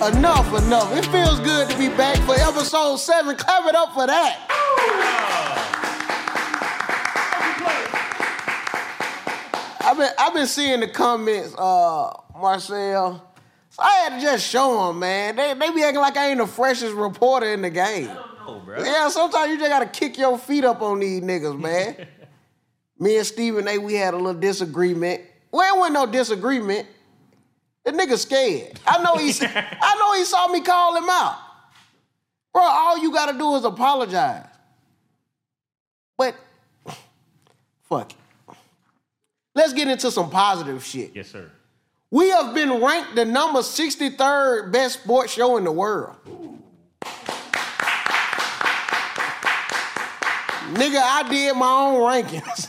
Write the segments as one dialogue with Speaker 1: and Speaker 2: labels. Speaker 1: enough, enough. It feels good to be back for episode seven. Clap it up for that. I've been I've been seeing the comments, uh, Marcel. So I had to just show them, man. They they be acting like I ain't the freshest reporter in the game.
Speaker 2: Oh, bro.
Speaker 1: Yeah, sometimes you just gotta kick your feet up on these niggas, man. Me and Steven A, we had a little disagreement. Well, it wasn't no disagreement. The nigga scared. I know he I know he saw me call him out. Bro, all you gotta do is apologize. But fuck it. Let's get into some positive shit.
Speaker 2: Yes, sir.
Speaker 1: We have been ranked the number 63rd best sports show in the world. Nigga, I did my own rankings.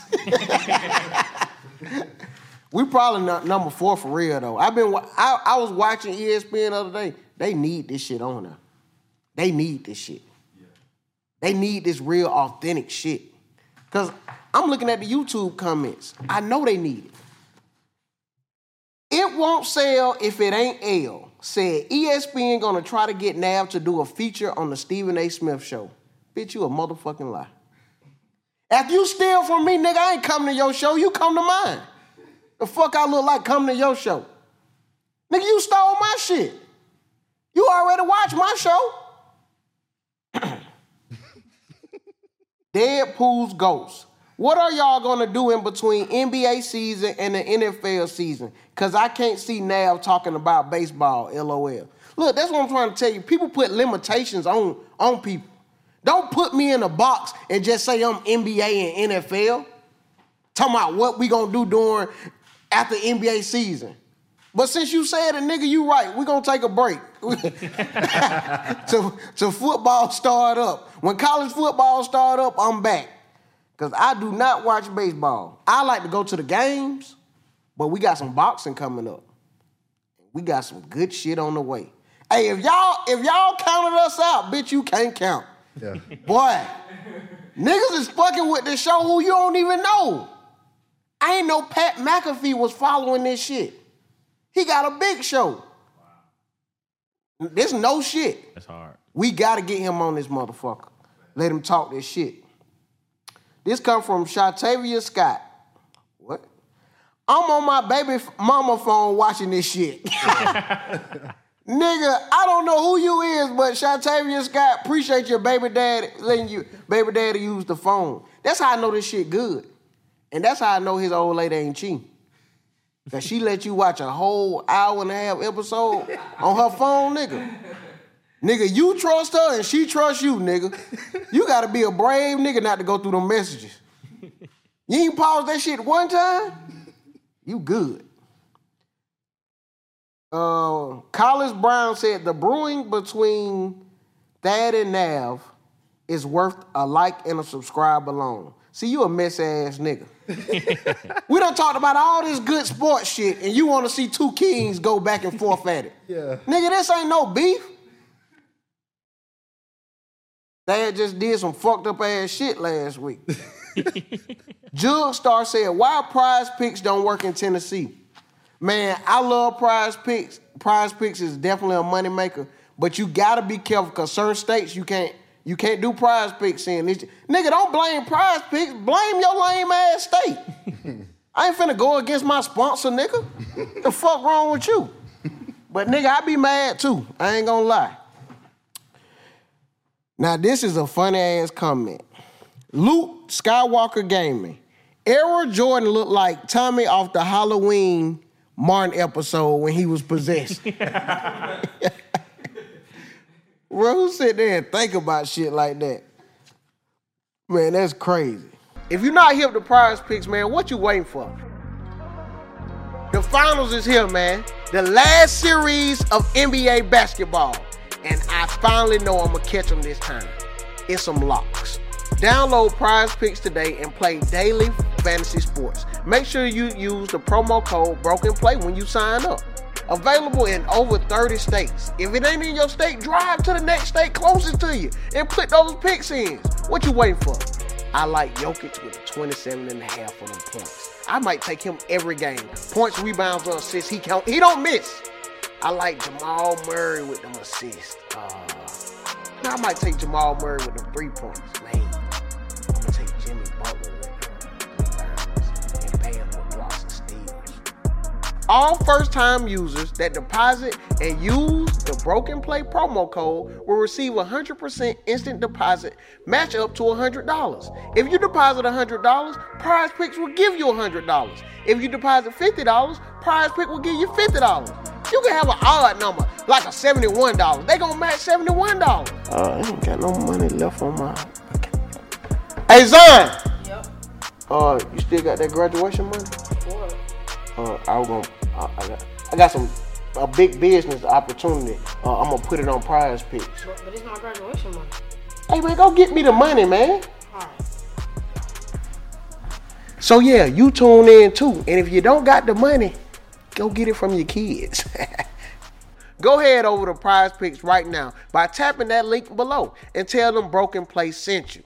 Speaker 1: we probably not number four for real though. I've been wa- I, I was watching E ESPN the other day. They need this shit on there. They need this shit. They need this real authentic shit. Cause I'm looking at the YouTube comments. I know they need it. It won't sell if it ain't L. Said E ESPN gonna try to get Nav to do a feature on the Stephen A. Smith show. Bitch, you a motherfucking lie. If you steal from me, nigga, I ain't coming to your show. You come to mine. The fuck I look like coming to your show. Nigga, you stole my shit. You already watched my show. Deadpool's Ghost. What are y'all gonna do in between NBA season and the NFL season? Cause I can't see Nav talking about baseball, LOL. Look, that's what I'm trying to tell you. People put limitations on, on people. Don't put me in a box and just say I'm NBA and NFL. Talking about what we gonna do during after NBA season. But since you said it, nigga, you right. we gonna take a break. to, to football start up. When college football start up, I'm back. Cause I do not watch baseball. I like to go to the games, but we got some boxing coming up. We got some good shit on the way. Hey, if y'all, if y'all counted us out, bitch, you can't count.
Speaker 3: Yeah.
Speaker 1: Boy, niggas is fucking with this show who you don't even know. I ain't know Pat McAfee was following this shit. He got a big show. There's no shit.
Speaker 2: That's hard.
Speaker 1: We gotta get him on this motherfucker. Let him talk this shit. This come from Shatavia Scott. What? I'm on my baby f- mama phone watching this shit. Nigga, I don't know who you is, but Shatavia Scott, appreciate your baby daddy letting you baby daddy use the phone. That's how I know this shit good. And that's how I know his old lady ain't cheating. Cause she let you watch a whole hour and a half episode on her phone, nigga. Nigga, you trust her and she trusts you, nigga. You gotta be a brave nigga not to go through them messages. You ain't pause that shit one time, you good. Uh, Collins Brown said the brewing between Thad and Nav is worth a like and a subscribe alone. See, you a mess ass nigga. we done talked about all this good sports shit, and you wanna see two kings go back and forth at it.
Speaker 3: Yeah.
Speaker 1: Nigga, this ain't no beef. Dad just did some fucked up ass shit last week. Jug Star said, why prize picks don't work in Tennessee? Man, I love prize picks. Prize picks is definitely a moneymaker, but you gotta be careful because certain states you can't you can't do prize picks in. It's- Nigga, don't blame prize picks. Blame your lame ass state. I ain't finna go against my sponsor, nigga. the fuck wrong with you? But nigga, I be mad too. I ain't gonna lie. Now this is a funny ass comment. Luke Skywalker Gaming. Errol Jordan looked like Tommy off the Halloween Martin episode when he was possessed. Bro, who sit there and think about shit like that? Man, that's crazy. If you're not hip to prize picks, man, what you waiting for? The finals is here, man. The last series of NBA basketball. And I finally know I'm going to catch them this time. It's some locks. Download Prize Picks today and play daily fantasy sports. Make sure you use the promo code Broken Play when you sign up. Available in over 30 states. If it ain't in your state, drive to the next state closest to you and put those picks in. What you waiting for? I like Jokic with 27 and a half of them points. I might take him every game. Points, rebounds, or assists. He count. He don't miss. I like Jamal Murray with them assists. Uh, now I might take Jamal Murray with the three points. Man, I'm gonna take Jimmy Butler with the rebounds and Bam with blocks and steals. All first-time users that deposit and use the Broken Play promo code will receive a 100% instant deposit match up to $100. If you deposit $100, Prize Picks will give you $100. If you deposit $50, Prize Pick will give you $50. You can have an odd number, like a $71. They gonna match $71. Uh, I ain't got no money left on my Hey, Zion!
Speaker 2: Yep.
Speaker 1: Uh, you still got that graduation money?
Speaker 2: Or
Speaker 1: uh, I'm gonna, I, I, got, I got some a big business opportunity. Uh, I'm gonna put it on Prize Picks.
Speaker 2: but, but it's my graduation month.
Speaker 1: Hey man, go get me the money, man.
Speaker 2: Alright.
Speaker 1: So yeah, you tune in too. And if you don't got the money, go get it from your kids. go head over to Prize Picks right now by tapping that link below and tell them Broken Place sent you.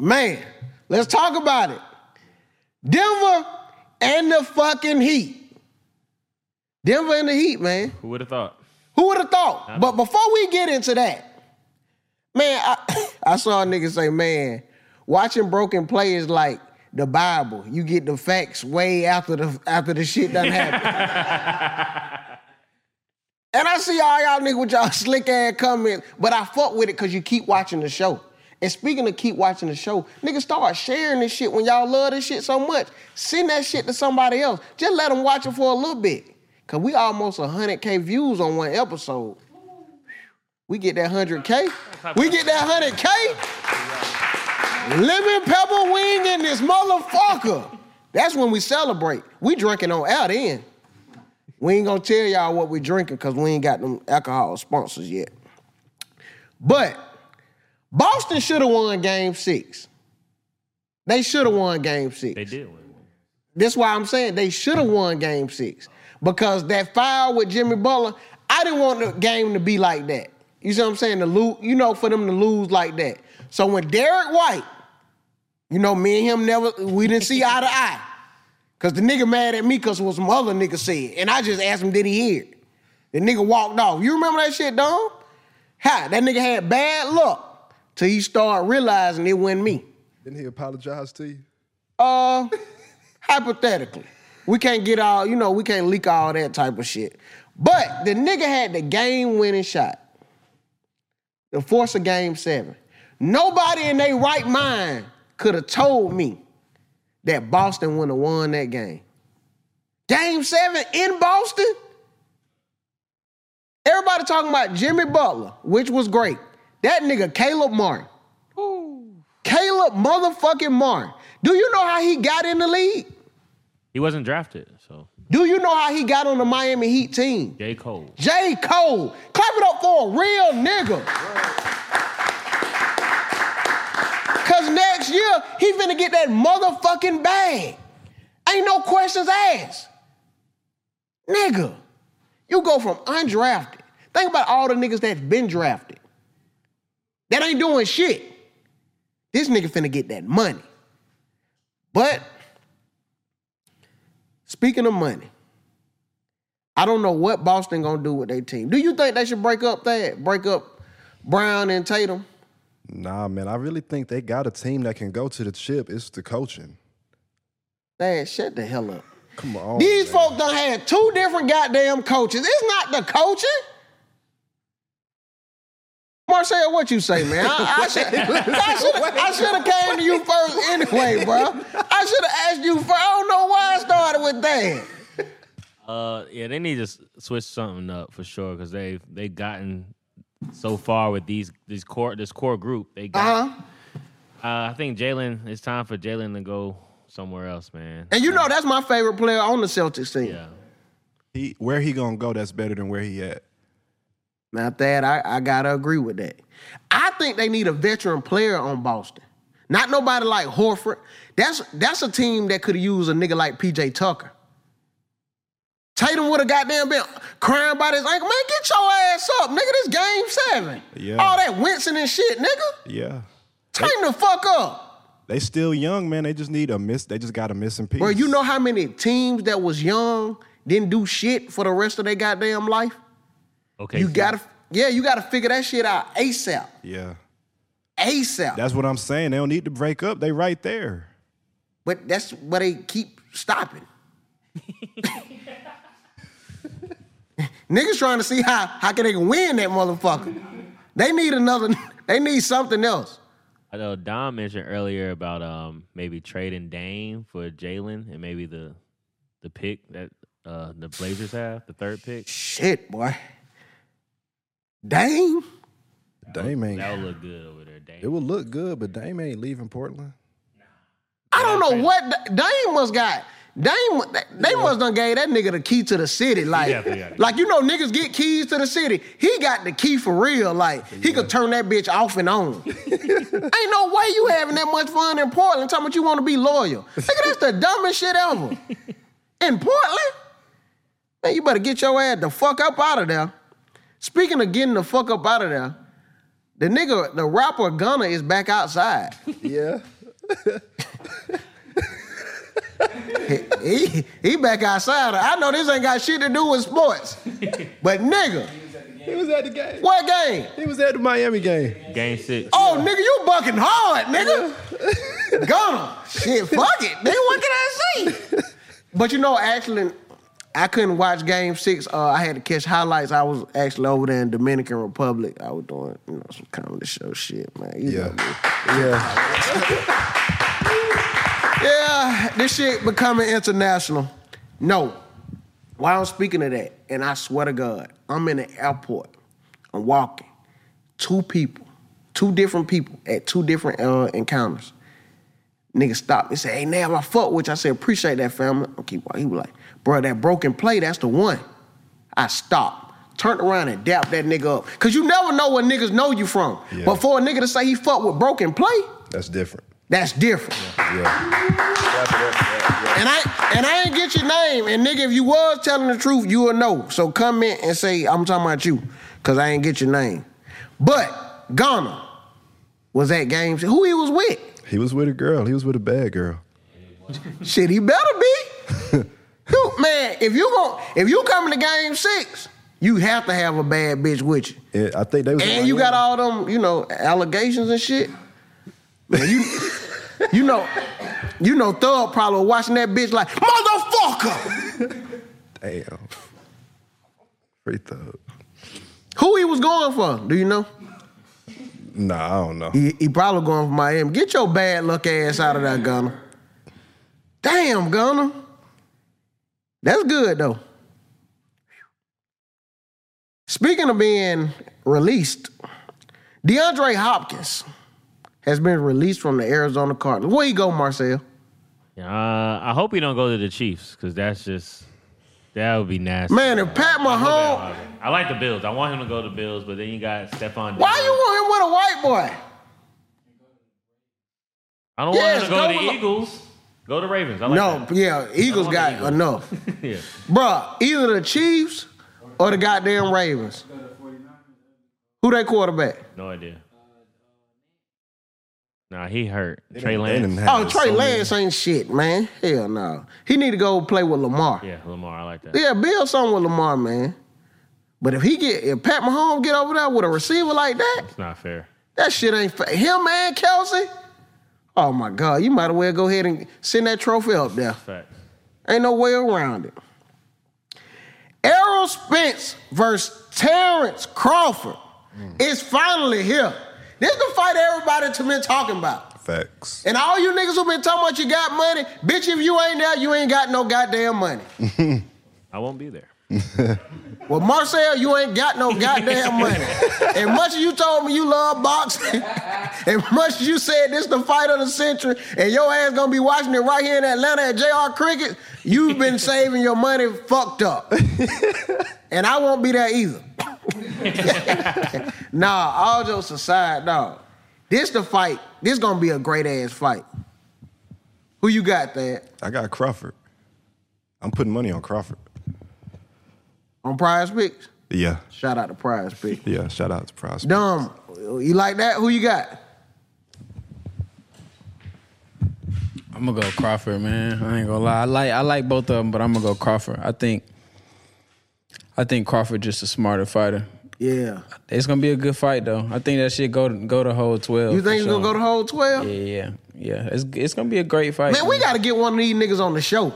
Speaker 1: Man, let's talk about it. Denver and the fucking Heat. Denver and the Heat, man.
Speaker 3: Who would have thought?
Speaker 1: Who would have thought? But before we get into that, man, I, I saw a nigga say, man, watching broken play is like the Bible. You get the facts way after the after the shit done happened. and I see all y'all niggas with y'all slick ass comments, but I fuck with it because you keep watching the show. And speaking of keep watching the show, niggas start sharing this shit when y'all love this shit so much. Send that shit to somebody else. Just let them watch it for a little bit. Cause we almost 100K views on one episode. We get that 100K. We get that 100K. Lemon pepper wing in this motherfucker. That's when we celebrate. We drinking on out then. We ain't gonna tell y'all what we drinking because we ain't got them alcohol sponsors yet. But Boston should have won game six. They should have won game six.
Speaker 3: They did win.
Speaker 1: That's why I'm saying they should have won game six because that foul with Jimmy Butler, I didn't want the game to be like that. You see what I'm saying? To lose, you know, for them to lose like that. So when Derek White, you know, me and him never, we didn't see eye to eye. Cause the nigga mad at me because what some other nigga said. And I just asked him, did he hear it? The nigga walked off. You remember that shit, Dom? Ha, that nigga had bad luck till he started realizing it wasn't me.
Speaker 4: Didn't he apologize to you?
Speaker 1: Uh, hypothetically, we can't get all, you know, we can't leak all that type of shit. But the nigga had the game winning shot, the force of game seven. Nobody in their right mind could have told me that Boston would have won that game. Game seven in Boston? Everybody talking about Jimmy Butler, which was great. That nigga, Caleb Martin. Caleb motherfucking Martin. Do you know how he got in the league?
Speaker 3: He wasn't drafted, so
Speaker 1: Do you know how he got on the Miami Heat team?
Speaker 3: J. Cole.
Speaker 1: J. Cole. Clap it up for a real nigga. Cause next year he finna get that motherfucking bag. Ain't no questions asked. Nigga, you go from undrafted. Think about all the niggas that's been drafted. That ain't doing shit. This nigga finna get that money. But speaking of money, I don't know what Boston gonna do with their team. Do you think they should break up that? Break up Brown and Tatum?
Speaker 4: Nah, man. I really think they got a team that can go to the chip. It's the coaching.
Speaker 1: Dad, shut the hell up.
Speaker 4: Come on.
Speaker 1: These
Speaker 4: Oh, man.
Speaker 1: folks done had two different goddamn coaches. It's not the coaching. Marcel, what you say, man? I, I should have came to you first anyway, bro. I should have asked you first. I don't know why I started with that.
Speaker 3: Uh, yeah, they need to s- switch something up for sure because they they gotten so far with these these core this core group. They got.
Speaker 1: Uh-huh.
Speaker 3: Uh, I think Jalen. It's time for Jalen to go somewhere else, man.
Speaker 1: And you know that's my favorite player on the Celtics team.
Speaker 3: Yeah.
Speaker 4: He, where he gonna go? That's better than where he at.
Speaker 1: Now that I, I gotta agree with that. I think they need a veteran player on Boston. Not nobody like Horford. That's that's a team that could use a nigga like PJ Tucker. Tatum would have goddamn been crying about his ankle. Man, get your ass up, nigga. This game seven.
Speaker 4: Yeah.
Speaker 1: All that wincing and shit, nigga.
Speaker 4: Yeah.
Speaker 1: Tighten the fuck up.
Speaker 4: They still young, man. They just need a miss. They just got a missing piece.
Speaker 1: Bro, you know how many teams that was young didn't do shit for the rest of their goddamn life.
Speaker 3: Okay,
Speaker 1: You
Speaker 3: so-
Speaker 1: gotta, yeah, you gotta figure that shit out ASAP.
Speaker 4: Yeah.
Speaker 1: ASAP.
Speaker 4: That's what I'm saying. They don't need to break up. They right there.
Speaker 1: but that's where they keep stopping. Niggas trying to see how how can they win that motherfucker. They need another. They need something else.
Speaker 3: I know Don mentioned earlier about um maybe trading Dame for Jalen and maybe the the pick that uh the Blazers have the third pick.
Speaker 1: Shit, boy. Dame.
Speaker 4: Dame
Speaker 3: That
Speaker 4: ain't.
Speaker 3: would look good over there, Dame.
Speaker 4: It would look good, but Dame ain't leaving Portland.
Speaker 1: I don't know what Da- Dame must got. Dame, they must done gave that nigga the key to the city. Like,
Speaker 3: definitely got it.
Speaker 1: like you know, niggas get keys to the city. He got the key for real. Like, he could turn that bitch off and on. Ain't no way you having that much fun in Portland talking about you want to be loyal. Nigga, that's the dumbest shit ever. In Portland? Man, you better get your ass the fuck up out of there. Speaking of getting the fuck up out of there, the nigga, the rapper Gunna is back outside.
Speaker 4: Yeah.
Speaker 1: He, he back outside. I know this ain't got shit to do with sports. But nigga,
Speaker 4: He was at the game.
Speaker 1: what game?
Speaker 4: He was at the Miami game.
Speaker 3: Game six.
Speaker 1: Oh, nigga, you bucking hard, nigga. Gonna. Shit, fuck it. Nigga, what can I see? But you know, actually, I couldn't watch game six. Uh, I had to catch highlights. I was actually over there in Dominican Republic. I was doing, you know, some comedy show shit, man. You know
Speaker 4: Yeah.
Speaker 1: me.
Speaker 4: Yeah.
Speaker 1: Yeah, this shit becoming international. No. While I'm speaking of that, and I swear to God, I'm in the airport. I'm walking. Two people, two different people at two different uh, encounters. Nigga stopped me and said, hey, now I fuck with you. I said, appreciate that, family. I keep walking. He was like, bro, that broken play, that's the one. I stopped, turned around and dapped that nigga up. Because you never know where niggas know you from.
Speaker 4: Yeah.
Speaker 1: But for a nigga to say he fuck with broken play,
Speaker 4: That's different.
Speaker 1: that's different.
Speaker 4: Yeah.
Speaker 1: And I and I ain't get your name. And nigga, if you was telling the truth, you would know. So comment and say I'm talking about you, cause I ain't get your name. But Ghana was at games. Who he was with?
Speaker 4: He was with a girl. He was with a bad girl.
Speaker 1: Shit, he better be. you, man, if you gon' if you coming to game six, you have to have a bad bitch with you.
Speaker 4: Yeah, I think they was. in
Speaker 1: And you
Speaker 4: Miami.
Speaker 1: got all them, you know, allegations and shit. Man, you, you know, you know, Thug probably watching that bitch like motherfucker.
Speaker 4: Damn. Free throw.
Speaker 1: Who he was going for? Do you know?
Speaker 4: Nah, I don't know.
Speaker 1: He, he probably going for Miami. Get your bad luck ass out of that Gunner. Damn, Gunner. That's good though. Speaking of being released, DeAndre Hopkins has been released from the Arizona Cardinals. Where you go, Marcel?
Speaker 3: Uh, I hope he don't go to the Chiefs because that's just that would be nasty.
Speaker 1: Man, if Pat
Speaker 3: I, hope
Speaker 1: Mahomes,
Speaker 3: that don't happen. I like the Bills. I want him to go to Bills, but then you got Stephon.
Speaker 1: why
Speaker 3: Diggs.
Speaker 1: you want him with a white boy?
Speaker 3: I don't
Speaker 1: Yes,
Speaker 3: want him
Speaker 1: go
Speaker 3: to go,
Speaker 1: with-
Speaker 3: to the Eagles. Go to Ravens. I like
Speaker 1: no, yeah, Eagles
Speaker 3: want
Speaker 1: got
Speaker 3: the Eagles.
Speaker 1: enough.
Speaker 3: that. yeah.
Speaker 1: Bruh, either the Chiefs or the goddamn Ravens. Who they quarterback?
Speaker 3: No idea. Nah, he hurt. Trey
Speaker 4: They didn't
Speaker 3: Lance.
Speaker 4: have
Speaker 1: Oh, Trey
Speaker 4: so many-
Speaker 1: Lance ain't shit, man. Hell no. He need to go play with Lamar. Yeah,
Speaker 3: Yeah, Lamar. I like that.
Speaker 1: build something with Lamar, man. But if he get if Pat Mahomes get over there with a receiver like that,
Speaker 3: It's not fair.
Speaker 1: that shit ain't fa- him and Kelsey. Oh my God, you might as well go ahead and send that trophy up there.
Speaker 3: Fact.
Speaker 1: Ain't no way around it. Errol Spence versus Terrence Crawford is finally here. This the fight everybody to been talking about.
Speaker 4: Facts.
Speaker 1: And all you niggas who been talking about you got money, bitch, if you ain't there, you ain't got no goddamn money.
Speaker 3: I won't be there.
Speaker 1: Well, Marcel, you ain't got no goddamn money. As much as you told me you love boxing, as much as you said this the fight of the century, and your ass gonna be watching it right here in Atlanta at JR Cricket, you've been saving your money fucked up. and I won't be there either. nah, all jokes aside, dog. This the fight. This gonna be a great ass fight. Who you got there?
Speaker 4: I got Crawford. I'm putting money on Crawford.
Speaker 1: On prize picks?
Speaker 4: Yeah.
Speaker 1: Shout out to prize picks.
Speaker 4: Yeah. Shout out to Prospect.
Speaker 1: Dumb. You like that? Who you got?
Speaker 2: I'm gonna go Crawford, man. I ain't gonna lie. I like I like both of them, but I'm gonna go Crawford. I think I think Crawford just a smarter fighter.
Speaker 1: Yeah.
Speaker 2: It's gonna be a good fight though. I think that shit go go to whole twelve.
Speaker 1: You think it's gonna go to whole 12?
Speaker 2: Yeah, yeah, yeah. It's it's gonna be a great fight.
Speaker 1: Man, we gotta get one of these niggas on the show.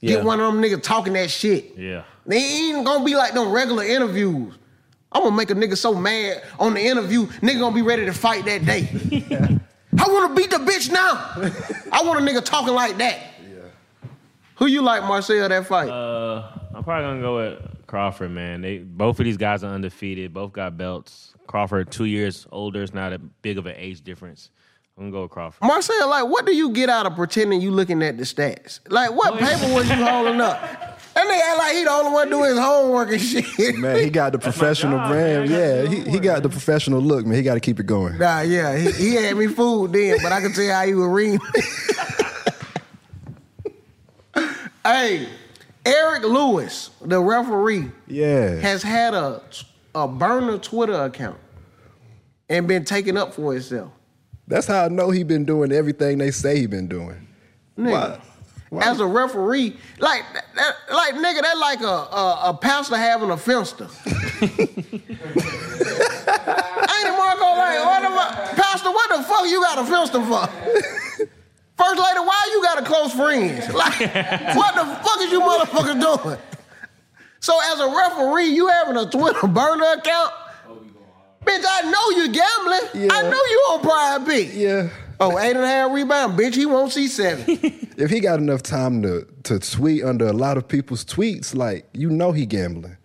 Speaker 2: Yeah.
Speaker 1: Get one of them niggas talking that shit.
Speaker 3: Yeah.
Speaker 1: They ain't gonna be like them regular interviews. I'm gonna make a nigga so mad on the interview, nigga gonna be ready to fight that day. I wanna beat the bitch now. I want a nigga talking like that. Who you like, Marcel, that fight?
Speaker 2: Uh,
Speaker 3: I'm probably gonna go with Crawford, man. They both of these guys are undefeated. Both got belts. Crawford two years older. It's not a big of an age difference. I'm gonna go with Crawford.
Speaker 1: Marcel, like, what do you get out of pretending you looking at the stats? Like, what paper was you holding up? That nigga act like he the only one doing his homework and shit.
Speaker 4: Man, he got the professional
Speaker 3: job,
Speaker 4: brand.
Speaker 3: man. I gotta
Speaker 4: Yeah,
Speaker 3: do
Speaker 4: he, he
Speaker 3: homework,
Speaker 4: got the professional look, man. He got to keep it going.
Speaker 1: Nah, yeah, he, he had me fooled then, but I can tell how he was reading. hey, Eric Lewis, the referee,
Speaker 4: Yeah.
Speaker 1: has had a a burner Twitter account and been taking up for himself.
Speaker 4: That's how I know he been doing everything they say he been doing.
Speaker 1: Nigga.
Speaker 4: Why? Why?
Speaker 1: As a referee, like, that, like nigga, that like a, a a pastor having a fenster. Ain't it Marco like, what the fu- pastor? What the fuck you got a fenster for? First lady, why you got a close friends? Like, what the fuck is you motherfuckers doing? So as a referee, you having a Twitter burner account? Bitch, I know you gambling. I know
Speaker 4: Yeah.
Speaker 1: you on pride pick.
Speaker 4: yeah.
Speaker 1: Oh, eight and a half rebound, bitch. He won't see seven.
Speaker 4: If he got enough time to to tweet under a lot of people's tweets, like you know he gambling.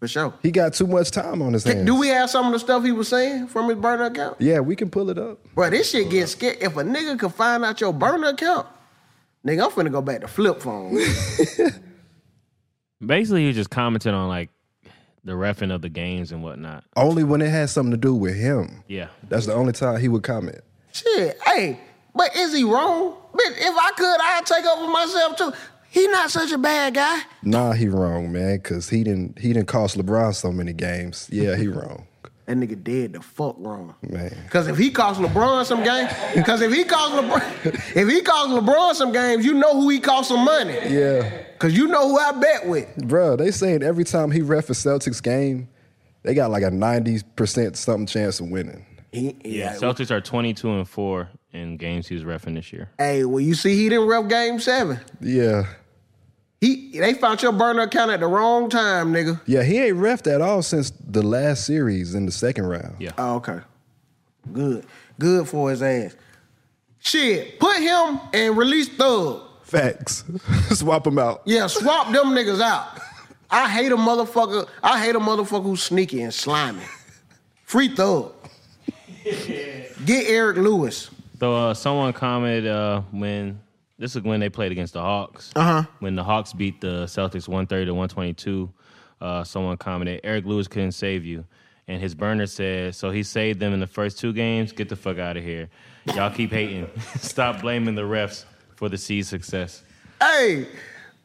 Speaker 1: For sure.
Speaker 4: He got too much time on his hands.
Speaker 1: Do we have some of the stuff he was saying from his burner account?
Speaker 4: Yeah, we can pull it up.
Speaker 1: Bro, this shit gets scary. If a nigga could find out your burner account, nigga, I'm finna go back to flip phone.
Speaker 3: Basically, he was just commenting on like the refing of the games and whatnot.
Speaker 4: Only when it has something to do with him.
Speaker 3: Yeah.
Speaker 4: That's the only time he would comment.
Speaker 1: shit, hey, but is he wrong? Bitch, if I could, I'd take over myself too. He not such a bad guy.
Speaker 4: Nah, he wrong, man, cause he didn't he didn't cost LeBron so many games. Yeah, he wrong.
Speaker 1: That nigga dead the fuck wrong.
Speaker 4: Man.
Speaker 1: Cause if he cost LeBron some games, cause if he cost LeBron, if he cost LeBron some games, you know who he cost some money.
Speaker 4: Yeah.
Speaker 1: Cause you know who I bet with.
Speaker 4: Bruh, they saying every time he ref a Celtics game, they got like a 90% something chance of winning.
Speaker 1: He- yeah,
Speaker 3: Yeah. Celtics are 22 and four in games he was refing this year.
Speaker 1: Hey, well, you see, he didn't ref game seven.
Speaker 4: Yeah.
Speaker 1: He they found your burner account at the wrong time, nigga.
Speaker 4: Yeah, he ain't refed at all since the last series in the second round.
Speaker 3: Yeah.
Speaker 1: Oh, okay. Good. Good for his ass. Shit, put him and release Thug.
Speaker 4: Facts. Swap him out.
Speaker 1: Yeah, swap them niggas out. I hate a motherfucker. I hate a motherfucker who's sneaky and slimy. Free Thug. Get Eric Lewis.
Speaker 3: So uh, someone commented uh, when this is when they played against the Hawks. Uh huh. When the Hawks beat the Celtics one thirty to one twenty two, uh, someone commented Eric Lewis couldn't save you, and his burner said so he saved them in the first two games. Get the fuck out of here, y'all keep hating. Stop blaming the refs for the C's success.
Speaker 1: Hey,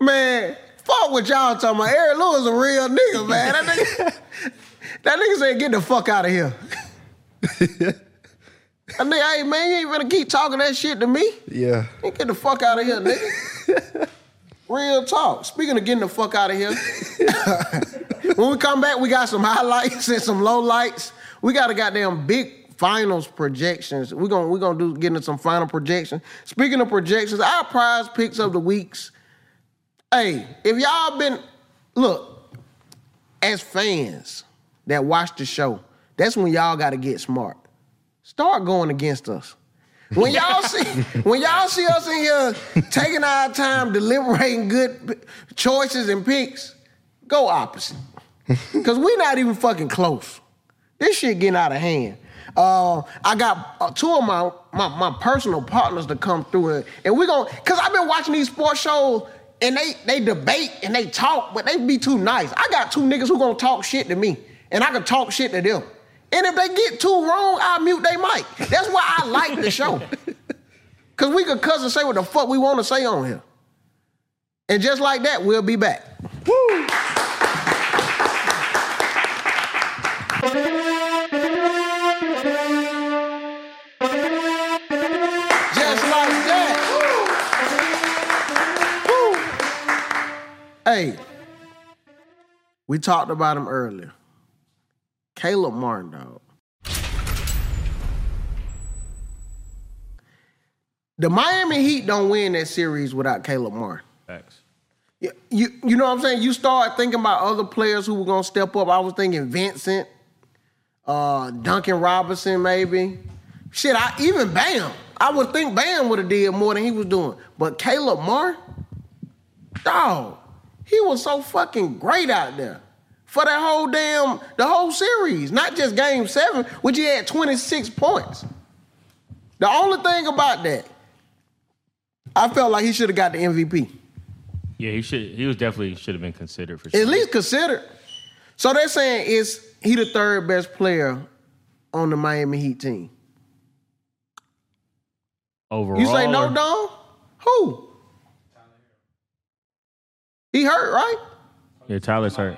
Speaker 1: man, fuck what y'all talking about. Eric Lewis a real nigga, man. That nigga, that nigga said, get the fuck out of here. I nigga, hey man, you ain't gonna keep talking that shit to me.
Speaker 4: Yeah.
Speaker 1: Man, Get the fuck out of here, nigga. Real talk. Speaking of getting the fuck out of here, when we come back, we got some highlights and some lowlights. We got a goddamn big finals projections. We're gonna we're gonna do get into some final projections. Speaking of projections, our prize picks of the weeks. Hey, if y'all been look, as fans that watch the show, that's when y'all gotta get smart. Start going against us. When y'all see when y'all see us in here taking our time deliberating good p- choices and picks, go opposite. Cause we not even fucking close. This shit getting out of hand. Uh, I got uh, two of my, my my personal partners to come through and, and we going cause I've been watching these sports shows and they they debate and they talk, but they be too nice. I got two niggas who gonna talk shit to me, and I can talk shit to them. And if they get too wrong, I mute they mic. That's why I like the show. Cause we could cuss and say what the fuck we want to say on here. And just like that, we'll be back. Just like that. Woo. Woo. Hey, We talked about him earlier. Caleb Martin, dog. The Miami Heat don't win that series without Caleb Martin.
Speaker 3: Facts.
Speaker 1: You, you, you know what I'm saying? You start thinking about other players who were gonna step up. I was thinking Vincent, uh, Duncan Robinson, maybe. Shit, I even Bam. I would think Bam would have did more than he was doing. But Caleb Marr, dog, he was so fucking great out there. For that whole damn, the whole series, not just game seven, which he had 26 points. The only thing about that, I felt like he should have got the MVP.
Speaker 3: Yeah, he should. He was definitely should have been considered for.
Speaker 1: At
Speaker 3: sure.
Speaker 1: least considered. So they're saying is he the third best player on the Miami Heat team.
Speaker 3: overall.
Speaker 1: You say
Speaker 3: or-
Speaker 1: no, Don? Who? He hurt, right?
Speaker 3: Yeah, Tyler's hurt.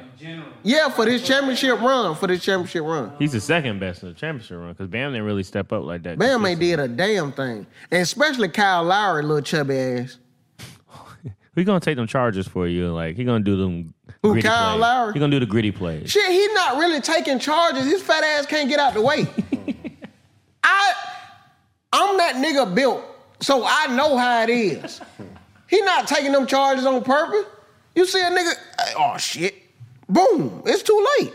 Speaker 1: Yeah, for this championship run. For this championship run.
Speaker 3: He's the second best in the championship run because Bam didn't really step up like that.
Speaker 1: Bam ain't did a damn thing. And especially Kyle Lowry, little chubby ass.
Speaker 3: He gonna take them charges for you. Like he gonna do them.
Speaker 1: Who,
Speaker 3: gritty
Speaker 1: Kyle
Speaker 3: plays.
Speaker 1: Lowry?
Speaker 3: He gonna do the gritty plays.
Speaker 1: Shit, he not really taking charges. His fat ass can't get out the way. I I'm that nigga built, so I know how it is. He not taking them charges on purpose. You see a nigga, eh, oh shit. Boom, it's too late.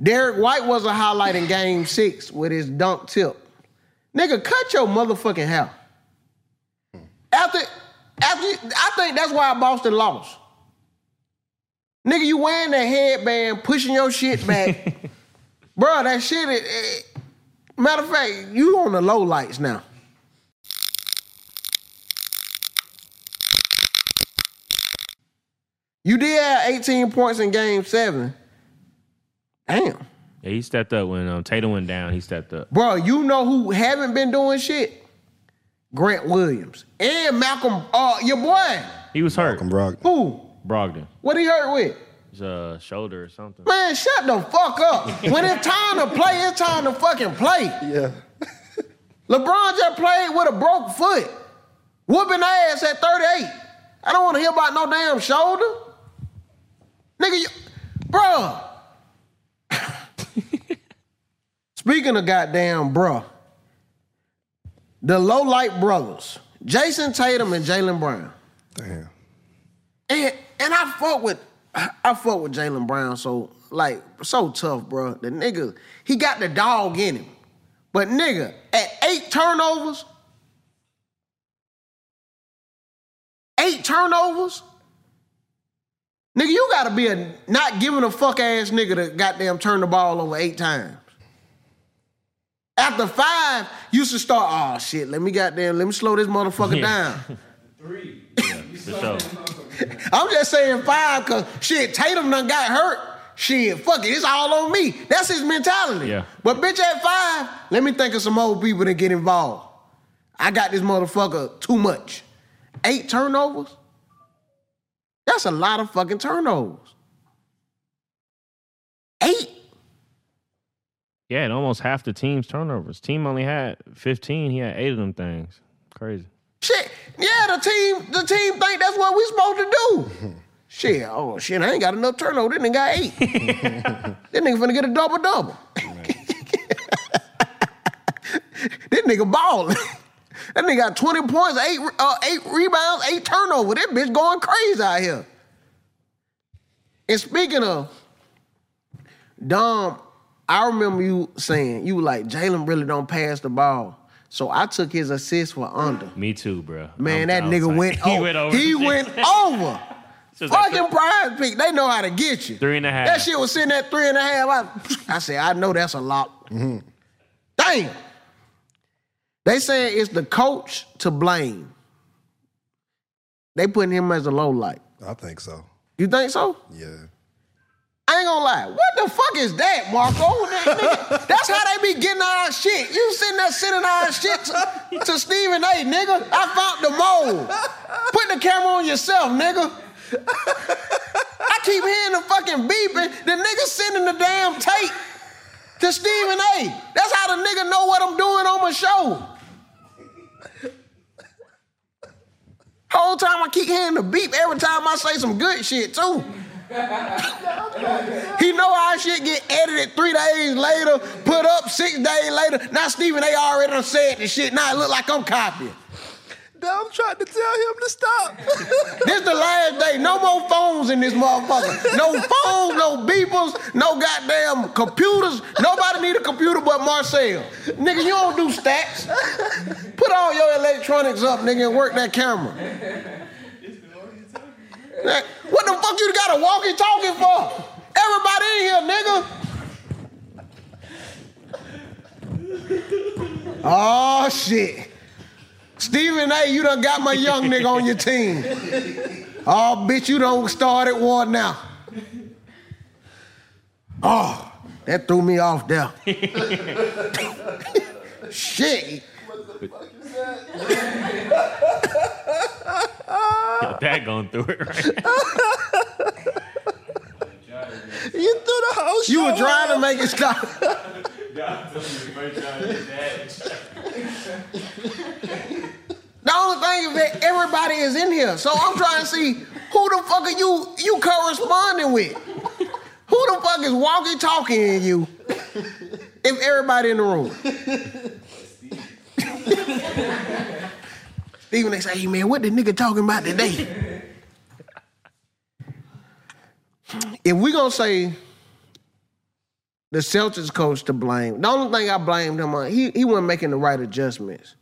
Speaker 1: Derek White was a highlight in game six with his dunk tip. Nigga, cut your motherfucking hair. After, after, I think that's why Boston lost. Nigga, you wearing that headband, pushing your shit back. Bro, that shit is. eh, matter of fact, you on the low lights now. You did have 18 points in game seven. Damn.
Speaker 3: Yeah, he stepped up when um, Tatum went down. He stepped up.
Speaker 1: Bro, you know who haven't been doing shit? Grant Williams. And Malcolm, uh, your boy.
Speaker 3: He was hurt.
Speaker 4: I'm rock.
Speaker 1: Who?
Speaker 3: Brogdon,
Speaker 1: What he hurt with?
Speaker 3: his uh, shoulder or something.
Speaker 1: Man, shut the fuck up. When it's time to play, it's time to fucking play.
Speaker 4: Yeah.
Speaker 1: LeBron just played with a broke foot, whooping ass at 38. I don't want to hear about no damn shoulder. Nigga, you, bruh. Speaking of goddamn bruh, the low light brothers, Jason Tatum and Jalen Brown.
Speaker 4: Damn.
Speaker 1: And and I fuck with I fuck with Jalen Brown so like so tough, bro. The nigga, he got the dog in him. But nigga, at eight turnovers, eight turnovers, nigga, you gotta be a not giving a fuck ass nigga to goddamn turn the ball over eight times. After five, you should start, oh shit, let me goddamn, let me slow this motherfucker
Speaker 3: Yeah.
Speaker 1: down.
Speaker 3: For sure.
Speaker 1: I'm just saying five because shit, Tatum done got hurt. Shit, fuck it, it's all on me. That's his mentality.
Speaker 3: Yeah.
Speaker 1: But bitch, at five, let me think of some old people that get involved. I got this motherfucker too much. Eight turnovers? That's a lot of fucking turnovers. Eight?
Speaker 3: Yeah, and almost half the team's turnovers. Team only had 15. He had eight of them things. Crazy.
Speaker 1: Shit, yeah, the team, the team think that's what we supposed to do. shit, oh shit, I ain't got enough turnover. This nigga got eight. this nigga finna get a double double. this nigga balling. that nigga got 20 points, eight, re- uh, eight rebounds, eight turnover. That bitch going crazy out here. And speaking of, Dom, I remember you saying, you were like, Jalen really don't pass the ball. So I took his assist for under.
Speaker 3: Me too, bro.
Speaker 1: Man,
Speaker 3: I'm-
Speaker 1: that
Speaker 3: I was
Speaker 1: nigga
Speaker 3: like-
Speaker 1: went,
Speaker 3: He
Speaker 1: over.
Speaker 3: went over.
Speaker 1: He
Speaker 3: the-
Speaker 1: went over.
Speaker 3: Just like
Speaker 1: Fucking prize pick. They know how to get you.
Speaker 3: Three and a half.
Speaker 1: That shit was sitting at three and a half. I, I said, I know that's a lot.
Speaker 3: Mm-hmm.
Speaker 1: Damn. They saying it's the coach to blame. They putting him as a low light.
Speaker 4: I think so.
Speaker 1: You think so?
Speaker 4: Yeah.
Speaker 1: I ain't gonna lie. What the fuck is that, Marco? That nigga- that's how they be getting our shit. You sitting there sending our shit to, to Stephen A, nigga. I found the mold. Put the camera on yourself, nigga. I keep hearing the fucking beeping. The nigga sending the damn tape to Stephen A. That's how the nigga know what I'm doing on my show. Whole time I keep hearing the beep every time I say some good shit too. He know our shit get edited three days later, put up six days later. Now Stephen A. already done said the shit. Now it look like I'm copying.
Speaker 5: I'm trying to tell him to stop.
Speaker 1: This the last day. No more phones in this motherfucker. No phones, no beepers, no goddamn computers. Nobody need a computer but Marcel. Nigga, you don't do stats. Put all your electronics up, nigga, and work that camera. That- What the fuck you got a walkie-talkie for? Everybody in here, nigga. Oh shit. Stephen A, you done got my young nigga on your team. Oh, bitch, you don't start at war now. Oh, that threw me off there. Shit.
Speaker 3: that going through it right now.
Speaker 5: you threw the whole show.
Speaker 1: You were trying to make it stop. The only thing is that everybody is in here. So I'm trying to see who the fuck are you you corresponding with? Who the fuck is walkie talking in you? If everybody in the room. Even they say, hey man, what the nigga talking about today? If we gonna say the Celtics coach to blame, the only thing I blamed him on, he he wasn't making the right adjustments.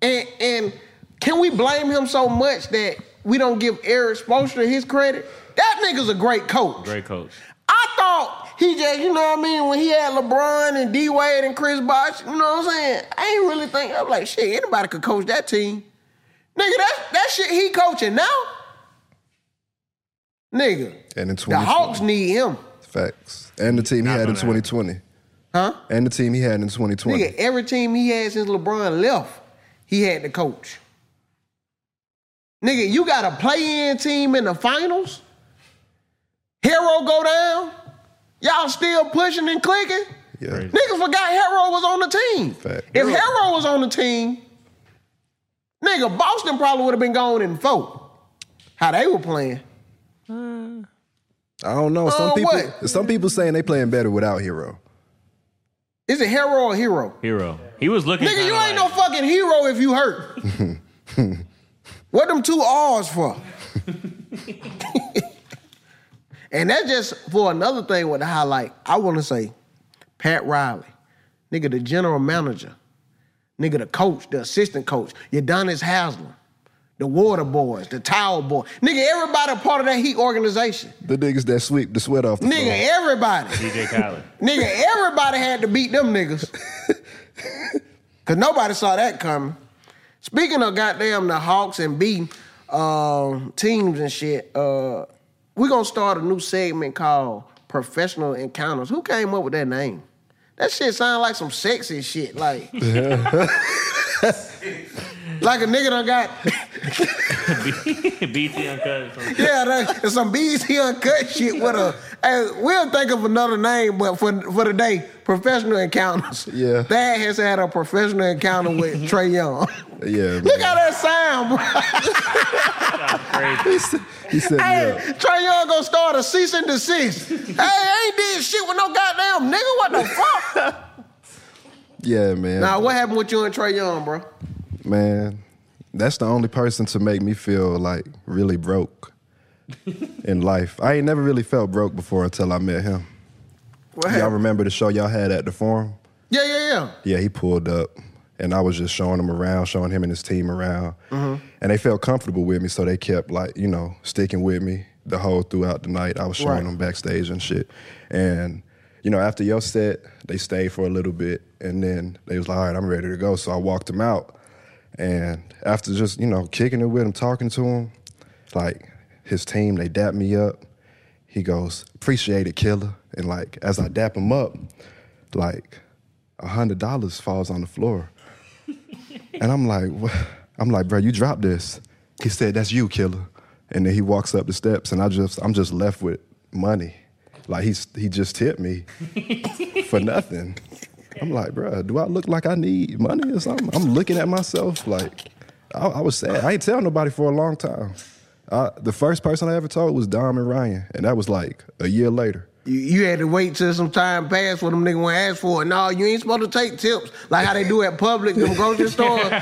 Speaker 1: And and can we blame him so much that we don't give Eric Spoelstra his credit? That nigga's a great coach.
Speaker 3: Great coach.
Speaker 1: I thought he just, you know what I mean, when he had LeBron and D Wade and Chris Bosh, you know what I'm saying? I ain't really think I'm like, shit, anybody could coach that team. Nigga, that that shit he coaching now. Nigga,
Speaker 4: And
Speaker 1: the
Speaker 4: in 2020.
Speaker 1: Hawks need him.
Speaker 4: Facts. And the team he had in
Speaker 3: gonna happen.
Speaker 4: 2020.
Speaker 1: Huh?
Speaker 4: And the team he had in 2020.
Speaker 1: Nigga, every team he had since LeBron left, he had to coach. Nigga, you got a play-in team in the finals. Hero go down. Y'all still pushing and clicking.
Speaker 4: Yeah.
Speaker 1: Nigga forgot Hero was on the team.
Speaker 4: Fact.
Speaker 1: If Hero was on the team, nigga, Boston probably would have been gone in four. How they were playing.
Speaker 4: I don't know. Some
Speaker 1: Uh,
Speaker 4: people
Speaker 1: what?
Speaker 4: some people saying they playing better without Hero.
Speaker 1: Is it Hero or Hero?
Speaker 3: Hero. He was looking.
Speaker 1: Nigga, you
Speaker 3: kinda
Speaker 1: ain't no
Speaker 3: like,
Speaker 1: fucking hero if you hurt. what them two R's for? and that's just for another thing with the highlight. I want to say, Pat Riley, nigga, the general manager, nigga, the coach, the assistant coach, Udonis Haslam, the water boys, the towel boy, nigga, everybody part of that Heat organization.
Speaker 4: The niggas that sweep the sweat off the
Speaker 1: Nigga,
Speaker 4: floor.
Speaker 1: everybody.
Speaker 3: DJ Khaled.
Speaker 1: Nigga, everybody had to beat them niggas. Cause nobody saw that coming. Speaking of goddamn the Hawks and B um, teams and shit, uh, we're gonna start a new segment called Professional Encounters. Who came up with that name? That shit sound like some sexy shit. Like, like a nigga done got
Speaker 3: BT Uncut. or something.
Speaker 1: yeah, that, it's some BC uncut shit with a. Hey, we'll think of another name, but for for the day, professional encounters.
Speaker 4: Yeah.
Speaker 1: Thad has had a professional encounter with Trey Young.
Speaker 4: Yeah,
Speaker 1: Look
Speaker 4: man.
Speaker 1: how that sound, bro.
Speaker 3: Crazy.
Speaker 4: He set me up.
Speaker 1: Hey, Trey Young gonna start a cease and desist. hey, I ain't did shit with no goddamn nigga. What the fuck?
Speaker 4: Yeah, man.
Speaker 1: now, what happened with you and Trey Young, bro?
Speaker 4: Man, that's the only person to make me feel like really broke in life. I ain't never really felt broke before until I met him.
Speaker 1: What
Speaker 4: Y'all
Speaker 1: happened?
Speaker 4: remember the show y'all had at the forum?
Speaker 1: Yeah, yeah, yeah.
Speaker 4: Yeah, he pulled up and I was just showing him around, showing him and his team around. And they felt comfortable with me, so they kept like, you know, sticking with me the whole throughout the night. I was showing
Speaker 1: Right.
Speaker 4: them backstage and shit. And, you know, after your set, they stayed for a little bit and then they was like, all right, I'm ready to go. So I walked him out. And after just, you know, kicking it with him, talking to him, like his team, they dapped me up. He goes, appreciate it, killer. And like as I dap him up, like a hundred dollars falls on the floor. And I'm like, what? I'm like, bro, you dropped this. He said, that's you, killer. And then he walks up the steps and I just I'm just left with money. Like he's he just tipped me for nothing. I'm like, bro, do I look like I need money or something? I'm looking at myself like I, I was sad. I ain't tell nobody for a long time. I, the first person I ever told was Dom and Ryan, and that was like a year later.
Speaker 1: You, you had to wait till some time passed for them niggas want to ask for it. No, you ain't supposed to take tips like how they do at public, them grocery stores. they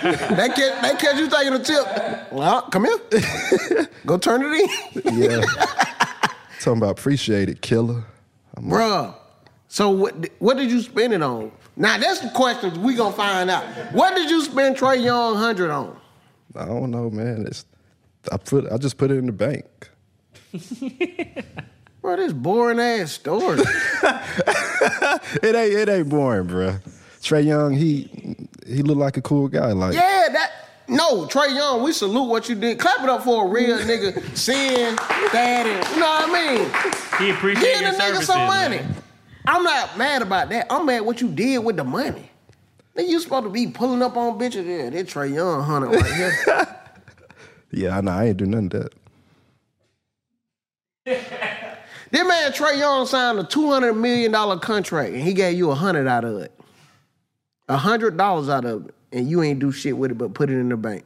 Speaker 1: catch they catch you taking a tip. Well, come here, go turn it in,
Speaker 4: Yeah. Talking about appreciated killer.
Speaker 1: bruh. So what? What did you spend it on? Now that's the question we gonna find out. What did you spend Trey Young hundred on?
Speaker 4: I don't know, man. It's I put I just put it in the bank.
Speaker 1: Bro, this boring ass story.
Speaker 4: It ain't it ain't boring, bruh. Trey Young, he he looked like a cool guy. Like
Speaker 1: yeah, that. No, Trey Young, we salute what you did. Clap it up for a real nigga seeing that and you know what I mean.
Speaker 3: He appreciates
Speaker 1: Give
Speaker 3: your
Speaker 1: the nigga
Speaker 3: services,
Speaker 1: some money.
Speaker 3: man.
Speaker 1: I'm not mad about that. I'm mad what you did with the money. Nigga, you supposed to be pulling up on bitches. Yeah, that Trey Young hunter right here.
Speaker 4: yeah, I know I ain't do nothing of that.
Speaker 1: this man Trey Young signed a two hundred million dollar contract and he gave you a hundred out of it. A hundred dollars out of it, and you ain't do shit with it but put it in the bank.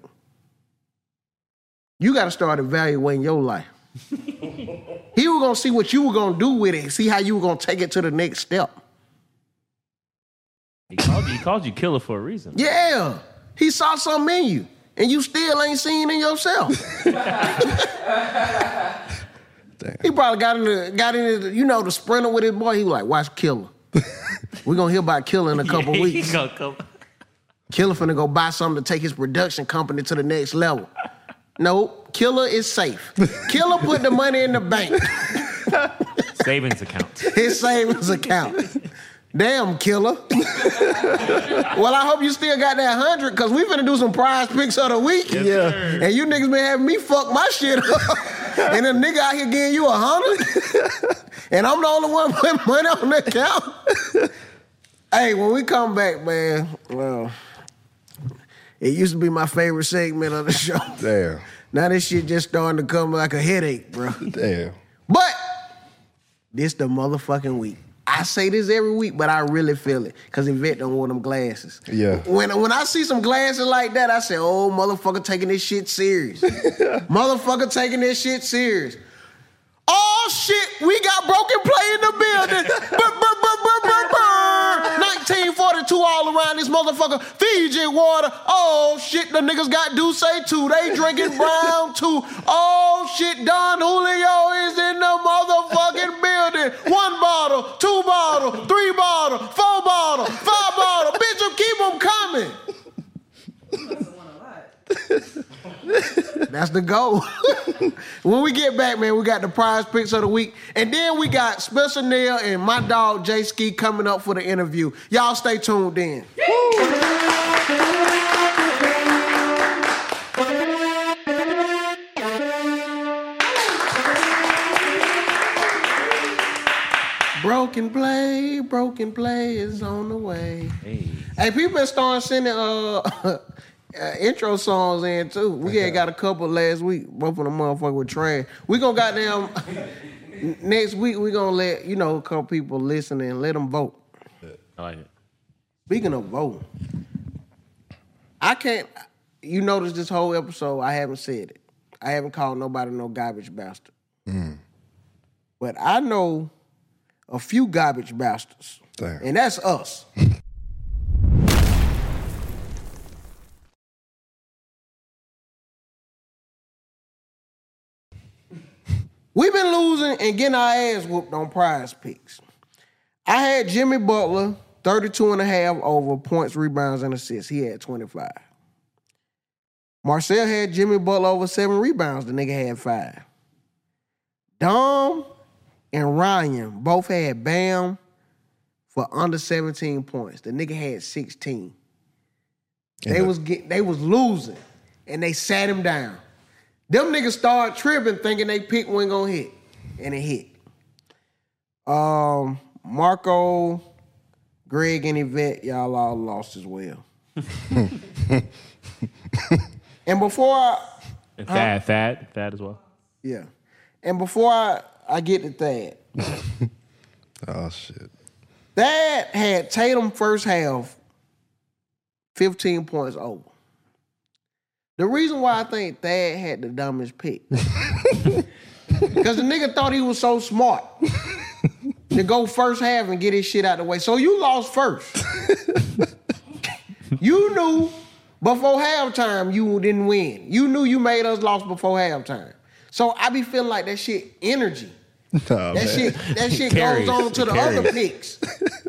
Speaker 1: You gotta start evaluating your life. he was gonna see what you were gonna do with it, see how you were gonna take it to the next step.
Speaker 3: He called, you, he called you killer for a reason.
Speaker 1: Yeah, he saw something in you, and you still ain't seen in yourself. he probably got into got into the- you know the sprinter with his boy. He was like, "Watch Killer. We're gonna hear about Killer in a couple
Speaker 3: He
Speaker 1: weeks.
Speaker 3: gonna come-
Speaker 1: Killer finna go buy something to take his production company to the next level." Nope, Killer is safe. Killer put the money in the bank,
Speaker 3: Savings account.
Speaker 1: his savings account. Damn, Killer. well, I hope you still got that hundred, cause we finna do some prize picks of the week.
Speaker 4: yeah.
Speaker 1: And you niggas been having me fuck my shit up. and a nigga out here giving you a hundred. and I'm the only one putting money on the account. hey, when we come back, man, well, it used to be my favorite segment of the show.
Speaker 4: Damn.
Speaker 1: Now this shit just starting to come like a headache, bro.
Speaker 4: Damn.
Speaker 1: But this the motherfucking week. I say this every week, but I really feel it because Yvette don't wear them glasses.
Speaker 4: Yeah.
Speaker 1: When when I see some glasses like that, I say, "Oh, motherfucker, taking this shit serious. motherfucker, taking this shit serious." Oh shit, we got broken play in the building. Brr, brr, brr, brr, brr, brr. 1942 all around this motherfucker. Fiji water. Oh shit, the niggas got Douce too. They drinking brown too. Oh shit, Don Julio is in the motherfucking building. One bottle, two bottle, three bottle, four bottle, five bottle. Bitch, you keep them coming. That's the goal. when we get back, man, we got the prize picks of the week. And then we got Spencer Neal and my dog Jay Ski coming up for the interview. Y'all stay tuned in. broken play, broken play is on the way.
Speaker 3: Hey,
Speaker 1: Hey, people been starting sending uh, uh intro songs in too. We had got a couple last week. Both of them motherfuckers were trash. We gonna goddamn next week. We gonna let you know a couple people listen and let them vote.
Speaker 3: I like it.
Speaker 1: Speaking of voting, I can't. You notice this whole episode, I haven't said it. I haven't called nobody no garbage bastard. But I know a few garbage bastards,
Speaker 4: Damn.
Speaker 1: and that's us. We've been losing and getting our ass whooped on prize picks. I had Jimmy Butler, 32 and a half over points, rebounds, and assists. He had 25. Marcel had Jimmy Butler over seven rebounds. The nigga had five. Dom and Ryan both had Bam for under 17 points. The nigga had 16. They was get, they was losing, and they sat him down. Them niggas started tripping, thinking they pick wasn't gonna hit, and it hit. Um, Marco, Greg, and Yvette, y'all all lost as well. and before I, Uh,
Speaker 3: And Thad, Thad, Thad as well.
Speaker 1: yeah, and before I, I get to Thad,
Speaker 4: Oh shit.
Speaker 1: Thad had Tatum first half, 15 points over. The reason why I think Thad had the dumbest pick Because the nigga thought he was so smart to go first half and get his shit out the way. So you lost first. you knew before halftime you didn't win. You knew you made us lost before halftime. So I be feeling like that shit energy.
Speaker 4: Nah,
Speaker 1: That
Speaker 4: man.
Speaker 1: shit that shit
Speaker 3: Oh, Carries.
Speaker 1: goes on to the other
Speaker 3: Carries.
Speaker 1: picks.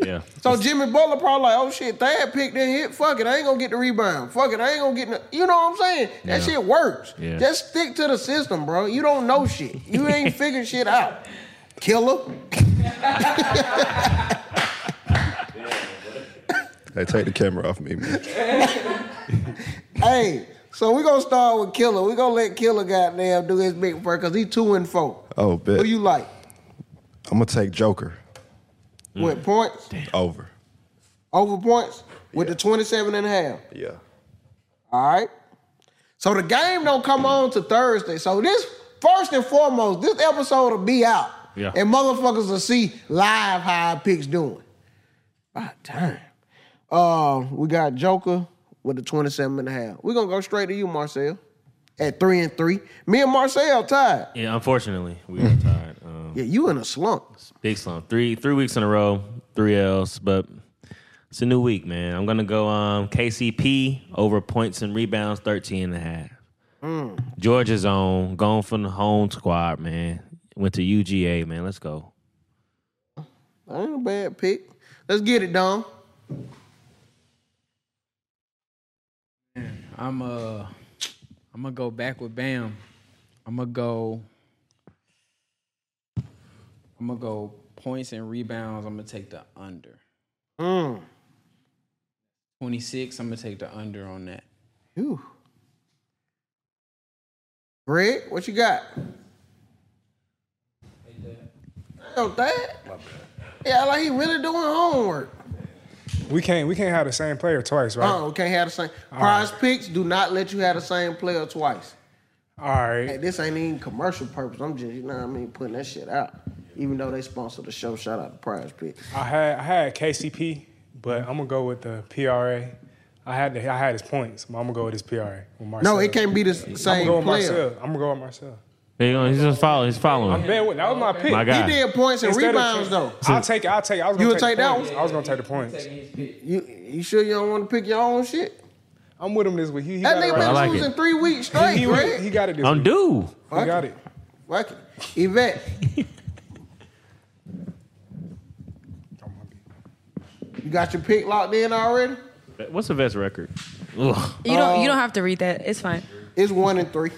Speaker 3: Yeah.
Speaker 1: So Jimmy Butler probably like, oh shit, third pick didn't hit. Fuck it, I ain't gonna get the rebound. Fuck it, I ain't gonna get. No-. You know what I'm saying? That
Speaker 3: Yeah.
Speaker 1: shit works.
Speaker 3: Yeah.
Speaker 1: Just stick to the system, bro. You don't know shit. You ain't figuring shit out. Killer.
Speaker 4: Hey, take the camera off me, man.
Speaker 1: Hey, so we gonna start with Killer. We gonna let Killer goddamn do his big first because he two and four.
Speaker 4: Oh, bet.
Speaker 1: Who you like?
Speaker 4: I'm gonna take Joker
Speaker 3: Mm.
Speaker 1: With points?
Speaker 4: over.
Speaker 1: Over points? With the 27 and a half.
Speaker 4: Yeah.
Speaker 1: All right. So the game don't come on to Thursday. So this first and foremost, this episode will be out.
Speaker 3: Yeah.
Speaker 1: And motherfuckers will see live how I picks doing. By time. Uh, we got Joker with the 27 and a half. We're gonna go straight to you, Marcel. At three and three. Me and Marcel tied.
Speaker 3: Yeah, unfortunately, we are tired. Um,
Speaker 1: Yeah, you in a slump.
Speaker 3: Big slump. Three three weeks in a row, three L's, but it's a new week, man. I'm gonna go um, KCP over points and rebounds, 13 and a half. Georgia's on, gone from the home squad, man. Went to UGA, man. Let's go.
Speaker 1: That ain't a bad pick. Let's get it, Dom.
Speaker 2: I'm uh I'm gonna go back with Bam. I'm gonna go. I'm gonna go points and rebounds. I'm gonna take the under.
Speaker 1: Mm.
Speaker 2: 26. I'm gonna take the under on that.
Speaker 1: Whew. Greg, what you got? Oh, that? Yeah, like he really doing homework.
Speaker 6: We can't we can't have the same player twice, right?
Speaker 1: Oh, okay, have the same. Prize picks do not let you have the same player twice.
Speaker 6: All right.
Speaker 1: Hey, this ain't even commercial purpose. I'm just, you know what I mean, putting that shit out. Even though they sponsor the show, shout out to Prize Picks.
Speaker 6: I had I had KCP, but I'm gonna go with the PRA. I had the, I had his points, but I'm gonna go with his PRA. With
Speaker 1: No,
Speaker 6: Marcel.
Speaker 1: it can't be the
Speaker 6: I'm gonna
Speaker 1: same
Speaker 6: go with
Speaker 1: player.
Speaker 6: Marcel. I'm gonna go with Marcel.
Speaker 3: There you go. He's just following. He's
Speaker 6: I'm
Speaker 3: following.
Speaker 6: bad with that was my pick.
Speaker 3: My
Speaker 1: He
Speaker 3: guy.
Speaker 1: did points and
Speaker 6: Instead of-
Speaker 1: rebounds, though.
Speaker 6: I'll take it. I'll take it. I was gonna
Speaker 1: You would
Speaker 6: take,
Speaker 1: take
Speaker 6: the
Speaker 1: that
Speaker 6: points.
Speaker 1: one?
Speaker 6: I was gonna take the points.
Speaker 1: You, you sure you don't want to pick your own shit?
Speaker 6: I'm with him this week. He, he
Speaker 1: That
Speaker 6: got it
Speaker 1: nigga
Speaker 6: right.
Speaker 1: been
Speaker 3: like
Speaker 1: losing
Speaker 3: it.
Speaker 1: three weeks straight,
Speaker 6: He- he,
Speaker 1: Greg.
Speaker 6: he got it this
Speaker 3: I'm
Speaker 6: week.
Speaker 3: due.
Speaker 6: He got it.
Speaker 1: Fuck it. Yvette. You got your pick locked in already?
Speaker 3: What's the best record? Ugh.
Speaker 7: You don't.
Speaker 6: Uh,
Speaker 7: You don't have to read that. It's fine.
Speaker 1: It's one and three.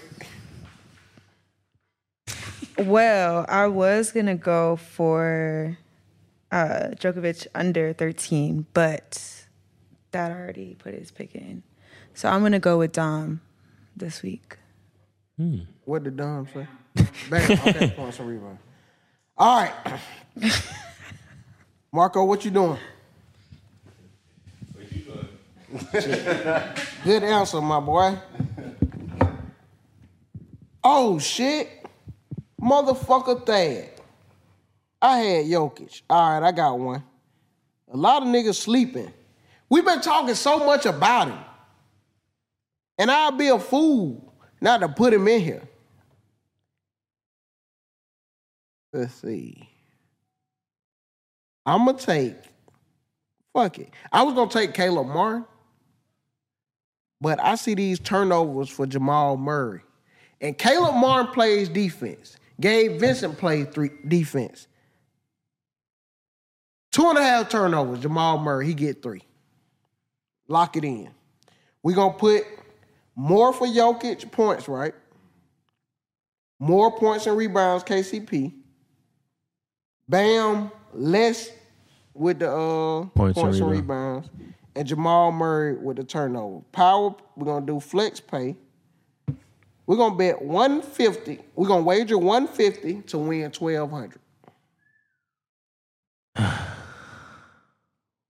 Speaker 7: Well, I was gonna go for uh, Djokovic under 13, but that already put his pick in. So I'm gonna go with Dom this week.
Speaker 1: What did Dom say? Bam. Okay, points and rebound. All right. Marco, what you doing? Good answer, my boy. Oh shit. Motherfucker Thad. I had Jokic. All right, I got one. A lot of niggas sleeping. We've been talking so much about him. And I'd be a fool not to put him in here. Let's see. I'ma take. Fuck it. I was gonna take Caleb Martin, but I see these turnovers for Jamal Murray. And Caleb Martin plays defense. Gabe Vincent plays three defense. Two and a half turnovers. Jamal Murray, he get three. Lock it in. We're gonna put more for Jokic points, right? More points and rebounds, KCP. Bam, less with the uh,
Speaker 3: Points and
Speaker 1: points, and
Speaker 3: rebound.
Speaker 1: rebounds. And Jamal Murray with the turnover. Power, we're gonna do flex pay. We're gonna bet 150. We're gonna wager 150 to win 1200.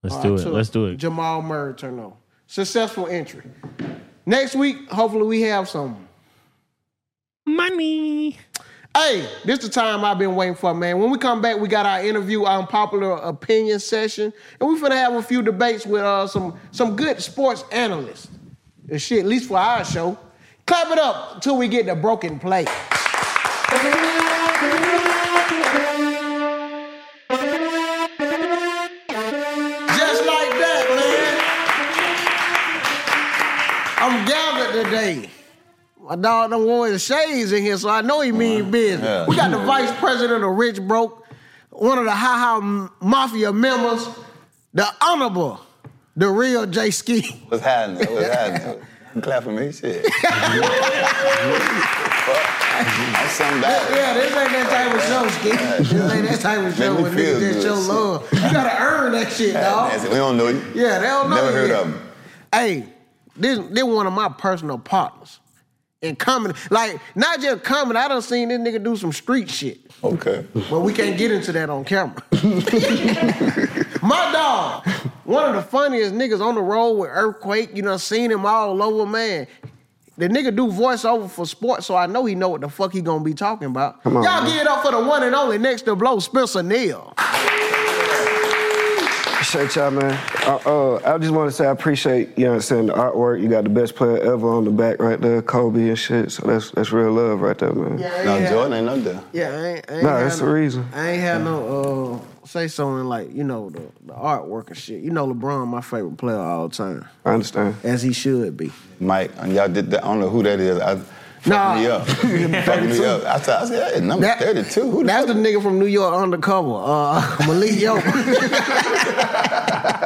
Speaker 3: Let's
Speaker 1: All
Speaker 3: do
Speaker 1: right,
Speaker 3: it.
Speaker 1: so
Speaker 3: Let's do it.
Speaker 1: Jamal Murray turnover. Successful entry. Next week, hopefully we have something.
Speaker 3: Money.
Speaker 1: Hey, this the time I've been waiting for, man. When we come back, we got our interview, our unpopular opinion session, and we're gonna have a few debates with uh, some some good sports analysts. And shit, at least for our show. Clap it up till we get the broken plate. Just like that, man. I'm gathered today. My dog done wore his shades in here, so I know he mean business.
Speaker 5: Yeah.
Speaker 1: We got the vice president of Rich Broke, one of the Ha Ha M- Mafia members, the honorable, the real J Ski.
Speaker 5: What's happening? What's happening? You Clap for me, shit. Fuck. That's something bad.
Speaker 1: Yeah, this ain't that type of show, Ski. This ain't that type of show
Speaker 5: Make me
Speaker 1: where
Speaker 5: feel
Speaker 1: niggas just
Speaker 5: good,
Speaker 1: show
Speaker 5: shit.
Speaker 1: love. You gotta earn that shit, dog.
Speaker 5: That's it. We don't know you.
Speaker 1: Yeah, they don't know
Speaker 5: Never
Speaker 1: you
Speaker 5: heard
Speaker 1: yet.
Speaker 5: of them.
Speaker 1: hey, this they one of my personal partners in comedy. Like, not just comedy, I done seen this nigga do some street shit.
Speaker 5: Okay.
Speaker 1: But we can't get into that on camera. my dog, one of the funniest niggas on the road with Earthquake, you know, seen him all over, man. The nigga do voiceover for sports, so I know he know what the fuck he gonna be talking about.
Speaker 8: Come on,
Speaker 1: Y'all
Speaker 8: man.
Speaker 1: give it up for the one and only next to blow, Spencer Neal.
Speaker 8: Appreciate y'all, man. Uh, uh, I just want to say I appreciate, you know what I'm saying, the artwork. You got the best player ever on the back right there, Kobe and shit. So that's that's real love right there, man.
Speaker 5: No, Jordan ain't up there.
Speaker 1: Yeah, I ain't, I ain't
Speaker 8: Nah,
Speaker 1: had
Speaker 8: that's
Speaker 1: no-
Speaker 8: the reason.
Speaker 1: I ain't had no uh, say something like you know the, the artwork and shit. You know LeBron, my favorite player of all time,
Speaker 8: I understand.
Speaker 1: as he should be.
Speaker 5: Mike, and y'all did that. I don't know who that is. I,
Speaker 1: Nah.
Speaker 5: Fuck me up. Fuck me up. I said, I said, hey, number 32. Who the
Speaker 1: that's
Speaker 5: fuck?
Speaker 1: the nigga from New York undercover, uh, Malik Yo.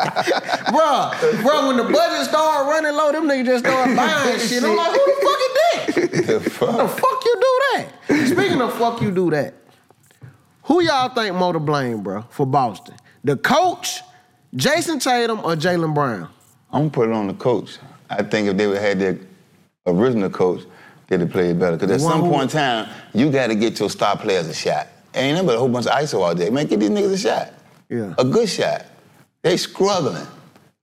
Speaker 1: bruh, bruh, when the budget started running low, them niggas just started buying shit. I'm like, who the fuck is that?
Speaker 5: the
Speaker 1: the Oh.
Speaker 5: fuck?
Speaker 1: fuck you do that? Speaking of fuck you do that, who y'all think more to blame, bro, for Boston? The coach, Jason Tatum, or Jalen Brown?
Speaker 5: I'm gonna put it on the coach. I think if they would had their original coach, they'd have played better. Because at
Speaker 1: One
Speaker 5: some
Speaker 1: who-
Speaker 5: point in time, you gotta get your star players a shot. Ain't nothing but a whole bunch of ISO all day. Man, get these niggas a shot.
Speaker 1: Yeah.
Speaker 5: A good shot. They struggling.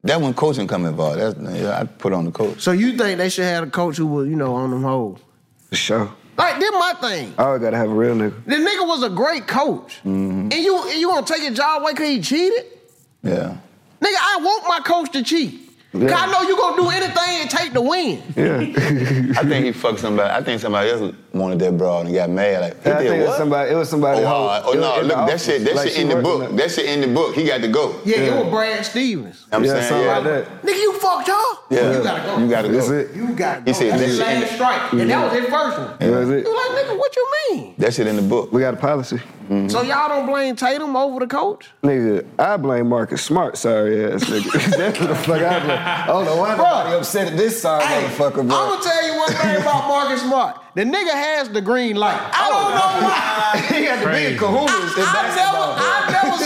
Speaker 5: That when coaching come involved. That's yeah, I put on the coach.
Speaker 1: So you think they should have a coach who was, you know, on them hoes?
Speaker 8: For sure.
Speaker 1: Like, did my thing.
Speaker 8: I always gotta have a real nigga. Mm-hmm.
Speaker 1: The nigga was a great coach. And you and you gonna take his job away because he cheated?
Speaker 5: Yeah.
Speaker 1: Nigga, I want my coach to cheat. Cause I
Speaker 8: Yeah.
Speaker 1: know you gonna do anything and take the win.
Speaker 8: Yeah.
Speaker 5: I think he fucked somebody. I think somebody else wanted that broad and got mad. Like, he
Speaker 8: I
Speaker 5: did
Speaker 8: think it
Speaker 5: what?
Speaker 8: was somebody. It was somebody.
Speaker 5: Oh,
Speaker 8: whole-
Speaker 5: uh, oh
Speaker 8: it was
Speaker 5: no!
Speaker 8: in the
Speaker 5: Look, that
Speaker 8: office.
Speaker 5: shit, that
Speaker 8: Like,
Speaker 5: shit
Speaker 8: she
Speaker 5: in the
Speaker 8: working
Speaker 5: book.
Speaker 8: there.
Speaker 5: That shit in the book. He got to go.
Speaker 1: Yeah, it was Brad Stevens.
Speaker 5: I'm
Speaker 8: Yeah,
Speaker 5: saying,
Speaker 8: something
Speaker 5: yeah.
Speaker 8: like that.
Speaker 1: Nigga, you fucked y'all.
Speaker 5: Yeah.
Speaker 1: You gotta go.
Speaker 5: You gotta go.
Speaker 8: That's it.
Speaker 1: You got
Speaker 5: He
Speaker 1: he
Speaker 5: said
Speaker 1: said that's
Speaker 5: that
Speaker 1: his
Speaker 5: shit in
Speaker 1: last
Speaker 5: the-
Speaker 1: strike, and that was his first one.
Speaker 8: That was it.
Speaker 1: You like, nigga, what you mean?
Speaker 5: That shit in the book.
Speaker 8: We got a policy.
Speaker 1: So y'all don't blame Tatum over the coach?
Speaker 8: Nigga, I blame Marcus Smart, sorry ass nigga. That's what the fuck I blame. I don't know why nobody
Speaker 1: Bruh.
Speaker 8: upset at this sorry motherfucker, bro.
Speaker 1: I'm gonna tell you one thing about Marcus Smart. The nigga has the green light. I
Speaker 8: Oh,
Speaker 1: don't know why.
Speaker 8: he had to be in cahoots in basketball.
Speaker 1: I, I never, I never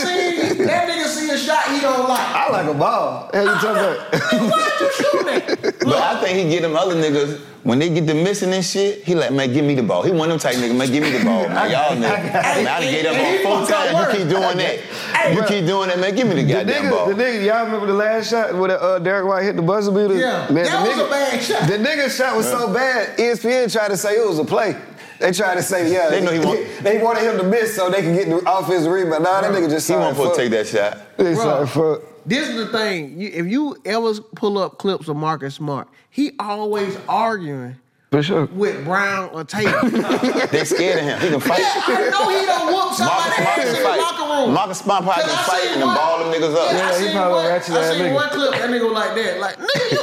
Speaker 1: seen that nigga see a shot he don't like.
Speaker 8: I like a ball. Hell you talking about?
Speaker 1: Why'd you shoot that?
Speaker 5: But I think he get them other niggas when they get to missing and shit. He like, man, give me the ball. He one of them type niggas, man, give me the ball, man. Y'all niggas, man, I done gave up on four times. You keep doing that. You keep doing that, man. Give me the
Speaker 8: The
Speaker 5: goddamn
Speaker 8: nigga,
Speaker 5: ball.
Speaker 8: the nigga, y'all remember the last shot where the, uh, Derek White hit the buzzer beater?
Speaker 1: Yeah,
Speaker 8: Man,
Speaker 1: that
Speaker 8: the
Speaker 1: was a bad shot.
Speaker 8: The nigga shot was so bad, E ESPN tried to say it was a play. They tried to say, yeah,
Speaker 5: They know he want-
Speaker 8: they wanted him to miss so they could get the offensive rebound. Nah, that nigga just
Speaker 5: He won't supposed
Speaker 8: fuck.
Speaker 5: to take that shot.
Speaker 8: They sorry, fuck.
Speaker 1: This is the thing. You, if you ever pull up clips of Marcus Smart, he always arguing
Speaker 8: For sure.
Speaker 1: with Brown or Tatum. yeah,
Speaker 5: They scared of him. He can fight.
Speaker 1: I know he done whooped
Speaker 5: Marcus
Speaker 1: somebody's
Speaker 5: Smart
Speaker 1: ass in
Speaker 5: can
Speaker 1: the
Speaker 5: fight.
Speaker 1: locker room.
Speaker 5: Marcus Smart probably
Speaker 1: Cause
Speaker 5: can
Speaker 1: I
Speaker 5: fight
Speaker 1: seen
Speaker 5: and then
Speaker 1: one-
Speaker 5: ball them niggas up.
Speaker 1: Yeah, I
Speaker 8: Yeah, he
Speaker 1: seen
Speaker 8: probably
Speaker 1: one, I
Speaker 8: ratchet ass
Speaker 1: seen
Speaker 8: nigga.
Speaker 1: one clip that nigga like that. Like, nigga, you,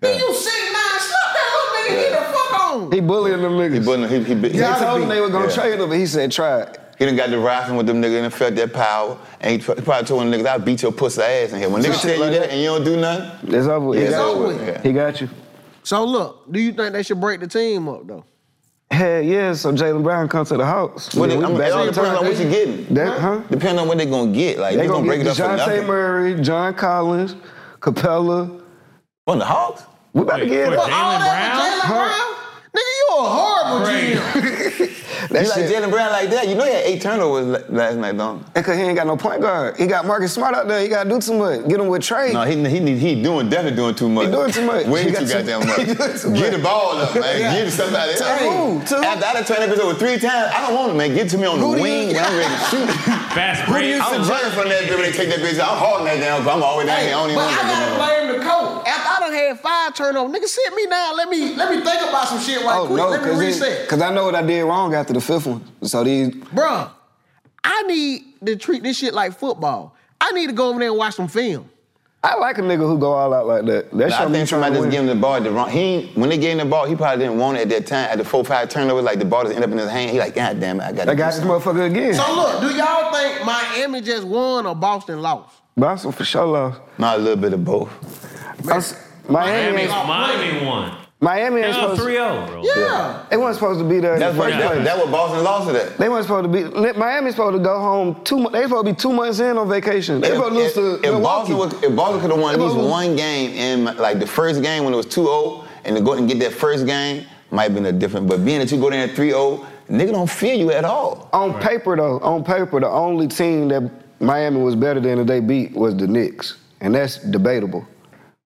Speaker 1: nigga, you six nine, stop that little nigga, get the fuck on.
Speaker 8: He bullying them niggas.
Speaker 5: He, button- he, he, bit-
Speaker 8: They told him they were gonna
Speaker 5: Yeah.
Speaker 8: trade him, but he said try it.
Speaker 5: He done got to rapping with them niggas and felt their power. And he tr- probably told them niggas, I'll beat your pussy ass in here. When niggas
Speaker 8: Something
Speaker 5: tell you
Speaker 8: like
Speaker 5: that
Speaker 8: that.
Speaker 5: and you don't do nothing,
Speaker 8: It's over. with.
Speaker 5: it's
Speaker 8: He got-
Speaker 1: over
Speaker 5: with. Yeah.
Speaker 8: He got you.
Speaker 1: So look, do you think they should break the team up though?
Speaker 8: Hell yeah! So Jalen Brown come to the house.
Speaker 5: What
Speaker 8: Yeah,
Speaker 5: they-
Speaker 8: we
Speaker 5: I'm-
Speaker 8: back
Speaker 5: it all
Speaker 8: on
Speaker 5: depends
Speaker 8: top.
Speaker 5: on what you getting.
Speaker 8: That- huh?
Speaker 5: Depends on what they gonna get. Like,
Speaker 8: They
Speaker 5: they
Speaker 8: gonna,
Speaker 5: gonna break it
Speaker 8: get
Speaker 5: up for
Speaker 8: Dejounte
Speaker 5: nothing.
Speaker 8: Murray, John Collins, Capella.
Speaker 5: On the Hawks?
Speaker 8: We about to
Speaker 3: Wait,
Speaker 8: get
Speaker 3: wait.
Speaker 8: it.
Speaker 1: But all
Speaker 3: Jalen
Speaker 1: that with Jalen
Speaker 8: Brown?
Speaker 1: Brown? Nigga, you a horrible GM.
Speaker 8: That
Speaker 5: you like
Speaker 8: shit-
Speaker 5: Jalen Brown like that? You know he had eight turnovers la- last night, don't? you?
Speaker 8: And cause he ain't got no point guard. He got Marcus Smart out there. He got to do too much. Get him with Trey.
Speaker 5: No, he he need, he doing definitely doing too much.
Speaker 8: He doing too much.
Speaker 5: Way
Speaker 8: He
Speaker 5: too
Speaker 8: got too-
Speaker 5: goddamn much.
Speaker 8: he doing too
Speaker 5: Get
Speaker 8: much.
Speaker 5: the ball up, man.
Speaker 8: Yeah.
Speaker 5: Get it somebody else.
Speaker 8: To who? To who?
Speaker 5: After I done turned that bitch over three times, I don't want him, man. Get to me on the
Speaker 8: Who do you-
Speaker 5: wing when I'm ready to shoot.
Speaker 3: Fast
Speaker 5: Who do you
Speaker 3: break.
Speaker 5: I'm running from that bitch when they take that bitch out. I'm hauling that down, but I'm always down
Speaker 1: Hey,
Speaker 5: here. I don't even
Speaker 1: but
Speaker 5: want
Speaker 1: I
Speaker 5: that bitch no more.
Speaker 1: gotta blame the coach. After I done had red fire turn on. Nigga, sit me down. Let me let me think about some shit right
Speaker 8: Oh
Speaker 1: quick.
Speaker 8: no,
Speaker 1: let me
Speaker 8: cause,
Speaker 1: reset.
Speaker 8: it- 'cause I know what I did wrong after the fifth one. So these
Speaker 1: Bruh, I need to treat this shit like football. I need to go over there and watch some film.
Speaker 8: I like a nigga who go all out like that. That
Speaker 5: I
Speaker 8: show me
Speaker 5: think
Speaker 8: trying
Speaker 5: somebody
Speaker 8: to
Speaker 5: just
Speaker 8: win.
Speaker 5: gave him the ball at the wrong. He ain't- when they gave him the ball, he probably didn't want it at that time. At the four five turnover, like the ball just ended up in his hand. He like, God damn it, I got.
Speaker 8: I got this motherfucker again.
Speaker 1: So look, do y'all think Miami just won or Boston lost?
Speaker 8: Boston for sure lost.
Speaker 5: Not a little bit of both.
Speaker 8: I was- Miami,
Speaker 3: Miami's
Speaker 8: ain't-
Speaker 3: Miami won.
Speaker 8: Miami ain't
Speaker 3: Yeah,
Speaker 8: supposed.
Speaker 3: 3-0, bro.
Speaker 1: Yeah.
Speaker 8: They weren't supposed to be there in the
Speaker 5: That's what
Speaker 8: first
Speaker 5: that,
Speaker 8: place.
Speaker 5: that what Boston lost to that.
Speaker 8: They weren't supposed to be. li- Miami's supposed to go home two. mo- They supposed to be two months in on vacation. They supposed to lose
Speaker 5: if,
Speaker 8: to
Speaker 5: if, if
Speaker 8: Milwaukee.
Speaker 5: Boston, was, if Boston could have won at
Speaker 8: They
Speaker 5: least
Speaker 8: supposed to-
Speaker 5: one game in like the first game when it was 2-0, and to go and get that first game might have been a different. But being that you go down 3-0, nigga don't fear you at all.
Speaker 8: on paper though, on paper, the only team that Miami was better than that they beat was the Knicks, and that's debatable.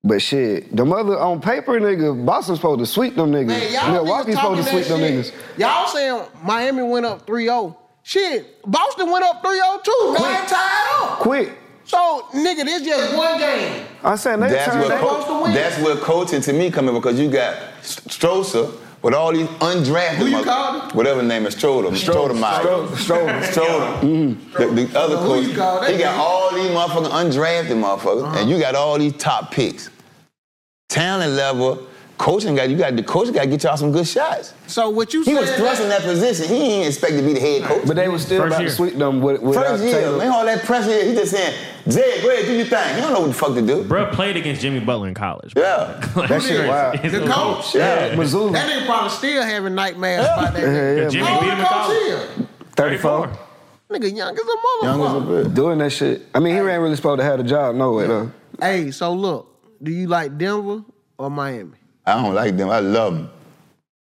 Speaker 8: But shit, the mother on paper, nigga, Boston's supposed to sweep them niggas.
Speaker 1: Man, y'all
Speaker 8: Milwaukee's
Speaker 1: niggas talking
Speaker 8: supposed to sweep
Speaker 1: that
Speaker 8: them
Speaker 1: shit.
Speaker 8: niggas.
Speaker 1: Y'all saying Miami went up 3-0. Shit, Boston went up 3-0 too. Now they tied up.
Speaker 8: Quick,
Speaker 1: So, nigga, this just one game.
Speaker 8: I'm saying they
Speaker 5: That's
Speaker 8: turned
Speaker 5: where,
Speaker 8: that.
Speaker 1: supposed to win.
Speaker 5: coach, that's where coaching to me coming because you got Strosa with all these undrafted
Speaker 1: Who you
Speaker 5: mother-
Speaker 1: called him?
Speaker 5: whatever his name is Stroder, Stroder,
Speaker 8: Stroder, Stroder.
Speaker 5: Mm-hmm. The, the other
Speaker 1: Who
Speaker 5: coach,
Speaker 1: you called? That
Speaker 5: he got
Speaker 1: nigga-
Speaker 5: all these motherfucking undrafted motherfuckers, and you got all these top picks. Talent level, coaching got you got the coach got to get y'all some good shots.
Speaker 1: So what you
Speaker 5: He
Speaker 1: said
Speaker 5: was thrusting that position. He didn't expect to be the head coach.
Speaker 8: But they were still
Speaker 3: First
Speaker 8: about
Speaker 3: year.
Speaker 8: to sweep them with, without
Speaker 5: First year,
Speaker 8: Tatum.
Speaker 5: man, all that pressure. He just saying, Zay, go ahead, do your thing. He don't know what the fuck to do.
Speaker 3: Bro played against Jimmy Butler in college. bro.
Speaker 5: Yeah.
Speaker 3: Like,
Speaker 8: That shit
Speaker 3: it's-
Speaker 8: wild.
Speaker 3: it's
Speaker 1: The
Speaker 3: cool.
Speaker 1: coach?
Speaker 5: Yeah.
Speaker 8: Missoula,
Speaker 1: That nigga probably still having nightmares about that. nigga.
Speaker 8: Yeah,
Speaker 3: Jimmy
Speaker 1: Oh,
Speaker 3: beat him in
Speaker 1: the coach
Speaker 3: college.
Speaker 1: here.
Speaker 8: 34.
Speaker 1: Nigga, young as a
Speaker 5: Young as a
Speaker 1: motherfucker.
Speaker 5: bitch.
Speaker 8: Doing that shit. I mean, he ain't really supposed to have a job, no way, though.
Speaker 1: Hey, so look, do you like Denver or Miami?
Speaker 5: I don't like them. I love them.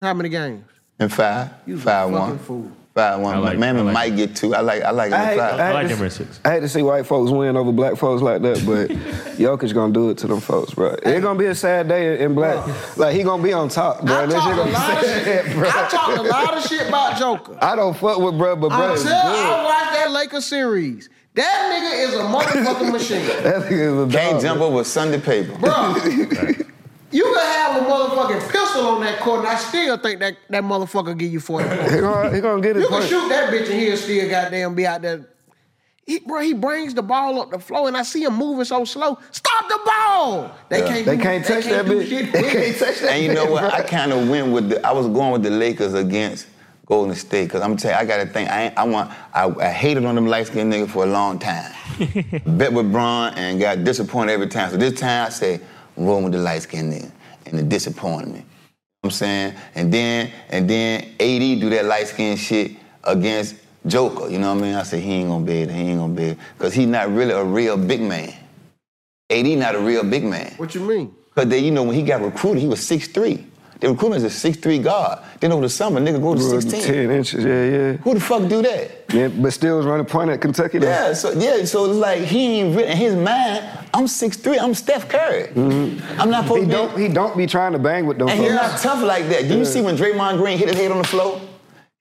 Speaker 1: How many games?
Speaker 5: And five,
Speaker 1: You
Speaker 5: five
Speaker 1: fucking
Speaker 5: one,
Speaker 1: fool.
Speaker 5: five one.
Speaker 3: I like-
Speaker 5: Miami
Speaker 3: I like-
Speaker 5: might get two. I like. I like it.
Speaker 8: I
Speaker 5: in
Speaker 8: hate-
Speaker 5: five.
Speaker 8: I
Speaker 3: I
Speaker 8: hate
Speaker 3: like
Speaker 8: to
Speaker 3: them at
Speaker 8: s-
Speaker 3: six.
Speaker 8: I hate to see white folks win over black folks like that, but Jokic gonna do it to them folks, bro. It's gonna be a sad day in black. Like he gonna be on top, bro.
Speaker 1: I
Speaker 8: That shit
Speaker 1: talked a
Speaker 8: gonna be
Speaker 1: lot of
Speaker 8: sad,
Speaker 1: shit.
Speaker 8: bro.
Speaker 1: I talked a lot of shit about Joker.
Speaker 8: I don't fuck with bro, but bro,
Speaker 1: Until
Speaker 8: is good. that
Speaker 1: I watched that Lakers series, that nigga is a motherfucking machine.
Speaker 8: nigga is a
Speaker 5: Can't
Speaker 8: dog.
Speaker 5: jump over Sunday paper.
Speaker 1: Bruh, you can have a motherfucking pistol on that court and I still think that, that motherfucker give you 40 points.
Speaker 8: He gonna, Uh, he gonna get his
Speaker 1: You can
Speaker 8: point.
Speaker 1: shoot that bitch and he'll still goddamn be out there. He, bro, he brings the ball up the floor and I see him moving so slow. Stop the ball! They
Speaker 5: Yeah.
Speaker 1: can't
Speaker 8: They
Speaker 1: do-
Speaker 8: can't touch that
Speaker 1: do
Speaker 8: bitch.
Speaker 1: shit
Speaker 8: They
Speaker 1: with it.
Speaker 8: can't touch that
Speaker 5: And you know
Speaker 8: bitch,
Speaker 5: what? I
Speaker 8: bruh.
Speaker 5: kind of went with the. I was going with the Lakers against Golden State because I'm telling you, I got to think. I ain't, I want. I, I hated on them light skinned niggas for a long time. Bet with Braun and got disappointed every time. So this time I say, I'm rolling with the light skinned nigga, and it disappointed me. You know what I'm saying, and then and then AD do that light skinned shit against Joker. You know what I mean? I said he ain't gonna be it. He ain't gonna be it because he's not really a real big man. AD not a real big man.
Speaker 1: What you mean?
Speaker 5: Because then, you know, when he got recruited, he was 6'3. The recruitment is a 6'3 guard. Then over the summer, nigga go to
Speaker 8: Bro,
Speaker 5: 16.
Speaker 8: Ten inches, yeah,
Speaker 5: Who the fuck do that?
Speaker 8: yeah. yeah but still was running point at Kentucky. Though.
Speaker 5: Yeah, so yeah, so it's like he ain't really in his mind, I'm 6'3, I'm Steph Curry. I'm not supposed to
Speaker 8: He
Speaker 5: be.
Speaker 8: Mm-hmm. don't he don't be trying to bang with them
Speaker 5: And he's not
Speaker 8: folks.
Speaker 5: tough like that. Do you see when Draymond Green hit his head on the floor?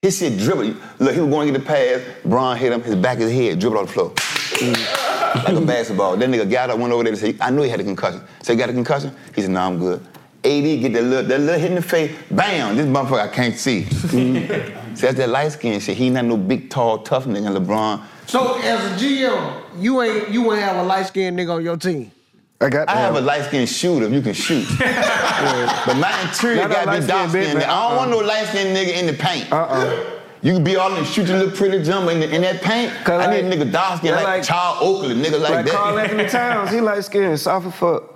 Speaker 5: His shit dribbled. Look, he was going to get the pass. Braun hit him, his back of his head, dribbled on the floor.
Speaker 8: Mm.
Speaker 5: like a basketball. That nigga got up, went over there and said, I knew he had a concussion. So he got a concussion? He said, no, I'm good. AD get that little, that little hit in the face, bam, this motherfucker I can't see.
Speaker 8: Mm.
Speaker 5: so that's that light skin shit. He not no big, tall, tough nigga. LeBron,
Speaker 1: So as a GM, you ain't you ain't have a light skinned nigga on your team.
Speaker 8: I got.
Speaker 5: I have a
Speaker 8: that.
Speaker 5: light skinned shooter if you can shoot. but my interior
Speaker 8: Not a
Speaker 5: got to be
Speaker 8: light-skinned
Speaker 5: dark skinned.
Speaker 8: bitch,
Speaker 5: I
Speaker 8: man.
Speaker 5: don't want no
Speaker 8: Uh-uh.
Speaker 5: light skinned nigga in the paint.
Speaker 8: Uh-uh.
Speaker 5: You can be all in shoot your little pretty jumper in, the, in that paint.
Speaker 8: Cause
Speaker 5: I need a
Speaker 8: like-
Speaker 5: nigga dark skinned
Speaker 8: yeah,
Speaker 5: like,
Speaker 8: like-
Speaker 5: Charles Oakley, nigga like,
Speaker 8: Like
Speaker 5: that.
Speaker 8: Carl Anthony Towns, he light skinned, soft as fuck.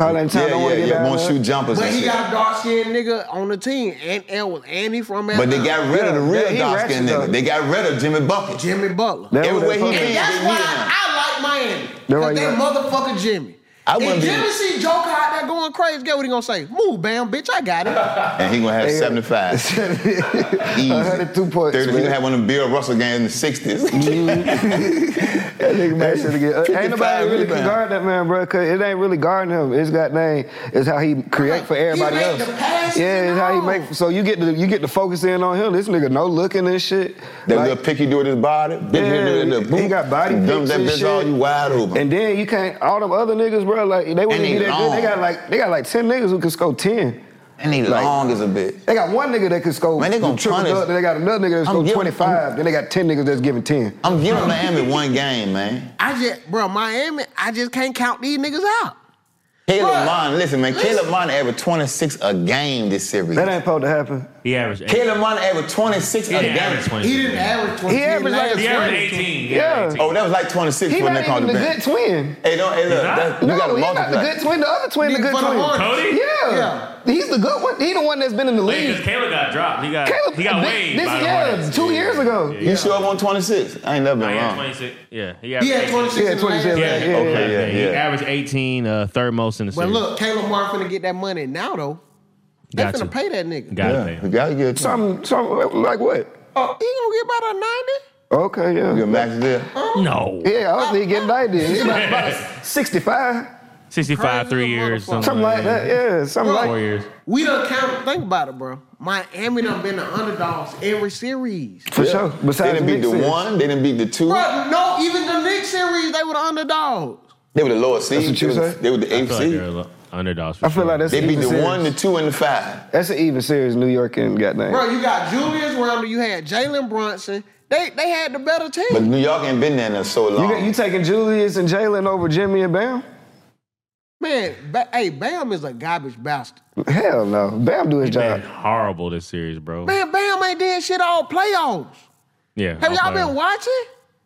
Speaker 8: Carl Anthony Towns
Speaker 5: yeah,
Speaker 8: don't
Speaker 5: yeah,
Speaker 8: want to get
Speaker 5: yeah.
Speaker 8: down
Speaker 5: Won't
Speaker 8: there.
Speaker 5: shoot jumpers
Speaker 1: But
Speaker 5: and
Speaker 1: he
Speaker 5: shit.
Speaker 1: got a dark skinned nigga on the team. And L was Andy from
Speaker 5: But they got rid of the
Speaker 8: Yeah,
Speaker 5: real
Speaker 8: he
Speaker 5: dark skinned
Speaker 8: ratchet
Speaker 5: nigga.
Speaker 8: up.
Speaker 5: They got rid of Jimmy Bucket.
Speaker 1: Jimmy Butler.
Speaker 8: That was
Speaker 5: Everywhere
Speaker 8: that
Speaker 5: he
Speaker 8: fucking-
Speaker 5: been,
Speaker 1: and that's
Speaker 5: they
Speaker 1: why
Speaker 5: needed
Speaker 1: I, like
Speaker 5: him.
Speaker 1: Miami.
Speaker 8: That
Speaker 1: Because
Speaker 8: right
Speaker 1: they
Speaker 8: now.
Speaker 1: motherfucking Jimmy.
Speaker 5: I
Speaker 1: if
Speaker 5: wouldn't be-
Speaker 1: Jimmy see Joker out there going crazy, get what he gonna say? Move, bam, bitch, I got it.
Speaker 5: And he gonna have 75. Easy.
Speaker 8: 102 points,
Speaker 5: 30, he gonna
Speaker 8: man.
Speaker 5: have one of them Bill Russell games in the 60s.
Speaker 8: That nigga man should get. uh, Ain't
Speaker 5: 55
Speaker 8: nobody really can
Speaker 5: rebound.
Speaker 8: guard that man, bro. Cause it ain't really guarding him. It's got name. It's how he create for
Speaker 1: He
Speaker 8: everybody
Speaker 1: make
Speaker 8: else.
Speaker 1: the passes
Speaker 8: yeah, it's how he
Speaker 1: and all.
Speaker 8: make. So you get to you get to focus in on him. This nigga no looking and shit.
Speaker 5: That
Speaker 8: Like-
Speaker 5: little picky do with his body. Big
Speaker 8: Yeah,
Speaker 5: dude with the
Speaker 8: he got body
Speaker 5: Dumb
Speaker 8: picks
Speaker 5: that
Speaker 8: and
Speaker 5: bitch all
Speaker 8: shit.
Speaker 5: you wide open.
Speaker 8: and then you can't all them other niggas, bro. Like they wouldn't
Speaker 5: And they
Speaker 8: be that good. They
Speaker 5: long.
Speaker 8: got like they got like ten niggas who can score ten.
Speaker 5: And they
Speaker 8: Like-
Speaker 5: long as a bitch.
Speaker 8: They got one nigga that can score
Speaker 5: Man, they gonna
Speaker 8: triple
Speaker 5: punish-
Speaker 8: dub, then they got another nigga that's
Speaker 5: I'm
Speaker 8: score
Speaker 5: giving-
Speaker 8: 25, then they got 10 niggas that's giving 10.
Speaker 5: I'm giving Miami one game, man.
Speaker 1: I just, bro, Miami, I just can't count these niggas out.
Speaker 5: Caleb
Speaker 1: Bruh.
Speaker 5: Mon, listen, man. Caleb Mon averaged 26 a game this series.
Speaker 8: That ain't supposed to happen.
Speaker 3: He averaged. Eight.
Speaker 5: Caleb Mon averaged 26 a
Speaker 3: He
Speaker 5: game.
Speaker 3: didn't average twenty.
Speaker 1: He didn't average 20.
Speaker 8: He averaged like a
Speaker 3: He averaged eighteen. He averaged
Speaker 8: Yeah.
Speaker 5: Oh, that was like 26
Speaker 8: He
Speaker 5: when
Speaker 8: not
Speaker 5: they called
Speaker 8: even
Speaker 5: the
Speaker 8: the
Speaker 5: bench.
Speaker 8: good twin.
Speaker 5: Hey, don't, hey, look,
Speaker 3: not?
Speaker 5: that's, you
Speaker 8: no,
Speaker 5: gotta
Speaker 8: he's not the
Speaker 5: multiply.
Speaker 8: good twin. The other twin, the
Speaker 1: Nigga
Speaker 8: good
Speaker 1: for the
Speaker 8: twin.
Speaker 1: Hornets.
Speaker 3: Cody?
Speaker 8: Yeah. He's the good one. He the one that's been in the
Speaker 3: 18.
Speaker 8: league.
Speaker 3: Because Caleb got dropped. He got.
Speaker 8: Caleb,
Speaker 3: he got
Speaker 8: this-
Speaker 3: weighed
Speaker 8: this-
Speaker 3: by the
Speaker 8: yeah,
Speaker 3: Hornets.
Speaker 8: two years ago.
Speaker 3: Yeah.
Speaker 5: You sure on 26? I ain't never
Speaker 3: No,
Speaker 5: been
Speaker 3: he had
Speaker 5: wrong.
Speaker 3: twenty six. Yeah. He
Speaker 1: He
Speaker 3: averaged.
Speaker 1: had
Speaker 3: 18.
Speaker 1: 26
Speaker 8: Yeah, 27.
Speaker 1: last
Speaker 8: Yeah,
Speaker 1: year.
Speaker 8: yeah,
Speaker 5: okay,
Speaker 8: yeah.
Speaker 5: yeah,
Speaker 3: He
Speaker 5: yeah.
Speaker 3: averaged 18, uh, third most in the
Speaker 1: But
Speaker 3: series.
Speaker 1: look, Caleb Martin finna get that money now, though. They
Speaker 3: Got to.
Speaker 1: finna pay that nigga.
Speaker 3: Got
Speaker 5: Yeah,
Speaker 3: it,
Speaker 5: we
Speaker 3: man.
Speaker 5: gotta get some.
Speaker 8: Something, something like what?
Speaker 1: Oh, he gonna get about a 90?
Speaker 8: Okay,
Speaker 5: Good
Speaker 8: yeah.
Speaker 5: max deal.
Speaker 3: No.
Speaker 8: Yeah, I don't think he getting like this. He's about, about 65,
Speaker 3: 65, three
Speaker 1: Crazy
Speaker 3: years.
Speaker 1: motherfucker.
Speaker 3: Something,
Speaker 8: something like that. Yeah, something
Speaker 3: Four
Speaker 8: like
Speaker 3: years.
Speaker 1: We done count. Think about it, bro. Miami done been the underdogs every series.
Speaker 8: For sure.
Speaker 5: They
Speaker 8: Besides
Speaker 5: didn't beat
Speaker 8: Knicks
Speaker 5: the
Speaker 8: series.
Speaker 5: one, they didn't beat the two.
Speaker 1: Bro, no, even the Knicks series, they were the underdogs.
Speaker 5: They were the lowest seed.
Speaker 8: That's what you
Speaker 5: they, were,
Speaker 8: say?
Speaker 5: they were the
Speaker 3: I
Speaker 5: eighth
Speaker 3: feel like
Speaker 5: seed.
Speaker 3: they're lo- underdogs. For
Speaker 8: I feel
Speaker 3: sure.
Speaker 8: like that's
Speaker 5: they
Speaker 8: an
Speaker 5: beat
Speaker 8: even
Speaker 5: the
Speaker 8: series.
Speaker 5: one, the two, and the five.
Speaker 8: That's an even series, New York and goddamn.
Speaker 1: Bro, you got Julius Randle, you had Jalen Brunson. They they had the better team.
Speaker 5: But New York ain't been there in so
Speaker 8: You,
Speaker 5: long.
Speaker 8: got- you taking Julius and Jalen over Jimmy and Bam?
Speaker 1: Man, ba- hey, Bam is a garbage bastard.
Speaker 8: Hell no. Bam do his
Speaker 3: Been
Speaker 8: job.
Speaker 3: horrible this series, bro.
Speaker 1: Man, Bam ain't did shit all playoffs.
Speaker 3: Yeah.
Speaker 1: Have
Speaker 3: I'll
Speaker 1: y'all
Speaker 3: play
Speaker 1: been
Speaker 3: him.
Speaker 1: watching?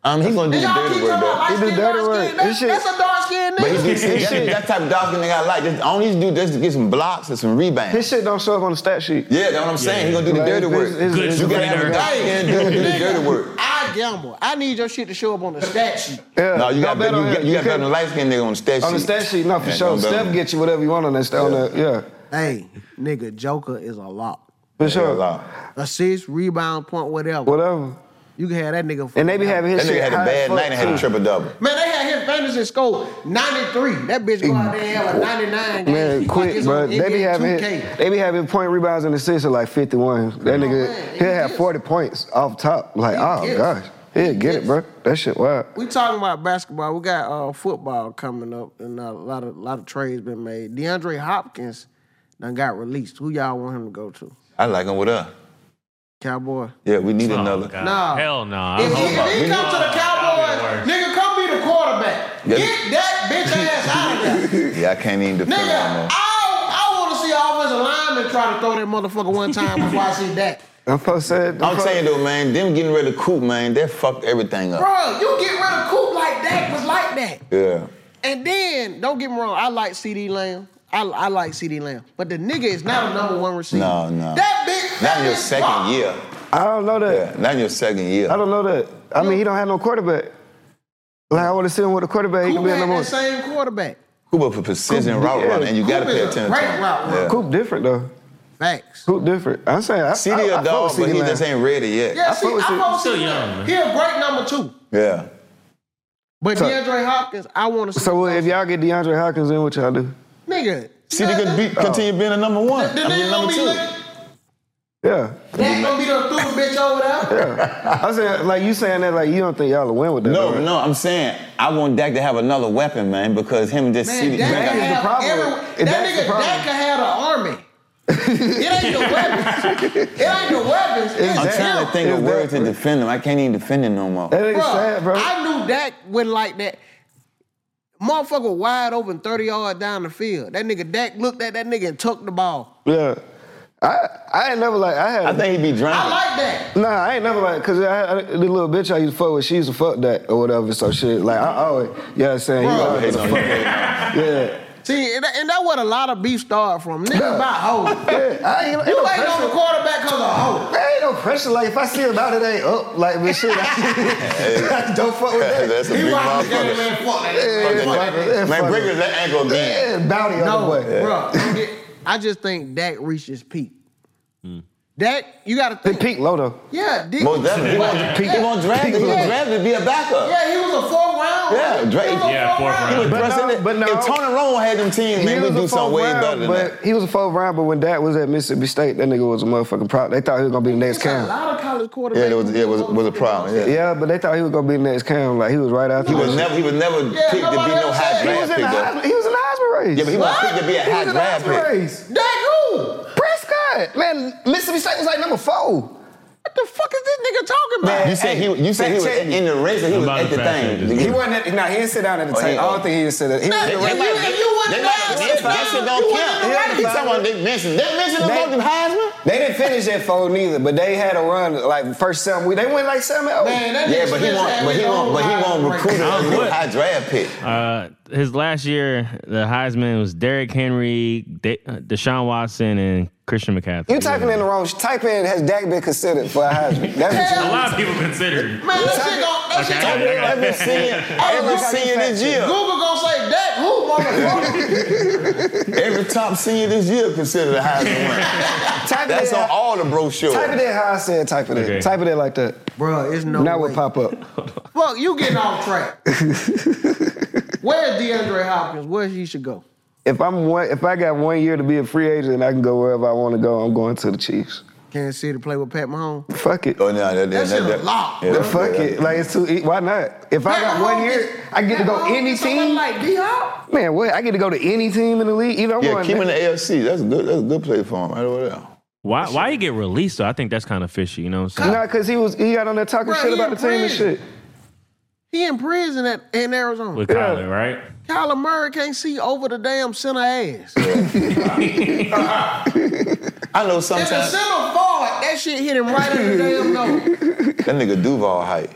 Speaker 5: um, he gonna do
Speaker 1: And
Speaker 5: the
Speaker 1: y'all
Speaker 5: dirty
Speaker 1: keep
Speaker 5: work
Speaker 1: talking about
Speaker 5: though.
Speaker 1: light
Speaker 8: He do
Speaker 1: skin,
Speaker 8: dirty
Speaker 1: dark
Speaker 8: work.
Speaker 1: skin. That-
Speaker 8: This shit-
Speaker 1: That's a dark skinned
Speaker 5: But he do,
Speaker 1: nigga.
Speaker 5: see, that, that type of dog nigga I like. Just, all he's do just to get some blocks and some rebounds.
Speaker 8: His shit don't show up on the stat sheet.
Speaker 5: yeah, that's what I'm saying. He gonna do the
Speaker 8: Like,
Speaker 5: dirty
Speaker 8: his-
Speaker 5: work.
Speaker 8: his-
Speaker 3: Good
Speaker 8: his-
Speaker 5: you gotta have a
Speaker 3: screener.
Speaker 5: dark skin dude to do the
Speaker 1: Nigga,
Speaker 5: dirty work.
Speaker 1: I gamble. I need your shit to show up on the stat sheet.
Speaker 8: Yeah.
Speaker 5: No, you
Speaker 8: Don't
Speaker 5: got
Speaker 8: bet
Speaker 5: you,
Speaker 8: on
Speaker 5: got
Speaker 8: him.
Speaker 5: you got better
Speaker 8: couldn't-
Speaker 5: than light skin nigga on the stat sheet.
Speaker 8: on the stat sheet. No, for
Speaker 5: Yeah,
Speaker 8: sure.
Speaker 5: don't bet
Speaker 8: Steph
Speaker 5: on-
Speaker 8: get you whatever you want on that stat. on that- Yeah,
Speaker 1: Hey, nigga, Joker is a lock.
Speaker 8: for
Speaker 5: Yeah,
Speaker 8: sure.
Speaker 5: loud.
Speaker 1: Assist, rebound, point, whatever.
Speaker 8: Whatever.
Speaker 1: You can have that nigga. for-
Speaker 8: And they be having his
Speaker 5: That
Speaker 8: shit
Speaker 5: nigga had a
Speaker 8: high as
Speaker 5: bad
Speaker 8: fuck,
Speaker 5: night and had a
Speaker 8: too.
Speaker 5: triple double.
Speaker 1: Man, they had his fantasy score 93. That bitch go out there and have a 99. game.
Speaker 8: Man,
Speaker 1: Like
Speaker 8: quick,
Speaker 1: it's
Speaker 8: bro.
Speaker 1: on
Speaker 8: They be
Speaker 1: NBA
Speaker 8: having
Speaker 1: 2K.
Speaker 8: they be having point rebounds and assists at like 51. That
Speaker 1: man,
Speaker 8: nigga,
Speaker 1: he
Speaker 8: he'll have
Speaker 1: gets-
Speaker 8: 40 points off top. Like,
Speaker 1: He
Speaker 8: oh
Speaker 1: gets-
Speaker 8: gosh, he'll get it,
Speaker 1: gets-
Speaker 8: bro. That shit wild.
Speaker 1: We talking about basketball. We got uh, football coming up, and uh, a lot of lot of trades been made. DeAndre Hopkins done got released. Who y'all want him to go to?
Speaker 5: I like him with her.
Speaker 1: Cowboy.
Speaker 5: Yeah, we need
Speaker 3: Oh,
Speaker 5: another.
Speaker 3: God.
Speaker 1: Nah.
Speaker 3: Hell no.
Speaker 1: If he,
Speaker 5: about-
Speaker 1: if he
Speaker 5: we-
Speaker 1: come to the
Speaker 3: That'd
Speaker 1: Cowboys,
Speaker 3: be
Speaker 1: nigga, come be the quarterback.
Speaker 5: Yeah.
Speaker 1: Get that bitch ass out of there.
Speaker 5: Yeah, I can't even defend
Speaker 1: Nigga,
Speaker 5: him,
Speaker 1: I,
Speaker 5: man.
Speaker 1: I want to see an offensive lineman try to throw that motherfucker one time before I see that.
Speaker 8: I'm supposed to say,
Speaker 5: I'm saying though, man, them getting rid of Coop, man, that fucked everything up.
Speaker 1: Bro, you get rid of Coop like that was like that.
Speaker 5: Yeah.
Speaker 1: And then, don't get me wrong, I like CD Lamb. I, I like CD Lamb. But the nigga is not a number one receiver.
Speaker 5: No, no.
Speaker 1: That bitch.
Speaker 5: Not in your
Speaker 1: that bitch
Speaker 5: second
Speaker 1: rock.
Speaker 5: year.
Speaker 8: I don't know that.
Speaker 5: Yeah, not in your second year.
Speaker 8: I don't know that. I mean, he don't have no quarterback. Like I want to see him with a quarterback. He
Speaker 1: Coop
Speaker 8: can be a
Speaker 1: had
Speaker 8: number one.
Speaker 1: that same quarterback.
Speaker 5: Cooper for precision
Speaker 8: Coop-
Speaker 5: route
Speaker 8: yeah,
Speaker 5: runner, and you gotta
Speaker 1: Coop
Speaker 5: pay
Speaker 1: is a
Speaker 5: attention
Speaker 1: great
Speaker 5: to him.
Speaker 1: route runner.
Speaker 5: Yeah.
Speaker 8: Coop different though.
Speaker 1: Facts.
Speaker 8: Coop different. I'm saying I,
Speaker 5: CD
Speaker 8: I, I
Speaker 5: a
Speaker 8: fuck with
Speaker 5: dog, but
Speaker 8: CD
Speaker 5: he
Speaker 8: Lamb.
Speaker 5: just ain't ready yet.
Speaker 1: Yeah, see,
Speaker 8: fuck with
Speaker 1: I
Speaker 8: you.
Speaker 1: fuck
Speaker 3: Still
Speaker 1: CD
Speaker 3: young,
Speaker 1: Lamb.
Speaker 3: man.
Speaker 1: He a great number two.
Speaker 5: Yeah.
Speaker 1: But
Speaker 8: So-
Speaker 1: DeAndre Hopkins, I want to see.
Speaker 8: So if y'all get DeAndre Hopkins in, what y'all do?
Speaker 1: nigga.
Speaker 5: CD
Speaker 1: the-
Speaker 5: could be, continue being a number one.
Speaker 1: The
Speaker 5: I mean,
Speaker 1: nigga gonna
Speaker 5: number
Speaker 1: be
Speaker 5: two.
Speaker 1: looking.
Speaker 8: Yeah.
Speaker 1: That gonna be the through bitch over there.
Speaker 8: I said like you saying that like you don't think y'all will win with that.
Speaker 5: No,
Speaker 8: right?
Speaker 5: no, I'm saying I want Dak to have another weapon, man, because him just
Speaker 1: Man,
Speaker 5: CD.
Speaker 1: that,
Speaker 8: Dak
Speaker 1: could
Speaker 8: is the
Speaker 1: have
Speaker 8: problem.
Speaker 1: every- that
Speaker 8: And that's the
Speaker 1: nigga,
Speaker 8: problem.
Speaker 1: that could have an army. it ain't the weapons. It ain't the weapons. It's
Speaker 5: I'm
Speaker 8: Dak-
Speaker 5: trying to think
Speaker 8: is
Speaker 5: of words
Speaker 8: Dak-
Speaker 5: to defend him. I can't even defend him no more.
Speaker 8: That nigga
Speaker 1: Bruh,
Speaker 8: sad, bro.
Speaker 1: I knew Dak went like that. Motherfucker wide open 30 yards down the field. That nigga Dak looked at that nigga and took the ball.
Speaker 8: yeah. I I ain't never like I had.
Speaker 5: I think he'd be drunk.
Speaker 1: I like that.
Speaker 8: Nah, I ain't never like, cause I, I, the little bitch I used to fuck with, she used to fuck that or whatever, so Oh, shit. Like I always, you know what I'm saying? You
Speaker 1: Bro.
Speaker 8: always-
Speaker 5: Hey, don't fuck with him.
Speaker 8: yeah,
Speaker 1: See, and that, and that what a lot of beef started from. Niggas about hoes.
Speaker 8: yeah. I ain't, ain't
Speaker 1: You ain't
Speaker 8: no
Speaker 1: on
Speaker 8: pressure.
Speaker 1: the quarterback cause of hoe.
Speaker 8: There ain't no pressure. Like if I see him out, it ain't up. Like but shit, I, don't fuck with that.
Speaker 5: That's a
Speaker 1: He
Speaker 5: big
Speaker 1: watched the game,
Speaker 5: motherfucker.
Speaker 1: man. Fuck that.
Speaker 8: Yeah,
Speaker 1: nigga. Fuck that
Speaker 8: yeah,
Speaker 1: nigga.
Speaker 8: yeah, fuck
Speaker 5: Man, break
Speaker 8: it.
Speaker 5: his ankle again.
Speaker 8: Yeah, bounty on
Speaker 1: No,
Speaker 8: the boy.
Speaker 1: bro. I just think Dak reached his peak. Dak, you got to
Speaker 8: They
Speaker 1: think.
Speaker 8: peak low though.
Speaker 1: Yeah, Dick.
Speaker 5: Most definitely. He
Speaker 1: But-
Speaker 5: won't- He
Speaker 1: yeah,
Speaker 5: won't draft him. He
Speaker 1: yeah.
Speaker 5: won't draft him to be a backup.
Speaker 1: Yeah, he was a fourth round round.
Speaker 5: Yeah, Drake.
Speaker 3: Yeah, fourth round.
Speaker 5: But,
Speaker 8: But no,
Speaker 5: no,
Speaker 8: but no.
Speaker 5: If Tony Romo had them teams, man, we'd do
Speaker 8: a
Speaker 5: something way
Speaker 8: fourth
Speaker 5: better
Speaker 8: round,
Speaker 5: than
Speaker 8: but
Speaker 5: that.
Speaker 8: he was a fourth round. But when Dak was at Mississippi State, that nigga was a motherfucking prop. They thought he was gonna be the next
Speaker 1: It's a
Speaker 8: Cam.
Speaker 1: lot of college quarterbacks.
Speaker 5: Yeah, it was, yeah, it was, was a problem. Yeah.
Speaker 8: Yeah, but they thought he was gonna be the next Cam. Like he was right after.
Speaker 5: He was
Speaker 8: that.
Speaker 5: never, he was never
Speaker 1: Yeah,
Speaker 5: picked to be
Speaker 1: nobody
Speaker 5: no
Speaker 1: else said
Speaker 5: high
Speaker 1: he
Speaker 8: He
Speaker 5: draft
Speaker 8: was in
Speaker 5: pick.
Speaker 8: the
Speaker 5: though.
Speaker 8: Heisman, he was in the Heisman race.
Speaker 5: Yeah, but he
Speaker 1: What?
Speaker 5: wasn't picked to be a
Speaker 8: He
Speaker 5: high
Speaker 8: was in the
Speaker 5: draft
Speaker 8: Heisman
Speaker 5: pick.
Speaker 8: race.
Speaker 1: Dak who?
Speaker 8: Prescott, man, Mississippi State was like number four.
Speaker 1: What the fuck is this nigga talking about?
Speaker 5: You said he, you said he was
Speaker 9: fact check me.
Speaker 5: in the race, and
Speaker 3: I'm
Speaker 5: he was
Speaker 3: about
Speaker 5: at
Speaker 3: to
Speaker 5: the
Speaker 3: fact check
Speaker 5: thing.
Speaker 3: this.
Speaker 9: He wasn't. At, nah, he didn't sit down at the
Speaker 5: Oh, he-
Speaker 9: table. I don't think he sit at. He was in
Speaker 1: Nah,
Speaker 9: the
Speaker 1: they
Speaker 9: race.
Speaker 1: might-
Speaker 5: They might-
Speaker 1: If you
Speaker 5: That
Speaker 1: wouldn't have
Speaker 5: shit
Speaker 1: asked,
Speaker 5: don't
Speaker 1: you
Speaker 5: count.
Speaker 1: wouldn't have
Speaker 5: He
Speaker 9: asked.
Speaker 5: talking about they mentioned. They mentioned about
Speaker 9: They-
Speaker 5: the Heisman.
Speaker 9: They didn't finish at four neither, but they had a run like first seven weeks. They went like seven. Oh,
Speaker 1: Man, that
Speaker 5: Yeah,
Speaker 1: nigga
Speaker 5: but he
Speaker 1: still
Speaker 5: won't.
Speaker 1: had
Speaker 5: But he
Speaker 1: his
Speaker 5: won't.
Speaker 1: own
Speaker 5: But he
Speaker 1: high
Speaker 5: won't
Speaker 1: rank.
Speaker 5: recruit
Speaker 3: I
Speaker 5: a
Speaker 3: would.
Speaker 5: high draft pick.
Speaker 3: Uh, his last year, the Heisman was Derrick Henry, De- Deshaun Watson, and Christian McCaffrey.
Speaker 9: you typing in the wrong. Type in has Dak been considered for a Heisman? That's what
Speaker 3: A
Speaker 9: you.
Speaker 3: lot of people consider.
Speaker 1: Man, that shit gon' that shit
Speaker 3: Okay.
Speaker 1: gon'
Speaker 5: Every senior, every senior this year,
Speaker 1: Google gonna say Dak who, motherfucker.
Speaker 5: every top senior this year considered a Heisman winner.
Speaker 9: Type
Speaker 5: That's
Speaker 9: it in.
Speaker 5: on all the brochures.
Speaker 9: Type it in how I said. Type it in.
Speaker 3: Okay.
Speaker 9: Type it in like that.
Speaker 1: Bro, it's no
Speaker 9: Now
Speaker 1: way.
Speaker 9: we'll pop up.
Speaker 1: Fuck, you getting off track. Where's DeAndre Hopkins? Where he should go?
Speaker 8: If I'm one, if I got one year to be a free agent and I can go wherever I want to go, I'm going to the Chiefs.
Speaker 1: Kansas City to play with Pat Mahomes.
Speaker 8: Fuck it.
Speaker 5: Oh no, that,
Speaker 1: That
Speaker 5: that,
Speaker 1: shit
Speaker 5: that,
Speaker 1: a lot.
Speaker 5: yeah,
Speaker 8: The fuck
Speaker 5: yeah.
Speaker 8: it. Like it's too. e- Why not? If I got one year, I get to go any team.
Speaker 1: Like D Hop.
Speaker 8: Man, what? I get to go to any team in the league. Either I'm
Speaker 5: Yeah,
Speaker 8: going.
Speaker 5: keep him in the AFC. That's a good. That's a good play for him. Right over there.
Speaker 3: Why? Why he get released? though? I think that's kind of fishy. You know what I'm saying?
Speaker 8: Nah, cause he was he got on there talking
Speaker 1: Bruh,
Speaker 8: shit
Speaker 1: he
Speaker 8: about the
Speaker 1: in
Speaker 8: team and
Speaker 1: prison.
Speaker 8: shit.
Speaker 1: He in prison at, in Arizona.
Speaker 3: With Kyler, right?
Speaker 1: Kyler Murray can't see over the damn center ass. If
Speaker 5: I know
Speaker 1: the center
Speaker 5: sometimes that
Speaker 1: forward, that shit hit him right in the damn nose.
Speaker 5: nigga Duval height.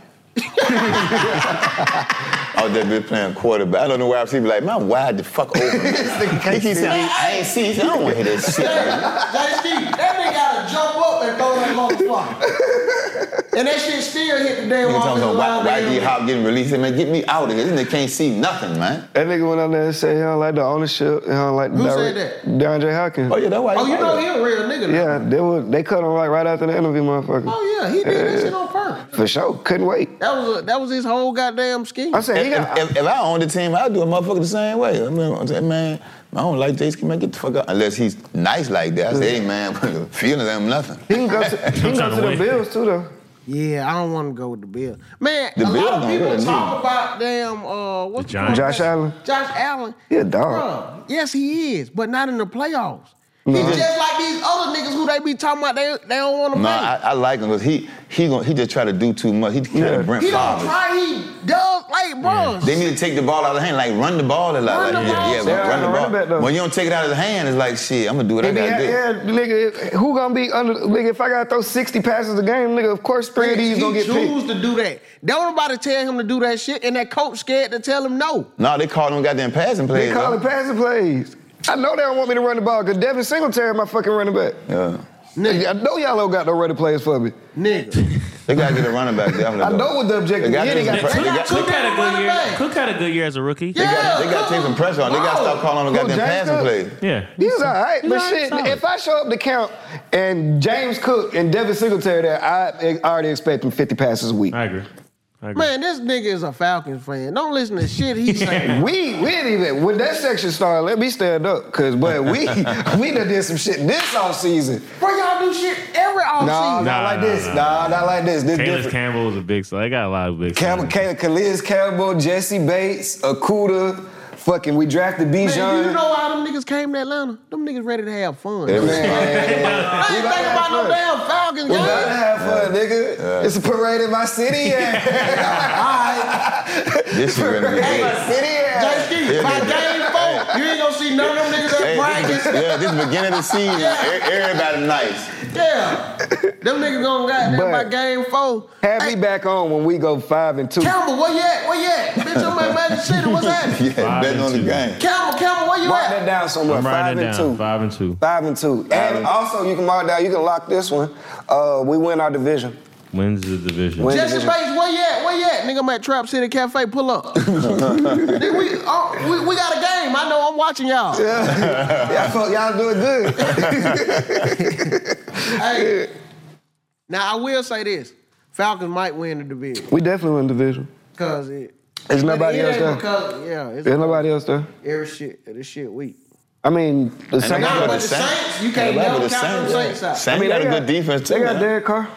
Speaker 5: I was that bitch playing quarterback. I don't know where I see. Be like, man, wide the fuck over. he keeps saying, I ain't see. He said, I don't want to hear that shit. man."
Speaker 1: JC, that nigga gotta jump up and throw that motherfucker. and that shit still hit the damn
Speaker 5: Nigga talking
Speaker 1: offensive
Speaker 5: about why,
Speaker 1: line.
Speaker 5: why D
Speaker 1: damn
Speaker 5: Hop getting released? Hey, Man, get me out of here. This nigga can't see nothing, man.
Speaker 8: That nigga went on there and said he don't like the ownership. He don't like
Speaker 1: Who
Speaker 8: the
Speaker 1: said
Speaker 8: direct- DeAndre Hopkins.
Speaker 5: Oh yeah, that's why.
Speaker 1: Oh,
Speaker 5: he
Speaker 1: you know
Speaker 5: fired.
Speaker 1: he a real nigga. though.
Speaker 8: Yeah, they were, they cut him like right after the interview, motherfucker.
Speaker 1: Oh yeah, he did that shit on purpose.
Speaker 8: For sure, couldn't wait.
Speaker 1: That was a, that was his whole goddamn scheme.
Speaker 8: I said he
Speaker 5: If,
Speaker 8: got.
Speaker 5: if, if I owned the team, I'd do a motherfucker the same way. I mean, I said, man, I don't like Jason. Man, get the fuck out. Unless he's nice like that. I say, hey, man, feelings ain't nothing.
Speaker 8: he can go to, he can go
Speaker 3: trying
Speaker 8: to
Speaker 3: to
Speaker 8: the
Speaker 3: win.
Speaker 8: Bills too though.
Speaker 1: Yeah, I don't want to go with the bill. Man,
Speaker 5: The
Speaker 1: a
Speaker 5: Bills
Speaker 1: lot of
Speaker 5: don't
Speaker 1: people
Speaker 5: really
Speaker 1: talk
Speaker 5: need.
Speaker 1: about damn uh what's
Speaker 3: The
Speaker 1: the
Speaker 3: Giants.
Speaker 8: Josh Allen.
Speaker 1: Josh Allen.
Speaker 8: He a dog.
Speaker 1: Bruh, yes, he is, but not in the playoffs. He's just like these other niggas who they be talking about they, they don't want to
Speaker 5: No,
Speaker 1: play.
Speaker 5: I, I like him because he he gon' he just try to do too much. He kind
Speaker 8: Yeah.
Speaker 5: of Brent
Speaker 1: he don't
Speaker 5: Favre.
Speaker 1: try, he does like bro.
Speaker 5: They need to take the ball out of the hand, like run the ball a
Speaker 1: Run
Speaker 5: lot. Like,
Speaker 1: the ball.
Speaker 5: yeah, yeah,
Speaker 8: Yeah,
Speaker 5: run
Speaker 8: I run it
Speaker 5: the
Speaker 8: back, though.
Speaker 5: ball. When you don't take it out of the hand, it's like shit. I'm gonna do what I
Speaker 8: He be,
Speaker 5: gotta do.
Speaker 8: yeah, nigga, who gonna be under? Nigga, if I gotta throw 60 passes a game, nigga, of course three of
Speaker 1: he
Speaker 8: these gonna get picked.
Speaker 1: choose to do that. Don't nobody tell him to do that shit, and that coach scared to tell him no.
Speaker 5: No, they called him goddamn passing plays.
Speaker 8: They call
Speaker 5: though.
Speaker 8: it passing plays. I know they don't want me to run the ball because Devin Singletary, my fucking running back.
Speaker 5: yeah.
Speaker 1: Nigga,
Speaker 8: I know y'all don't got no running plays for me.
Speaker 1: nigga.
Speaker 5: They gotta get a running back. Definitely.
Speaker 8: I
Speaker 5: though.
Speaker 8: know what the objective
Speaker 5: They got
Speaker 8: is. They
Speaker 5: this-
Speaker 8: got-
Speaker 5: they got-
Speaker 1: Cook had a good year.
Speaker 3: Cook had a good year as a rookie.
Speaker 5: They got, they got to
Speaker 1: Yeah,
Speaker 5: take some pressure on. They got to stop calling on the
Speaker 8: Who,
Speaker 5: goddamn
Speaker 8: James
Speaker 5: passing
Speaker 8: Cook?
Speaker 5: plays.
Speaker 3: Yeah.
Speaker 8: He was all right, but
Speaker 3: all right,
Speaker 8: shit,
Speaker 3: solid.
Speaker 8: if I show up to count and James Cook and Devin Singletary there, I, I already expect him 50 passes a week.
Speaker 3: I agree. I agree.
Speaker 1: Man, this nigga is a Falcons fan. Don't listen to shit he's saying.
Speaker 8: We, we didn't even, when that section started, let me stand up, cause, but we, we done did some shit this offseason.
Speaker 1: Bro, y'all do shit every offseason.
Speaker 8: Nah, not
Speaker 3: Nah,
Speaker 8: like
Speaker 3: nah,
Speaker 8: this.
Speaker 3: nah,
Speaker 8: Nah, not like this. This
Speaker 3: Caleb
Speaker 8: different.
Speaker 3: Campbell was a big star. They got a lot of big
Speaker 9: Cam-
Speaker 3: stars.
Speaker 9: Cam- Kaliz Campbell, Jesse Bates, Akuda. Fucking, we drafted
Speaker 1: Man,
Speaker 9: Bijan.
Speaker 1: you know how them niggas came to Atlanta? Them niggas ready to have fun. They ain't
Speaker 5: was-
Speaker 1: thinking about no damn Falcons
Speaker 9: We about to
Speaker 1: game.
Speaker 9: have fun, nigga. It's a parade in my city. Yeah.
Speaker 5: This is gonna be
Speaker 9: Parade in
Speaker 5: big.
Speaker 9: my city. Yeah.
Speaker 1: JC, by game four, you ain't gonna see none of them niggas
Speaker 5: Hey,
Speaker 1: at
Speaker 5: this is,
Speaker 1: practice.
Speaker 5: yeah, this is beginning of the season. E- Everybody nice.
Speaker 1: Yeah. Them niggas gonna got them by
Speaker 8: But-
Speaker 1: game four.
Speaker 8: Have me back on when we go five and two.
Speaker 1: Campbell, where you at? Where you at? Bitch, I'm at Magic City. What's happening?
Speaker 5: Yeah, betting on the game.
Speaker 1: Campbell, Campbell, where you
Speaker 9: Mark
Speaker 1: at?
Speaker 9: that down somewhere.
Speaker 3: I'm
Speaker 9: Five
Speaker 3: writing it
Speaker 9: and
Speaker 3: down.
Speaker 9: two.
Speaker 3: Five and two.
Speaker 9: Five and two. And also, you can mark down. You can lock this one. Uh, we win our division.
Speaker 3: Wins the division.
Speaker 9: Win-
Speaker 1: Jesse Bates, where you at? Where you at? Nigga, I'm at Trap City Cafe. Pull up. Nigga, we, oh, we, we got a game. I know. I'm watching y'all.
Speaker 9: y'all, fuck, y'all doing good.
Speaker 1: Hey, now I will say this: Falcons might win the division
Speaker 8: We definitely win the division.
Speaker 1: because it.
Speaker 8: There's nobody
Speaker 1: It
Speaker 8: else
Speaker 1: ain't
Speaker 8: there.
Speaker 1: because- Yeah, it's
Speaker 8: There's nobody else there.
Speaker 1: every shit. This shit weak.
Speaker 8: I mean, the Saints.
Speaker 1: Nah,
Speaker 5: But
Speaker 1: but
Speaker 5: the
Speaker 1: the Saints, you can't
Speaker 5: Yeah,
Speaker 1: never
Speaker 5: but the
Speaker 1: count them
Speaker 5: Saints,
Speaker 1: Saints
Speaker 5: yeah.
Speaker 1: out.
Speaker 5: Saints got a
Speaker 8: they
Speaker 5: good defense too.
Speaker 8: They got
Speaker 5: man.
Speaker 8: Derek Carr.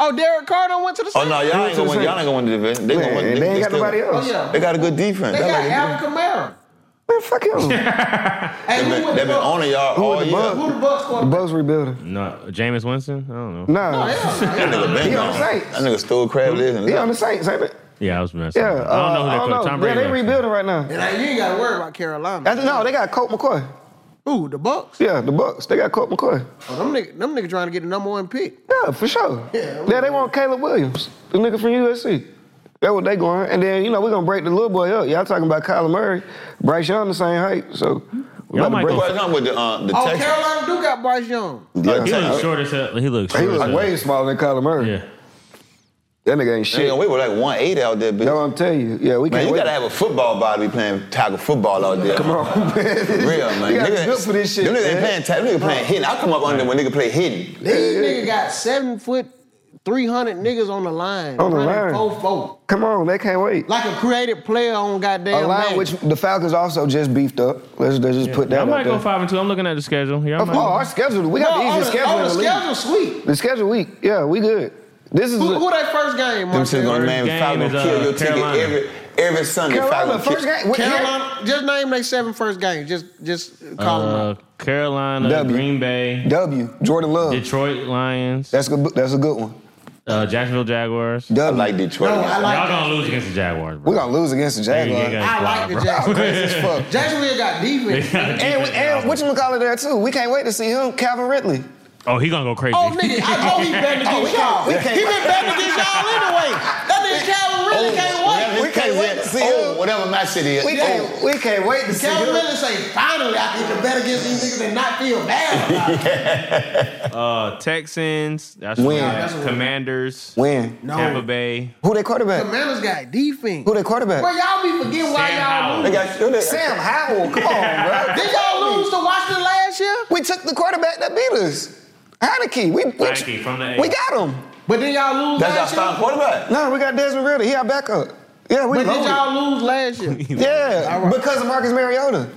Speaker 1: Oh, Derek Carr done went to the
Speaker 5: Oh
Speaker 1: Saints.
Speaker 5: no, y'all ain't gonna win. Y'all ain't gonna win the division. They gonna
Speaker 8: Man,
Speaker 5: win.
Speaker 8: and they ain't got
Speaker 5: still-
Speaker 8: nobody else.
Speaker 1: Oh, yeah.
Speaker 5: They got a good defense.
Speaker 1: They
Speaker 5: That's
Speaker 1: got
Speaker 5: what do.
Speaker 1: Alvin Kamara.
Speaker 8: Man, fuck him.
Speaker 1: Hey,
Speaker 5: They've
Speaker 1: who
Speaker 5: been,
Speaker 1: was
Speaker 5: they've been
Speaker 1: Bucks?
Speaker 5: on y'all
Speaker 8: Who
Speaker 5: all
Speaker 8: the
Speaker 5: year.
Speaker 8: Bucks?
Speaker 1: Who the Bucks
Speaker 8: the
Speaker 1: quarterback?
Speaker 8: Bucks rebuilding.
Speaker 3: No, Jameis Winston. I don't know.
Speaker 8: Nah.
Speaker 1: Oh, hell
Speaker 5: That
Speaker 1: no.
Speaker 5: nigga been
Speaker 8: He on
Speaker 5: gone.
Speaker 8: Saints.
Speaker 5: That nigga stole crab legs and
Speaker 8: He on the
Speaker 5: left.
Speaker 8: Saints, ain't it?
Speaker 3: Yeah, I was messing.
Speaker 8: Yeah.
Speaker 3: I don't know
Speaker 8: uh,
Speaker 3: who they
Speaker 8: I
Speaker 3: put. Tom Brady.
Speaker 8: Yeah, they
Speaker 3: left.
Speaker 8: rebuilding right now.
Speaker 1: And hey, you ain't got to worry about Carolina.
Speaker 8: That's- no, they got Colt McCoy.
Speaker 1: Ooh, the Bucks.
Speaker 8: Yeah, the Bucks. They got Colt McCoy.
Speaker 1: Oh, them nigga, them nigga trying to get the number one pick.
Speaker 8: Yeah, for sure.
Speaker 1: Yeah,
Speaker 8: Yeah, they want Caleb Williams, the nigga from USC. That's what they going. And then, you know, we're gonna break the little boy up. Y'all talking about Kyler Murray, Bryce Young the same height, so we
Speaker 3: Y'all
Speaker 8: about
Speaker 3: might
Speaker 8: to
Speaker 3: go-
Speaker 8: break
Speaker 5: What's wrong with the uh, the
Speaker 1: Oh,
Speaker 5: Texans?
Speaker 1: Carolina do got Bryce Young.
Speaker 5: Yeah,
Speaker 3: He
Speaker 5: Texans.
Speaker 3: looks short as hell. He looks.
Speaker 8: Uh, He
Speaker 3: short as
Speaker 8: was
Speaker 3: hell.
Speaker 8: way smaller than Kyler Murray.
Speaker 3: Yeah.
Speaker 8: That nigga ain't
Speaker 5: Nigga,
Speaker 8: shit.
Speaker 5: we were like 180 out there, bitch.
Speaker 8: That's what I'm telling you. Yeah, we
Speaker 5: Man,
Speaker 8: can't
Speaker 5: you
Speaker 8: wait.
Speaker 5: gotta have a football body to be playing tackle football out there.
Speaker 8: Come on, man.
Speaker 5: For real, man.
Speaker 8: You gotta
Speaker 5: Nigga-
Speaker 8: be built for this shit.
Speaker 5: Them niggas ain't
Speaker 8: man.
Speaker 5: playing tackle. Nigga playing hidden. I come up under when nigga play hidden.
Speaker 1: These nigga got seven foot, 300 niggas on the line.
Speaker 8: On the
Speaker 1: running
Speaker 8: line.
Speaker 1: Four, four.
Speaker 8: Come on, they can't wait.
Speaker 1: Like a creative player on goddamn
Speaker 8: A line
Speaker 1: man.
Speaker 8: which the Falcons also just beefed up. Let's, let's just put that
Speaker 3: I
Speaker 8: out
Speaker 3: might
Speaker 8: there.
Speaker 3: go five and two. I'm looking at the schedule. Y'all
Speaker 8: Oh,
Speaker 3: might go-
Speaker 8: our schedule. We
Speaker 1: no,
Speaker 8: got the
Speaker 1: on the,
Speaker 8: easiest schedule
Speaker 1: on
Speaker 8: in
Speaker 1: the
Speaker 8: the league.
Speaker 1: schedule, sweet.
Speaker 8: The schedule week. Yeah, we good. This is
Speaker 1: Who,
Speaker 8: a-
Speaker 1: who they first game,
Speaker 5: Them shit's
Speaker 1: Marcel?
Speaker 5: gonna
Speaker 3: First
Speaker 5: name
Speaker 3: game
Speaker 5: Falcon
Speaker 3: is, uh,
Speaker 5: kill your ticket
Speaker 3: Carolina.
Speaker 5: every every Sunday.
Speaker 8: Carolina
Speaker 5: Falcon
Speaker 8: first
Speaker 5: kill-
Speaker 8: game. Carolina.
Speaker 1: Carolina, just name their seven first games. Just, just call them
Speaker 3: Uh,
Speaker 1: out.
Speaker 3: Carolina,
Speaker 8: W.
Speaker 3: Green Bay,
Speaker 8: W. Jordan Love.
Speaker 3: Detroit Lions,
Speaker 8: That's good. That's a good one.
Speaker 3: uh, Jacksonville Jaguars.
Speaker 5: I
Speaker 8: W.
Speaker 5: like Detroit.
Speaker 1: No, I like
Speaker 3: Y'all gonna lose against the Jaguars, bro.
Speaker 8: We're gonna lose against the
Speaker 3: They gonna get
Speaker 8: Jaguars.
Speaker 3: guys
Speaker 1: I like
Speaker 3: fly,
Speaker 1: the
Speaker 3: bro.
Speaker 8: I'm
Speaker 1: Jacksonville.
Speaker 8: crazy as fuck.
Speaker 1: Jacksonville got defense.
Speaker 8: And, and what you call it there too? We can't wait to see him, Calvin Ridley.
Speaker 3: Oh, he gonna go crazy.
Speaker 1: Oh, nigga, I know he betting against y'all. He
Speaker 8: Oh, can't-
Speaker 1: been betting against y'all anyway. That nigga Calvin
Speaker 8: Oh,
Speaker 1: really can't wait.
Speaker 5: whatever
Speaker 8: We
Speaker 5: his
Speaker 8: can't
Speaker 5: cousin
Speaker 8: wait
Speaker 5: is.
Speaker 8: to see
Speaker 5: Oh,
Speaker 8: him.
Speaker 5: whatever my city is.
Speaker 8: We
Speaker 5: Oh.
Speaker 8: can't. We can't wait to see
Speaker 1: Calvin
Speaker 8: him.
Speaker 1: really say, finally, I can bet against these niggas and not feel bad about it.
Speaker 3: Uh, Texans. That's
Speaker 8: Win.
Speaker 3: what we got.
Speaker 8: That's
Speaker 1: what we-
Speaker 3: Commanders.
Speaker 8: When?
Speaker 3: Tampa Bay.
Speaker 8: Who they quarterback?
Speaker 1: Commanders got defense.
Speaker 8: Who they quarterback?
Speaker 1: Bro, y'all be forgetting why
Speaker 3: Sam
Speaker 1: y'all
Speaker 3: Howell.
Speaker 5: They
Speaker 1: lose.
Speaker 5: got- they-
Speaker 8: Sam Howell. Come on, bro.
Speaker 1: Did y'all lose to Washington last year?
Speaker 8: We took the quarterback that beat us. Heineke. We, we,
Speaker 3: Heineke from the A.
Speaker 8: we got him.
Speaker 1: But did y'all lose
Speaker 5: That's our
Speaker 1: last
Speaker 5: starting
Speaker 1: year?
Speaker 5: quarterback.
Speaker 8: No, we got Desmond Ritter. He our backup. Yeah, we
Speaker 1: But did
Speaker 8: loaded.
Speaker 1: y'all lose last year?
Speaker 8: Yeah,
Speaker 1: All right.
Speaker 8: because of Marcus Mariota.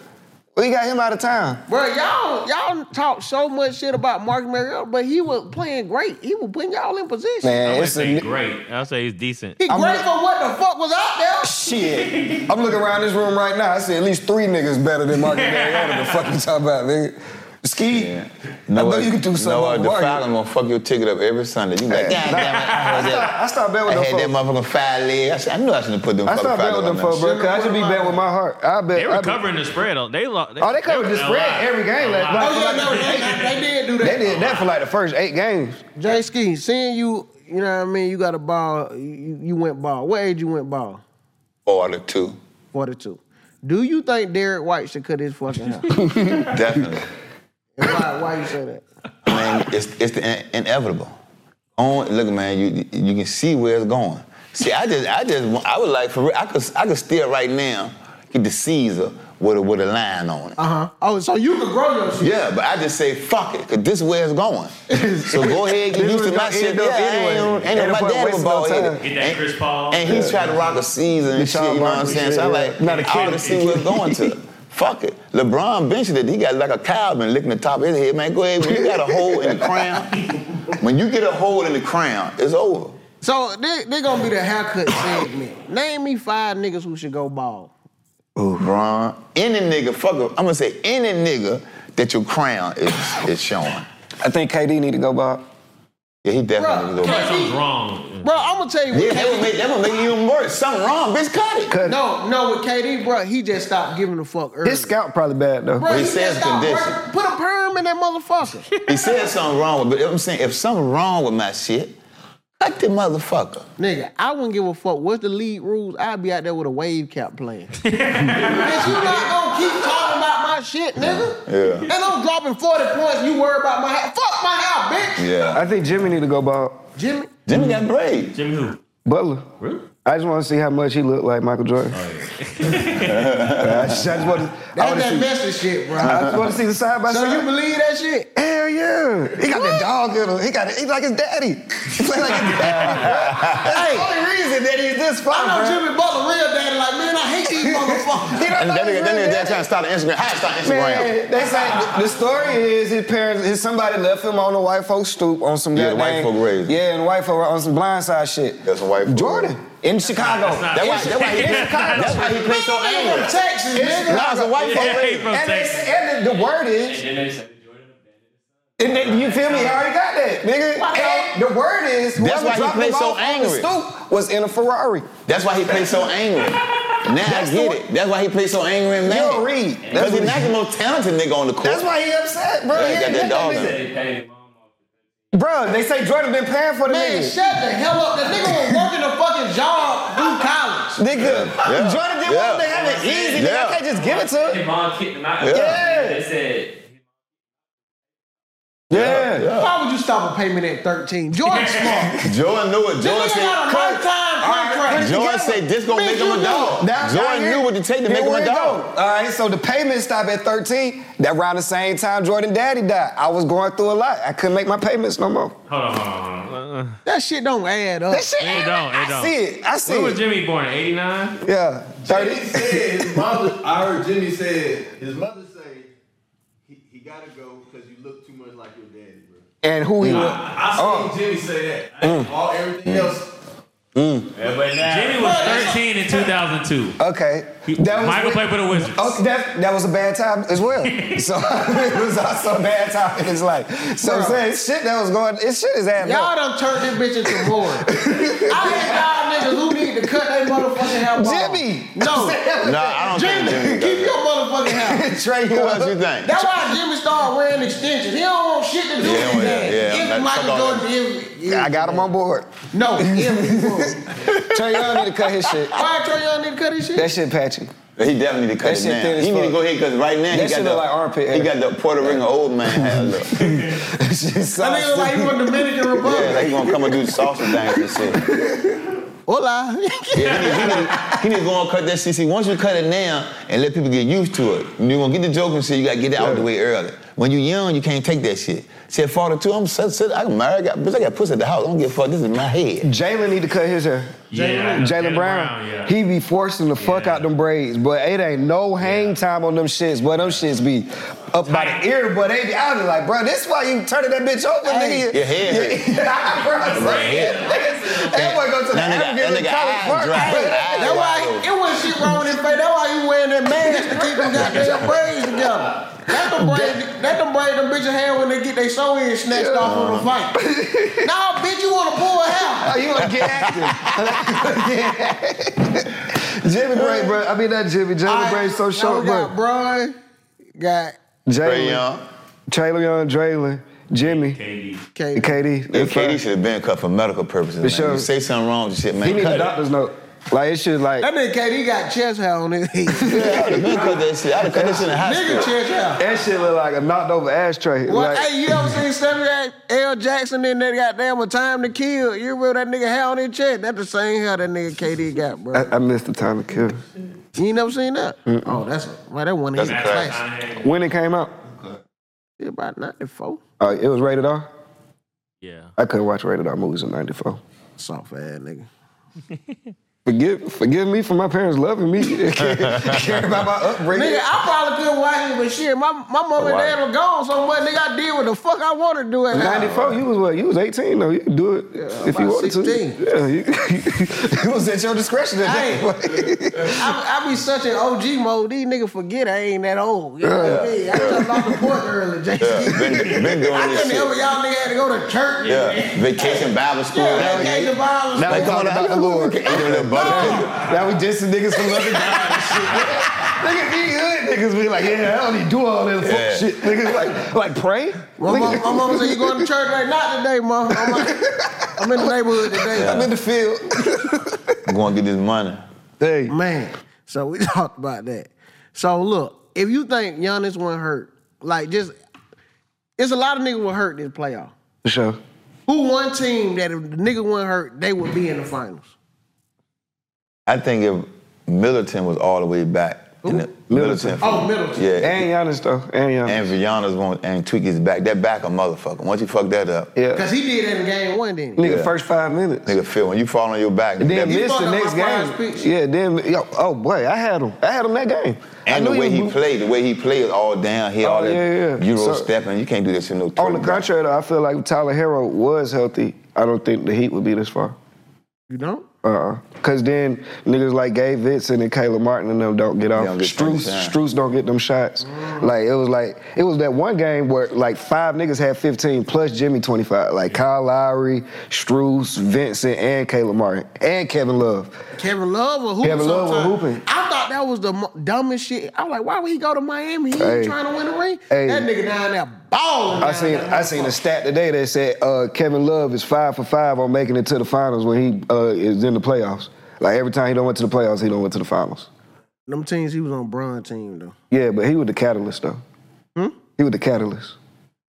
Speaker 8: We got him out of town.
Speaker 1: Bro, y'all y'all talk so much shit about Mark Mariota, but he was playing great. He was putting y'all in position.
Speaker 8: Man,
Speaker 3: I would
Speaker 8: it's
Speaker 3: say
Speaker 8: a
Speaker 3: great. I'll say he's decent.
Speaker 1: He
Speaker 8: I'm
Speaker 1: great
Speaker 8: not-
Speaker 1: for what the fuck was out there.
Speaker 8: shit. I'm looking around this room right now. I see at least three niggas better than Marcus Mariota. The fuck you talking about, nigga? Ski. I know you can do
Speaker 5: Noah,
Speaker 8: something.
Speaker 5: the
Speaker 8: with
Speaker 5: Falcon
Speaker 8: Marcus.
Speaker 5: gonna fuck your ticket up every Sunday. You be like, damn, damn, I heard that.
Speaker 8: I stopped betting
Speaker 5: I
Speaker 8: with
Speaker 5: had that
Speaker 8: them folks.
Speaker 5: motherfucking five leg. I, said, I knew I shouldn't have put them
Speaker 8: I
Speaker 5: fucking
Speaker 8: stopped
Speaker 5: five
Speaker 8: betting with them
Speaker 5: leg
Speaker 8: folks,
Speaker 5: on
Speaker 8: bro. Cause I should be betting with my heart. I bet.
Speaker 3: They
Speaker 8: I
Speaker 3: were
Speaker 8: bet-
Speaker 3: covering the spread. though. They lost.
Speaker 8: Oh, they covered the spread every game last night.
Speaker 1: Oh yeah, no, they, they did do that.
Speaker 8: They did that for like the first eight games.
Speaker 1: Jay Ski, seeing you, you know what I mean. You got a ball. You, you went ball. What age you went ball?
Speaker 5: Four out of two.
Speaker 1: Forty-two. Do you think Derek White should cut his fucking hair? And
Speaker 5: Definitely.
Speaker 1: why? Why you say that?
Speaker 5: I mean, it's, it's the in- inevitable. On, look, man, you you can see where it's going. See, I just, I just, want- I would like for real, I could, I could still right now get the Caesar with a, with a line on it.
Speaker 1: Uh
Speaker 8: Uh-huh.
Speaker 1: huh. Oh, so you can grow your shit.
Speaker 5: Yeah, but I just say fuck it, cause this is where it's going. So go ahead, get
Speaker 8: This
Speaker 5: used to
Speaker 8: was
Speaker 5: my
Speaker 8: gonna
Speaker 5: shit.
Speaker 8: end
Speaker 5: Yeah,
Speaker 8: up
Speaker 5: I
Speaker 8: anyway.
Speaker 5: ain't, on- ain't
Speaker 8: Ain't
Speaker 5: on
Speaker 8: no
Speaker 5: my
Speaker 8: point
Speaker 5: dad was
Speaker 8: wasting no
Speaker 5: ball either.
Speaker 8: time.
Speaker 3: Get that
Speaker 5: And-
Speaker 3: Chris Paul.
Speaker 5: And he's trying to rock a season and shit,
Speaker 8: Deshaun
Speaker 5: you know what I'm
Speaker 8: Barkley
Speaker 5: saying?
Speaker 8: shit,
Speaker 5: So I'm
Speaker 8: yeah.
Speaker 5: like,
Speaker 8: Not a
Speaker 5: I ought to
Speaker 8: kid.
Speaker 5: see where it's going to. Fuck it. LeBron benched it. He got like a cow been licking the top of his head. Man, go ahead. When you got a hole in the crown, when you get a hole in the crown, it's over.
Speaker 1: So they they gonna be the haircut segment. Name me five niggas who should go ball.
Speaker 5: LeBron, any nigga, fuck it. I'm gonna say any nigga that your crown is, is showing.
Speaker 8: I think KD need to go Bob.
Speaker 5: Yeah, he definitely
Speaker 1: Bruh,
Speaker 5: go back.
Speaker 3: Something's wrong.
Speaker 1: Bro, I'm gonna tell you
Speaker 5: Yeah,
Speaker 1: what.
Speaker 5: that would make that would make it even worse. Something wrong, bitch. Cut it.
Speaker 8: Cut.
Speaker 1: No, no, with KD, bro, he just stopped giving a fuck early.
Speaker 8: His scout probably bad though.
Speaker 1: Bro,
Speaker 5: But
Speaker 1: he,
Speaker 5: he says
Speaker 1: just stopped
Speaker 5: condition.
Speaker 1: working. Put a perm in that motherfucker.
Speaker 5: He said something wrong with, but I'm saying if something wrong with my shit, cut the motherfucker.
Speaker 1: Nigga, I wouldn't give a fuck. What's the league rules? I'd be out there with a wave cap playing. Bitch, you not gonna keep talking about my shit, nigga.
Speaker 5: Yeah.
Speaker 1: And I'm dropping 40 points, you worry about my hat. Fuck my hat, bitch.
Speaker 5: Yeah.
Speaker 8: I think Jimmy need to go Bob.
Speaker 1: Jimmy,
Speaker 5: Jimmy got brave.
Speaker 3: Jimmy who?
Speaker 8: Butler.
Speaker 3: Really?
Speaker 8: I just want to see how much he looked like Michael Jordan. I just, I just want to. I
Speaker 1: That's
Speaker 8: want to
Speaker 1: that
Speaker 8: see.
Speaker 1: messy shit, bro.
Speaker 8: I just want to see the side by
Speaker 1: so
Speaker 8: side.
Speaker 1: you believe that shit?
Speaker 8: Hell yeah! He got that dog in him. He got he like his daddy. He play like his daddy. That's the only reason that he's this
Speaker 1: I
Speaker 8: far,
Speaker 1: know
Speaker 8: bro.
Speaker 1: Jimmy Butler, real daddy, like, man, I hate these motherfuckers.
Speaker 8: He don't
Speaker 5: And
Speaker 8: know
Speaker 5: that nigga, that
Speaker 8: his
Speaker 5: nigga
Speaker 8: real
Speaker 5: that
Speaker 8: daddy.
Speaker 5: trying to start an Instagram. How to start an Instagram?
Speaker 8: Man, they say th- the story is his parents, his somebody left him on the white folks stoop on some
Speaker 5: Yeah, the white
Speaker 8: goddamn-
Speaker 5: folk raised him.
Speaker 8: Yeah, and the white folk on some blindside shit.
Speaker 5: That's some white folk
Speaker 8: Jordan
Speaker 5: raised
Speaker 8: in Chicago.
Speaker 5: That's why, that's why he,
Speaker 8: in Chicago.
Speaker 5: that's why he plays so angry.
Speaker 1: From Texas, nigga.
Speaker 5: Nah, it's a white
Speaker 3: Yeah, he
Speaker 5: folk.
Speaker 3: from
Speaker 8: and,
Speaker 3: Texas.
Speaker 8: it's, and the, the word is. And then, you feel me? I already got that, nigga. And the word is
Speaker 5: That's
Speaker 8: whoever
Speaker 5: why he
Speaker 8: dropped
Speaker 5: plays
Speaker 8: him
Speaker 5: so
Speaker 8: off on the
Speaker 5: angry.
Speaker 8: stoop was in a Ferrari.
Speaker 5: That's why he plays so angry. Now
Speaker 8: That's
Speaker 5: I
Speaker 8: the
Speaker 5: get
Speaker 8: way-
Speaker 5: it. That's why he plays so angry and mad.
Speaker 8: Yo, Reed, that's
Speaker 5: Because he's
Speaker 8: what-
Speaker 5: not the most talented nigga on the court.
Speaker 8: That's why he upset, bro.
Speaker 5: Yeah, he
Speaker 8: He
Speaker 5: got
Speaker 8: ain't
Speaker 5: that
Speaker 8: got
Speaker 5: dog
Speaker 8: that
Speaker 5: in
Speaker 8: nigga. Bro, they say Jordan been paying for the
Speaker 1: Man,
Speaker 8: nigga.
Speaker 1: shut the hell up. That nigga was working a fucking job through college.
Speaker 8: Nigga,
Speaker 5: yeah,
Speaker 8: Jordan didn't want him to have it
Speaker 5: yeah,
Speaker 8: easy. Nigga, I
Speaker 5: yeah.
Speaker 8: can't just give it to him.
Speaker 10: His mom kicked him out.
Speaker 8: Yeah.
Speaker 10: They said,
Speaker 8: Yeah.
Speaker 1: Why would you stop a payment at 13? Jordan smart.
Speaker 5: Jordan knew it. Jordan
Speaker 1: This nigga
Speaker 5: said,
Speaker 1: got a lifetime contract.
Speaker 5: Jordan said this gonna
Speaker 1: Bitch,
Speaker 5: make him
Speaker 1: you
Speaker 5: a dog.
Speaker 8: Now- now
Speaker 5: Jordan
Speaker 8: here-
Speaker 5: knew what to take to
Speaker 8: here
Speaker 5: make him
Speaker 8: we
Speaker 5: a
Speaker 8: go.
Speaker 5: dog.
Speaker 8: All right, so the payment stopped at 13. That around the same time Jordan Daddy died. I was going through a lot. I couldn't make my payments no more.
Speaker 3: Hold on, hold on, hold on. Uh-uh.
Speaker 1: That shit don't add up.
Speaker 8: That shit,
Speaker 3: It don't, it
Speaker 8: I
Speaker 3: don't.
Speaker 8: see it. I see
Speaker 3: When
Speaker 8: it.
Speaker 3: was Jimmy born? 89?
Speaker 8: Yeah, 30.
Speaker 11: said his mother. I heard Jimmy said his mother say he, he gotta go because you look too much like your daddy, bro.
Speaker 8: And who he Oh. was.
Speaker 11: I, I seen Jimmy say that. I- All everything else.
Speaker 3: Jimmy was 13 in 2002.
Speaker 8: Okay. That
Speaker 3: Michael
Speaker 8: was when-
Speaker 3: played for the Wizards.
Speaker 8: Okay, that, that was a bad time as well. so it was also a bad time in his life. So I'm
Speaker 1: Bruh.
Speaker 8: saying shit that was going, it shit is adding
Speaker 1: Y'all done
Speaker 8: up.
Speaker 1: turned this bitch into Roy. I had y'all niggas who need to cut their motherfucking hair off.
Speaker 8: Jimmy!
Speaker 1: No.
Speaker 5: Nah, I don't think
Speaker 1: Jimmy,
Speaker 5: Jimmy
Speaker 1: keep
Speaker 5: does
Speaker 1: your motherfucking hair.
Speaker 8: Trey,
Speaker 5: Who else you think?
Speaker 1: That's why Jimmy started wearing extensions. He don't want shit to do
Speaker 5: Yeah,
Speaker 1: with
Speaker 5: yeah,
Speaker 1: that.
Speaker 5: yeah.
Speaker 1: If
Speaker 5: That's-
Speaker 1: Michael
Speaker 5: fuck all
Speaker 1: Jordan, if, if,
Speaker 8: I got him on board.
Speaker 1: No, if he would.
Speaker 8: Trey Young need to cut his shit.
Speaker 1: Why Trey Young need to cut his shit?
Speaker 8: That shit patchy.
Speaker 5: He definitely need to cut
Speaker 8: That
Speaker 5: it
Speaker 8: shit
Speaker 5: down.
Speaker 8: thin as
Speaker 5: He need
Speaker 8: fuck.
Speaker 5: to go ahead because right now
Speaker 8: That
Speaker 5: he
Speaker 8: shit
Speaker 5: got the
Speaker 8: look like armpit
Speaker 5: he
Speaker 8: hair.
Speaker 5: got the Puerto Rican old man hair look.
Speaker 8: That shit
Speaker 1: That nigga
Speaker 8: saucy.
Speaker 1: look like he from Dominican
Speaker 5: Yeah,
Speaker 1: Republic.
Speaker 5: like he gonna come and do sausage things and shit.
Speaker 1: Hola.
Speaker 5: Yeah, he, need, he, need, he need to go and cut that CC. Once you cut it now and let people get used to it, you gonna get the joke and shit. You gotta get it out the way early. When you young, you can't take that shit. Said father too. I'm set, set, I'm married. I got, bitch, I got pussy at the house. I don't give a fuck. This is my head.
Speaker 8: Jalen need to cut his hair.
Speaker 3: Yeah,
Speaker 8: Jalen
Speaker 3: Jalen
Speaker 8: Brown,
Speaker 3: Brown, yeah.
Speaker 8: he be forcing the fuck
Speaker 3: Yeah.
Speaker 8: out them braids, but it ain't no hang time on them shits. But them shits be up by
Speaker 3: Tight.
Speaker 8: the ear, but they be out there like, bro, this why you turning that bitch over, nigga.
Speaker 5: Your head hurt.
Speaker 8: Yeah, bro, I'm
Speaker 5: Right
Speaker 8: saying,
Speaker 5: here.
Speaker 8: niggas, That boy go to the
Speaker 5: That nigga-
Speaker 8: African
Speaker 5: that
Speaker 8: in
Speaker 5: nigga
Speaker 8: college
Speaker 5: eye
Speaker 8: park.
Speaker 5: dry. Eye
Speaker 1: That's why it was shit wrong with his face. That's why he wearing that mask to keep them goddamn braids together. That them braids, that them braids them bitches have when they get their soul in snatched off from the fight. nah, bitch, you want to pull hair.
Speaker 8: Oh, you wanna get active? Jimmy Bray, bro. I mean not Jimmy. Jalen Bray so short,
Speaker 1: now we got
Speaker 8: bro.
Speaker 1: Bron, got
Speaker 5: Trey
Speaker 8: Jalen,
Speaker 5: Young.
Speaker 8: Taylor Young, Draylen, Jimmy,
Speaker 3: KD.
Speaker 1: K.
Speaker 8: KD.
Speaker 5: Yeah,
Speaker 8: That's fine.
Speaker 5: KD should have been cut for medical purposes. Man.
Speaker 8: sure.
Speaker 5: You say something wrong with shit, man.
Speaker 8: He need
Speaker 5: cut
Speaker 8: a
Speaker 5: it.
Speaker 8: doctor's note. Like it should like
Speaker 1: That nigga KD got chest hair on his head.
Speaker 5: Yeah, I would have been cut that shit. I would have cut that shit in high
Speaker 1: nigga
Speaker 5: school.
Speaker 1: chest hair.
Speaker 8: that shit look like a knocked over ashtray.
Speaker 1: Well,
Speaker 8: like,
Speaker 1: hey, you ever seen Samuel L. Jackson in that goddamn a time to kill? You remember that nigga hair on his chest? That's the same hair that nigga KD got, bro.
Speaker 5: Uh,
Speaker 8: I, I missed the time to kill.
Speaker 1: You ain't never seen that? Oh, that's right. That one ain't
Speaker 5: That's
Speaker 1: classic.
Speaker 5: classic.
Speaker 8: When it came out,
Speaker 1: Shit, about 94.
Speaker 8: uh, it was rated R.
Speaker 3: Yeah.
Speaker 8: I couldn't watch rated R movies in '94.
Speaker 1: Soft ass nigga.
Speaker 8: Forgive, forgive me for my parents loving me. Care about my upbringing.
Speaker 1: Nigga, I probably couldn't watch it, but shit, my, my mom and
Speaker 5: Why?
Speaker 1: dad were gone so much. Nigga, I did what the fuck I wanted to do at that.
Speaker 8: 94, you was what? You was 18 though. You could do it if you
Speaker 1: about
Speaker 8: wanted
Speaker 1: 16.
Speaker 8: to. Yeah, you, it was at your discretion at
Speaker 1: Hey.
Speaker 8: that point.
Speaker 1: I, I be such an OG mode. These niggas forget I ain't that old. You know what I mean? I jumped off the porch early, Jason.
Speaker 5: Yeah, been, been
Speaker 1: I
Speaker 5: doing this
Speaker 1: couldn't help it.
Speaker 5: shit.
Speaker 1: Y'all nigga had to go to church.
Speaker 5: Yeah, vacation Bible school.
Speaker 1: Yeah, vacation Bible school.
Speaker 8: Now we
Speaker 5: Like, come
Speaker 8: talking
Speaker 5: on,
Speaker 8: about the Lord.
Speaker 5: Ain't doing that butter.
Speaker 8: Now we dissing niggas for loving God and shit. Nigga, these hood niggas be like, yeah, I don't even do all that fuck
Speaker 5: Yeah.
Speaker 8: shit. Niggas like, like pray.
Speaker 1: My mom,
Speaker 8: Nigga,
Speaker 1: my mom said, You going to church right Not today, mom. I'm, like, I'm in the neighborhood today.
Speaker 8: I'm in the field.
Speaker 5: I'm going to get this money.
Speaker 8: hey,
Speaker 1: Man, so we talked about that. So look, if you think Giannis won't hurt, like just it's a lot of niggas will hurt this playoff.
Speaker 8: for sure.
Speaker 1: Who one team that if the nigga won't hurt, they would be in the finals?
Speaker 5: I think if Middleton was all the way back. In the, Middleton.
Speaker 1: Oh, Middleton.
Speaker 5: Yeah.
Speaker 8: And Giannis though. And Giannis.
Speaker 5: And Giannis won't, and Tweaky's back. That back a motherfucker. Once you fuck that up.
Speaker 8: Yeah.
Speaker 1: Because he did that in game one, didn't he?
Speaker 8: Nigga,
Speaker 5: Yeah.
Speaker 8: first five minutes.
Speaker 5: Nigga, Phil, when you fall on your back,
Speaker 8: And then
Speaker 5: that-
Speaker 8: missed
Speaker 1: fucked
Speaker 8: the
Speaker 1: up
Speaker 8: next
Speaker 1: my prize
Speaker 8: game.
Speaker 1: picks.
Speaker 8: Yeah, then yo, oh boy, I had him. I had him that game. I
Speaker 5: and the
Speaker 8: knew
Speaker 5: way
Speaker 8: was
Speaker 5: he
Speaker 8: blue-
Speaker 5: played, the way he played all down here,
Speaker 8: Oh,
Speaker 5: all that
Speaker 8: yeah, yeah.
Speaker 5: Euro
Speaker 8: So-
Speaker 5: stepping, you can't do this in no
Speaker 8: On the
Speaker 5: Twitter, bro.
Speaker 8: contrary, though, I feel like if Tyler Hero was healthy, I don't think the Heat would be this far.
Speaker 1: You don't?
Speaker 8: Uh-uh. Cause then niggas like Gabe Vincent and Caleb Martin and them don't get off.
Speaker 5: don't get
Speaker 8: Struce,
Speaker 5: twenty-nine.
Speaker 8: Struce don't get them shots. Like it was like it was that one game where like five niggas had 15 plus Jimmy 25. Like Kyle Lowry, Struce, Vincent, and Caleb Martin and Kevin Love.
Speaker 1: Kevin Love or hooping.
Speaker 8: Kevin Love was
Speaker 1: sometime.
Speaker 8: hooping.
Speaker 1: I thought that was the mo- dumbest shit. I was like, why would he go to Miami? He
Speaker 8: Hey.
Speaker 1: ain't trying to win a ring.
Speaker 8: Hey.
Speaker 1: That nigga down there balling.
Speaker 8: I
Speaker 1: down
Speaker 8: seen
Speaker 1: there.
Speaker 8: I seen a stat today that said uh, Kevin Love is five for five on making it to the finals when he uh, is in the playoffs. Like every time he don't went to the playoffs, he don't went to the finals.
Speaker 1: Them teams, he was on Bron team though.
Speaker 8: Yeah, but he was the catalyst though. He was the catalyst.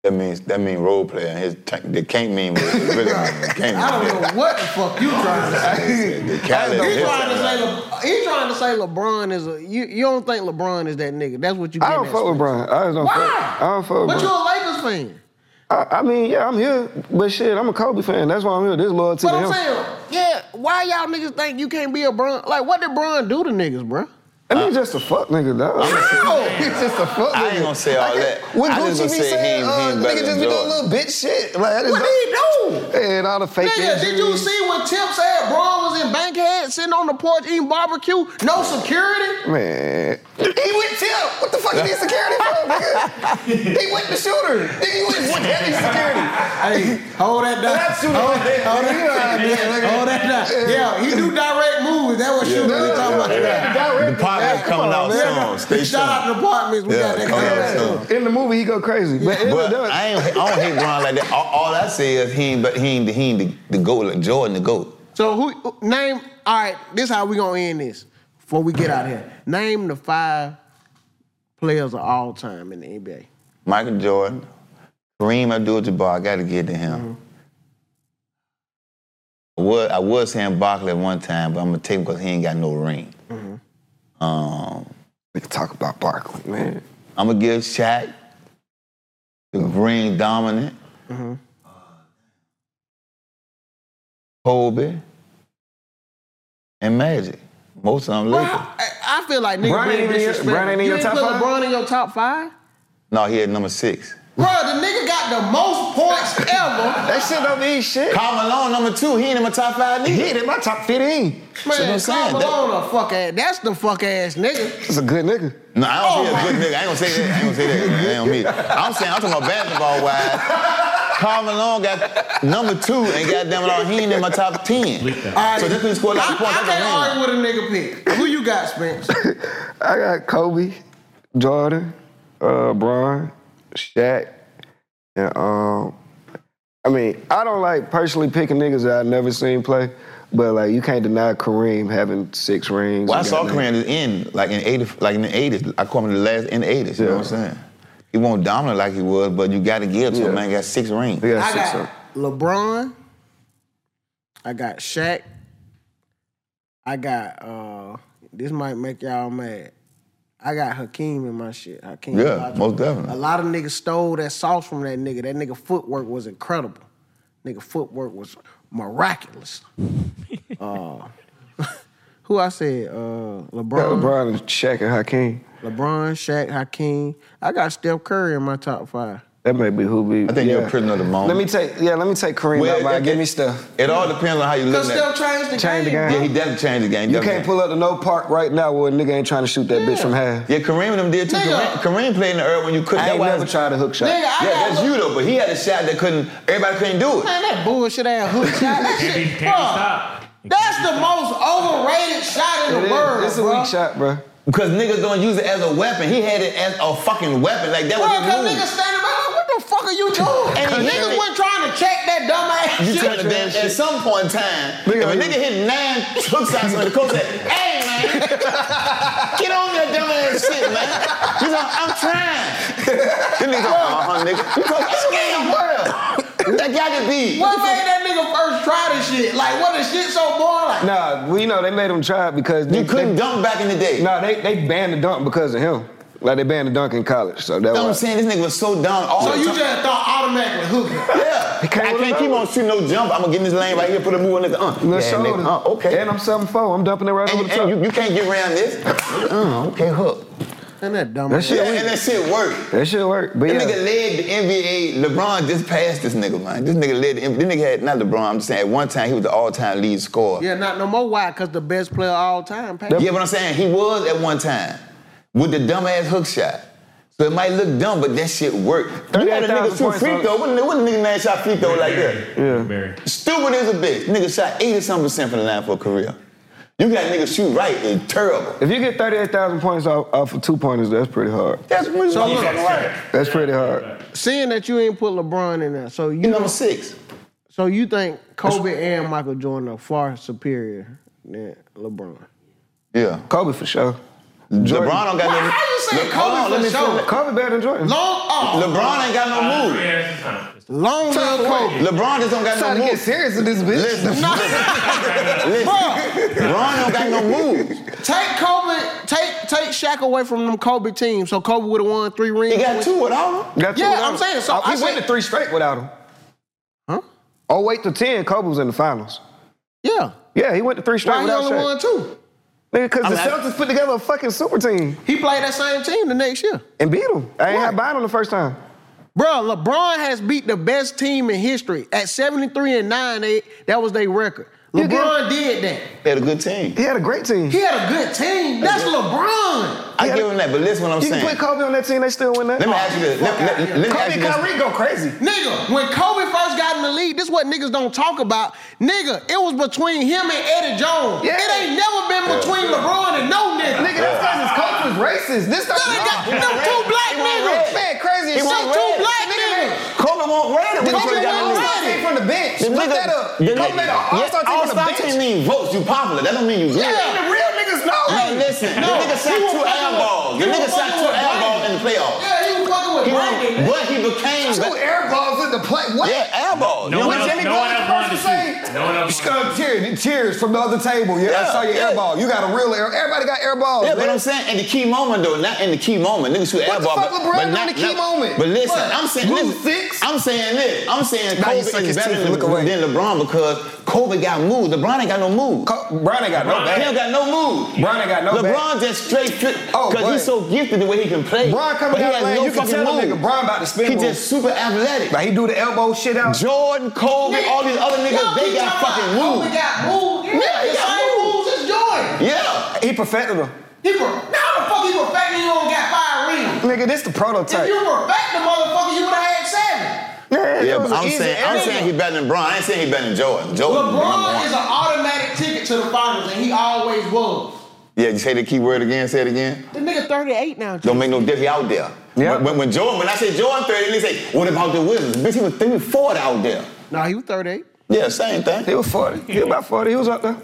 Speaker 5: That means that mean role player. and His t- the can't mean was it really mean the can't.
Speaker 1: I don't know what the fuck you trying to say.
Speaker 5: The Cali-
Speaker 1: He
Speaker 5: his-
Speaker 1: trying to say Le- he trying to say LeBron is a you. You don't think LeBron is that nigga? That's what you.
Speaker 8: I
Speaker 1: getting
Speaker 8: don't
Speaker 1: at,
Speaker 8: fuck with
Speaker 1: Spence.
Speaker 8: Brian. I just don't
Speaker 1: Why?
Speaker 8: fuck. I don't fuck with
Speaker 1: But you
Speaker 8: Brian.
Speaker 1: a Lakers fan.
Speaker 8: I, I mean, yeah, I'm here, but shit, I'm a Kobe fan. That's why I'm here. This loyalty
Speaker 1: But
Speaker 8: to
Speaker 1: I'm
Speaker 8: him.
Speaker 1: saying, yeah. Why y'all niggas think you can't be a Bron? Like, what did Bron do to niggas, bro?
Speaker 8: And he's just a fuck nigga, dog. he's just a fuck nigga.
Speaker 5: I ain't gonna say all
Speaker 8: Like,
Speaker 5: that.
Speaker 8: When
Speaker 5: I just
Speaker 8: Gucci
Speaker 5: gonna
Speaker 8: be
Speaker 5: say he
Speaker 8: saying,
Speaker 5: ain't-
Speaker 8: uh,
Speaker 5: he ain't
Speaker 8: nigga
Speaker 5: better
Speaker 8: just
Speaker 5: than
Speaker 8: be doing
Speaker 5: Jordan.
Speaker 8: little bitch shit. Like, I just
Speaker 1: What did he do?
Speaker 8: don't- And all the fake
Speaker 1: Nigga, did you
Speaker 8: injuries.
Speaker 1: see what Tip said? Braun was in Bankhead sitting on the porch eating barbecue, no security.
Speaker 8: Man. He went Tip. What the fuck you need security for, nigga? He went the shooter. Nigga, he went with heavy security.
Speaker 1: Hey, hold that down.
Speaker 8: That's shooting
Speaker 1: Hold,
Speaker 8: right there.
Speaker 1: hold
Speaker 8: You know how
Speaker 1: that
Speaker 8: it is,
Speaker 1: down.
Speaker 8: nigga.
Speaker 1: Hold that down. Yeah, he do direct moves. That was shooting.
Speaker 8: Yeah,
Speaker 1: we talking about
Speaker 8: yeah, direct-
Speaker 5: The partner's
Speaker 8: Yeah,
Speaker 5: coming
Speaker 8: come
Speaker 5: out
Speaker 8: on,
Speaker 5: soon.
Speaker 8: man.
Speaker 5: Stay
Speaker 1: Shout out
Speaker 5: tuned.
Speaker 1: to the apartments. We
Speaker 5: Yeah,
Speaker 1: got that
Speaker 5: come
Speaker 1: covered.
Speaker 5: on, son.
Speaker 8: In the movie, he go crazy. But, it
Speaker 5: But
Speaker 8: does-
Speaker 5: I ain't I don't hate Bron like that. All, all I say is he ain't but he ain't the he ain't the, the goat like Jordan the goat.
Speaker 1: So who who- name? All right, this how we gonna end this before we get out of here. Name the five players of all time in the NBA.
Speaker 5: Michael Jordan, Kareem Abdul-Jabbar. I got to get to him. I was I was saying Barkley at one time, but I'm gonna take him because he ain't got no ring. Um,
Speaker 8: we can talk about Barkley, man.
Speaker 5: I'm gonna give Shaq the ring dominant. Mm-hmm. Kobe and Magic. Most of them
Speaker 1: Bro,
Speaker 5: Lakers.
Speaker 1: I, I feel like nigga
Speaker 8: Bron
Speaker 1: being
Speaker 8: ain't in your-
Speaker 1: disrespectful.
Speaker 8: Bron ain't in
Speaker 1: you
Speaker 8: your
Speaker 1: ain't
Speaker 8: top
Speaker 1: put
Speaker 8: five?
Speaker 1: LeBron in your top five.
Speaker 5: No, he had number six.
Speaker 1: Bro, the nigga got the most points ever.
Speaker 8: That shit don't mean shit.
Speaker 5: Carl Malone, number two. He ain't in my top five
Speaker 8: He
Speaker 5: neither.
Speaker 8: hit in my top 15.
Speaker 5: what I'm
Speaker 1: Man,
Speaker 5: saying.
Speaker 1: Carl Malone a fuck ass. That's the fuck ass nigga.
Speaker 8: That's a good nigga.
Speaker 5: No, I
Speaker 1: Oh,
Speaker 5: don't see
Speaker 1: my-
Speaker 5: a good nigga. I ain't gonna say that. I ain't gonna say that. That ain't on me. I'm saying I'm talking about basketball wise. Carl Malone got number two, and goddamn it all, he ain't in my top ten.
Speaker 1: All
Speaker 5: So just 'cause he scored a lot
Speaker 1: I,
Speaker 5: of points,
Speaker 1: I
Speaker 5: that's a win.
Speaker 1: can't argue with a nigga pick. Who you got, Spence?
Speaker 8: I got Kobe, Jordan, uh, Braun, Shaq, and um. I mean, I don't like personally picking niggas that I've never seen play, but like you can't deny Kareem having six rings.
Speaker 5: Well, I
Speaker 8: and
Speaker 5: saw
Speaker 8: goddamn-
Speaker 5: Kareem at the end, like in eighty, like in the eighties. I call him the last in the eighties. You know what I'm saying? He won't dominant like he was, but you got to give to
Speaker 8: Yeah.
Speaker 5: him. Man, he got six rings.
Speaker 8: He got
Speaker 1: I
Speaker 8: six.
Speaker 1: got
Speaker 8: Got,
Speaker 1: LeBron. I got Shaq. I got uh this might make y'all mad. I got Hakeem in my shit. Hakeem.
Speaker 5: Yeah,
Speaker 1: Olajuwon.
Speaker 5: most definitely.
Speaker 1: A lot of niggas stole that sauce from that nigga. That nigga footwork was incredible. Nigga footwork was miraculous. uh, who I said? Uh, LeBron, LeBron,
Speaker 8: LeBron and Shaq and Hakeem.
Speaker 1: Shaq, Hakeem. I got Steph Curry in my top five.
Speaker 8: That may be who be.
Speaker 5: I think you're
Speaker 8: yeah.
Speaker 5: a prisoner of the moment.
Speaker 8: Let me take yeah. Let me take Kareem
Speaker 5: Well,
Speaker 8: out. man.
Speaker 5: it-
Speaker 8: Give
Speaker 5: it-
Speaker 8: me stuff.
Speaker 5: It all depends on how you look
Speaker 1: Cause Steph
Speaker 5: at. it.
Speaker 1: changed the
Speaker 8: Change the
Speaker 1: game.
Speaker 8: game.
Speaker 5: Yeah, he definitely changed the game.
Speaker 8: You
Speaker 5: definitely.
Speaker 8: can't pull up to no park right now where a nigga ain't trying to shoot that bitch from half.
Speaker 5: Yeah, Kareem and them did too. Kareem,
Speaker 1: Nigga.
Speaker 5: Kareem played in the earth when you couldn't.
Speaker 8: I
Speaker 5: That
Speaker 8: ain't
Speaker 5: why-
Speaker 8: never tried a hook shot.
Speaker 1: Nigga, I
Speaker 5: Yeah,
Speaker 1: got
Speaker 5: that's
Speaker 1: Le-
Speaker 5: you though. But he had a shot that couldn't. Everybody couldn't do it.
Speaker 1: Man, that bullshit ass hook shot. That shit,
Speaker 3: Can't be-
Speaker 1: bruh,
Speaker 3: can't be stopped.
Speaker 1: That's the most overrated shot in the
Speaker 8: It is.
Speaker 1: world.
Speaker 8: It's a
Speaker 1: bruh.
Speaker 8: weak shot, bro.
Speaker 5: Because niggas don't use it as a weapon. He had it as a fucking weapon. Like that
Speaker 1: Bro,
Speaker 5: was
Speaker 1: cause
Speaker 5: his move.
Speaker 1: niggas standing back like, what the fuck are you doing?
Speaker 5: And
Speaker 1: And
Speaker 5: he-
Speaker 1: niggas wasn't trying to check that dumb ass
Speaker 5: You
Speaker 1: shit.
Speaker 5: trying to dance at some point in time. if
Speaker 8: Nigga,
Speaker 5: a
Speaker 8: you-
Speaker 5: nigga hit nine hooks out, somebody, the coach said, "Hey man, get on that dumb ass shit, man." He's like, "I'm trying." This nigga, uh-huh, nigga. You talking this game world? That gotta be.
Speaker 1: What made that nigga nigga first try this shit? Like, what the shit so boring? Like,
Speaker 8: Nah, well, you know, they made him try it because they,
Speaker 5: You couldn't
Speaker 8: they,
Speaker 5: dunk back in the day.
Speaker 8: Nah, they, they banned the dunk because of him. Like they banned the dunk in college, so that
Speaker 5: That's what I'm
Speaker 8: was.
Speaker 5: saying. This nigga was so dumb. All
Speaker 1: so
Speaker 5: the
Speaker 1: you
Speaker 5: time.
Speaker 1: just thought automatically hooker.
Speaker 5: Yeah. I
Speaker 8: can't
Speaker 5: can't keep on shooting no jump. I'm gonna get in this lane right here, put a move on nigga. Uh,
Speaker 8: Little
Speaker 5: yeah,
Speaker 8: shoulder.
Speaker 5: nigga. Uh, okay.
Speaker 8: And I'm seven four. I'm dumping it right
Speaker 5: And-
Speaker 8: over the
Speaker 5: and
Speaker 8: top.
Speaker 5: you, you can't get around this. uh, okay, hook.
Speaker 1: And that dumb
Speaker 8: That shit-
Speaker 5: Yeah, and that shit worked.
Speaker 8: that shit work. But
Speaker 5: This
Speaker 8: yeah,
Speaker 5: nigga led the NBA. LeBron just passed this nigga, man. This nigga led the NBA. This nigga had, not LeBron, I'm just saying, at one time he was the all time lead scorer.
Speaker 1: Yeah, not no more. Why? Because the best player of all time, Pat.
Speaker 5: Yeah, but I'm saying he was at one time with the dumbass hook shot. So it might look dumb, but that shit worked. You had a
Speaker 8: 38,000
Speaker 5: nigga shoot
Speaker 8: points
Speaker 5: free
Speaker 8: on-
Speaker 5: throw. What a what a nigga man shot free throw like that?
Speaker 3: Yeah. Barry.
Speaker 5: Stupid as a bitch. Nigga shot 80 something percent from the line for a career. You got niggas shoot right and terrible.
Speaker 8: if you get thirty eight thousand points off, off of two pointers, that's pretty hard.
Speaker 5: That's what
Speaker 1: So look-
Speaker 8: That's pretty hard.
Speaker 1: Seeing that you ain't put LeBron in there, so
Speaker 5: You
Speaker 1: you
Speaker 5: number six.
Speaker 1: so you think Kobe and Michael Jordan are far superior than LeBron?
Speaker 5: Yeah.
Speaker 8: Kobe for sure.
Speaker 5: LeBron don't got no.
Speaker 1: How you say
Speaker 5: LeBron,
Speaker 1: Kobe
Speaker 5: let
Speaker 1: for
Speaker 5: me
Speaker 1: sure?
Speaker 5: finish.
Speaker 1: Long,
Speaker 8: Kobe better than Jordan.
Speaker 1: oh,
Speaker 5: LeBron ain't got no move.
Speaker 1: long live Kobe.
Speaker 5: LeBron just don't got no move.
Speaker 8: serious in this
Speaker 5: Listen, listen.
Speaker 1: Bruh,
Speaker 5: LeBron don't got no moves.
Speaker 1: take Kobe, take take Shaq away from them Kobe teams, so Kobe would have won three rings.
Speaker 5: He got two without him.
Speaker 8: Got two
Speaker 1: Yeah,
Speaker 8: without
Speaker 1: I'm
Speaker 8: him.
Speaker 1: saying, so
Speaker 8: Uh,
Speaker 1: I
Speaker 8: we went
Speaker 1: said-
Speaker 8: to three straight without him.
Speaker 1: Huh?
Speaker 8: Oh wait to ten. Kobe was in the finals.
Speaker 1: Yeah.
Speaker 8: Yeah, he went to three straight
Speaker 1: Why he
Speaker 8: without
Speaker 1: only
Speaker 8: Shaq.
Speaker 1: won two?
Speaker 8: Nigga, because
Speaker 5: I'm
Speaker 8: the
Speaker 5: like-
Speaker 8: Celtics put together a fucking super team
Speaker 1: He played that same team the next year.
Speaker 8: and beat him. I
Speaker 1: Right.
Speaker 8: ain't had Biden on the first time.
Speaker 1: Bro, LeBron has beat the best team in history. At 73 and 9, they, that was their record.
Speaker 8: You get-
Speaker 1: LeBron did that.
Speaker 5: They had a good team.
Speaker 8: He had a great team.
Speaker 1: He had a good team. That's LeBron.
Speaker 5: I give him that, but listen what I'm
Speaker 8: you
Speaker 5: saying.
Speaker 8: can put Kobe on that team, they still win that.
Speaker 5: Let me ask you this. Let, let- let me
Speaker 8: Kobe
Speaker 5: ask you
Speaker 8: and
Speaker 5: this.
Speaker 8: Kyrie go crazy.
Speaker 1: Nigga, when Kobe first got in the league, this is what niggas don't talk about. Nigga, it was between him and Eddie Jones.
Speaker 8: Yeah.
Speaker 1: It ain't never been between LeBron and no nigga.
Speaker 8: Nigga, that's because his coach was racist. This
Speaker 1: Nigga, got-
Speaker 8: Nah.
Speaker 1: them two black
Speaker 8: He went red.
Speaker 1: niggas.
Speaker 8: Man, crazy as
Speaker 1: Them
Speaker 8: shit.
Speaker 1: two black
Speaker 8: Nigga,
Speaker 1: niggas.
Speaker 5: Kobe won't read it when
Speaker 1: Kobe
Speaker 5: he
Speaker 8: Kobe
Speaker 5: first got in the
Speaker 1: won't
Speaker 5: league.
Speaker 1: read
Speaker 8: came from the bench.
Speaker 5: The
Speaker 8: Look
Speaker 5: nigga-
Speaker 8: that up.
Speaker 5: the
Speaker 8: Kobe
Speaker 5: nigga-
Speaker 8: made an all-star
Speaker 5: yeah,
Speaker 8: team from the
Speaker 5: all-star
Speaker 8: bench.
Speaker 5: team mean votes. You popular. That don't mean you good.
Speaker 8: Yeah, the real niggas know.
Speaker 5: Hey, listen. The nigga shot
Speaker 1: he was
Speaker 5: two
Speaker 1: fucking
Speaker 5: air
Speaker 1: with-
Speaker 5: balls. The
Speaker 1: he was
Speaker 5: nigga shot
Speaker 1: fucking
Speaker 5: two
Speaker 1: with
Speaker 5: air
Speaker 1: Brandon.
Speaker 5: balls in the playoffs.
Speaker 1: Yeah, he was fucking with
Speaker 5: He
Speaker 1: Brandon.
Speaker 5: won't- What he became.
Speaker 8: Two air balls in the play. What?
Speaker 5: Yeah, air balls.
Speaker 3: No
Speaker 5: You
Speaker 3: one
Speaker 5: know
Speaker 3: else-
Speaker 5: Jimmy
Speaker 3: no one
Speaker 5: Butler
Speaker 3: else
Speaker 5: supposed
Speaker 3: wanted
Speaker 5: to
Speaker 3: to
Speaker 5: say?
Speaker 3: shoot. No one else wanted to
Speaker 8: Scum tears, tears from the other table. Yeah,
Speaker 5: Yeah,
Speaker 8: I saw your
Speaker 5: yeah.
Speaker 8: air ball. You got a real air. Everybody got air balls.
Speaker 5: Yeah,
Speaker 8: man.
Speaker 5: but I'm saying in the key moment though, not in the key moment. Niggas shoot
Speaker 8: Oh, What
Speaker 5: air
Speaker 8: the
Speaker 5: ball,
Speaker 8: fuck
Speaker 5: but,
Speaker 8: LeBron
Speaker 5: but
Speaker 8: doing
Speaker 5: not
Speaker 8: in the key
Speaker 5: not-
Speaker 8: moment?
Speaker 5: But listen,
Speaker 8: What?
Speaker 5: I'm saying
Speaker 8: Lose
Speaker 5: listen,
Speaker 8: six?
Speaker 5: I'm saying this. I'm saying
Speaker 8: Now you suck
Speaker 5: Kobe is
Speaker 8: his
Speaker 5: better
Speaker 8: teeth
Speaker 5: than,
Speaker 8: and look away.
Speaker 5: than LeBron because Kobe got moved. LeBron ain't got no move.
Speaker 8: Co- Brian ain't got no
Speaker 5: He don't
Speaker 8: back.
Speaker 5: got no move.
Speaker 8: Brian ain't got no back.
Speaker 5: LeBron just straight
Speaker 8: Oh,
Speaker 5: because he's
Speaker 8: but-
Speaker 5: so gifted the way he can play.
Speaker 8: Brian coming
Speaker 5: but he
Speaker 8: down
Speaker 5: has
Speaker 8: lane,
Speaker 5: no
Speaker 8: you can
Speaker 5: fucking
Speaker 8: tell a
Speaker 5: move.
Speaker 8: nigga Brian about to spin
Speaker 5: He
Speaker 8: move.
Speaker 5: just super athletic.
Speaker 8: Like he do the elbow shit out.
Speaker 5: Jordan, Kobe, all these other niggas, they got fucking
Speaker 1: moves.
Speaker 5: move.
Speaker 1: Kobe got moved. Yeah,
Speaker 5: Yeah, he
Speaker 1: the
Speaker 5: got
Speaker 1: same
Speaker 5: moved.
Speaker 1: moves as Jordan.
Speaker 5: Yeah.
Speaker 8: He perfected him.
Speaker 1: He per- now the fuck he perfecting you don't got five rings.
Speaker 8: Nigga, this the
Speaker 1: If
Speaker 8: prototype.
Speaker 1: you perfect the motherfucker, you would have had seven.
Speaker 8: yeah,
Speaker 5: Yeah,
Speaker 8: it was
Speaker 5: but
Speaker 8: an
Speaker 5: I'm
Speaker 8: easy
Speaker 5: saying I'm
Speaker 8: area.
Speaker 5: saying he better than Bron. I ain't saying he better than Jordan. Jordan number
Speaker 1: LeBron
Speaker 5: one.
Speaker 1: is an automatic ticket to the finals, and he always was.
Speaker 5: Yeah, you say the key word again, say it again.
Speaker 1: The nigga 38 now.
Speaker 5: Don't make no difference he out there.
Speaker 8: Yeah.
Speaker 5: When, when, when Jordan, when I say Jordan 30, they say, what about the Wizards? Bitch, he was 30, 40 out there.
Speaker 1: No, he was 38.
Speaker 5: Yeah, same
Speaker 8: He
Speaker 5: thing.
Speaker 8: was 40. He was about 40. He was up there.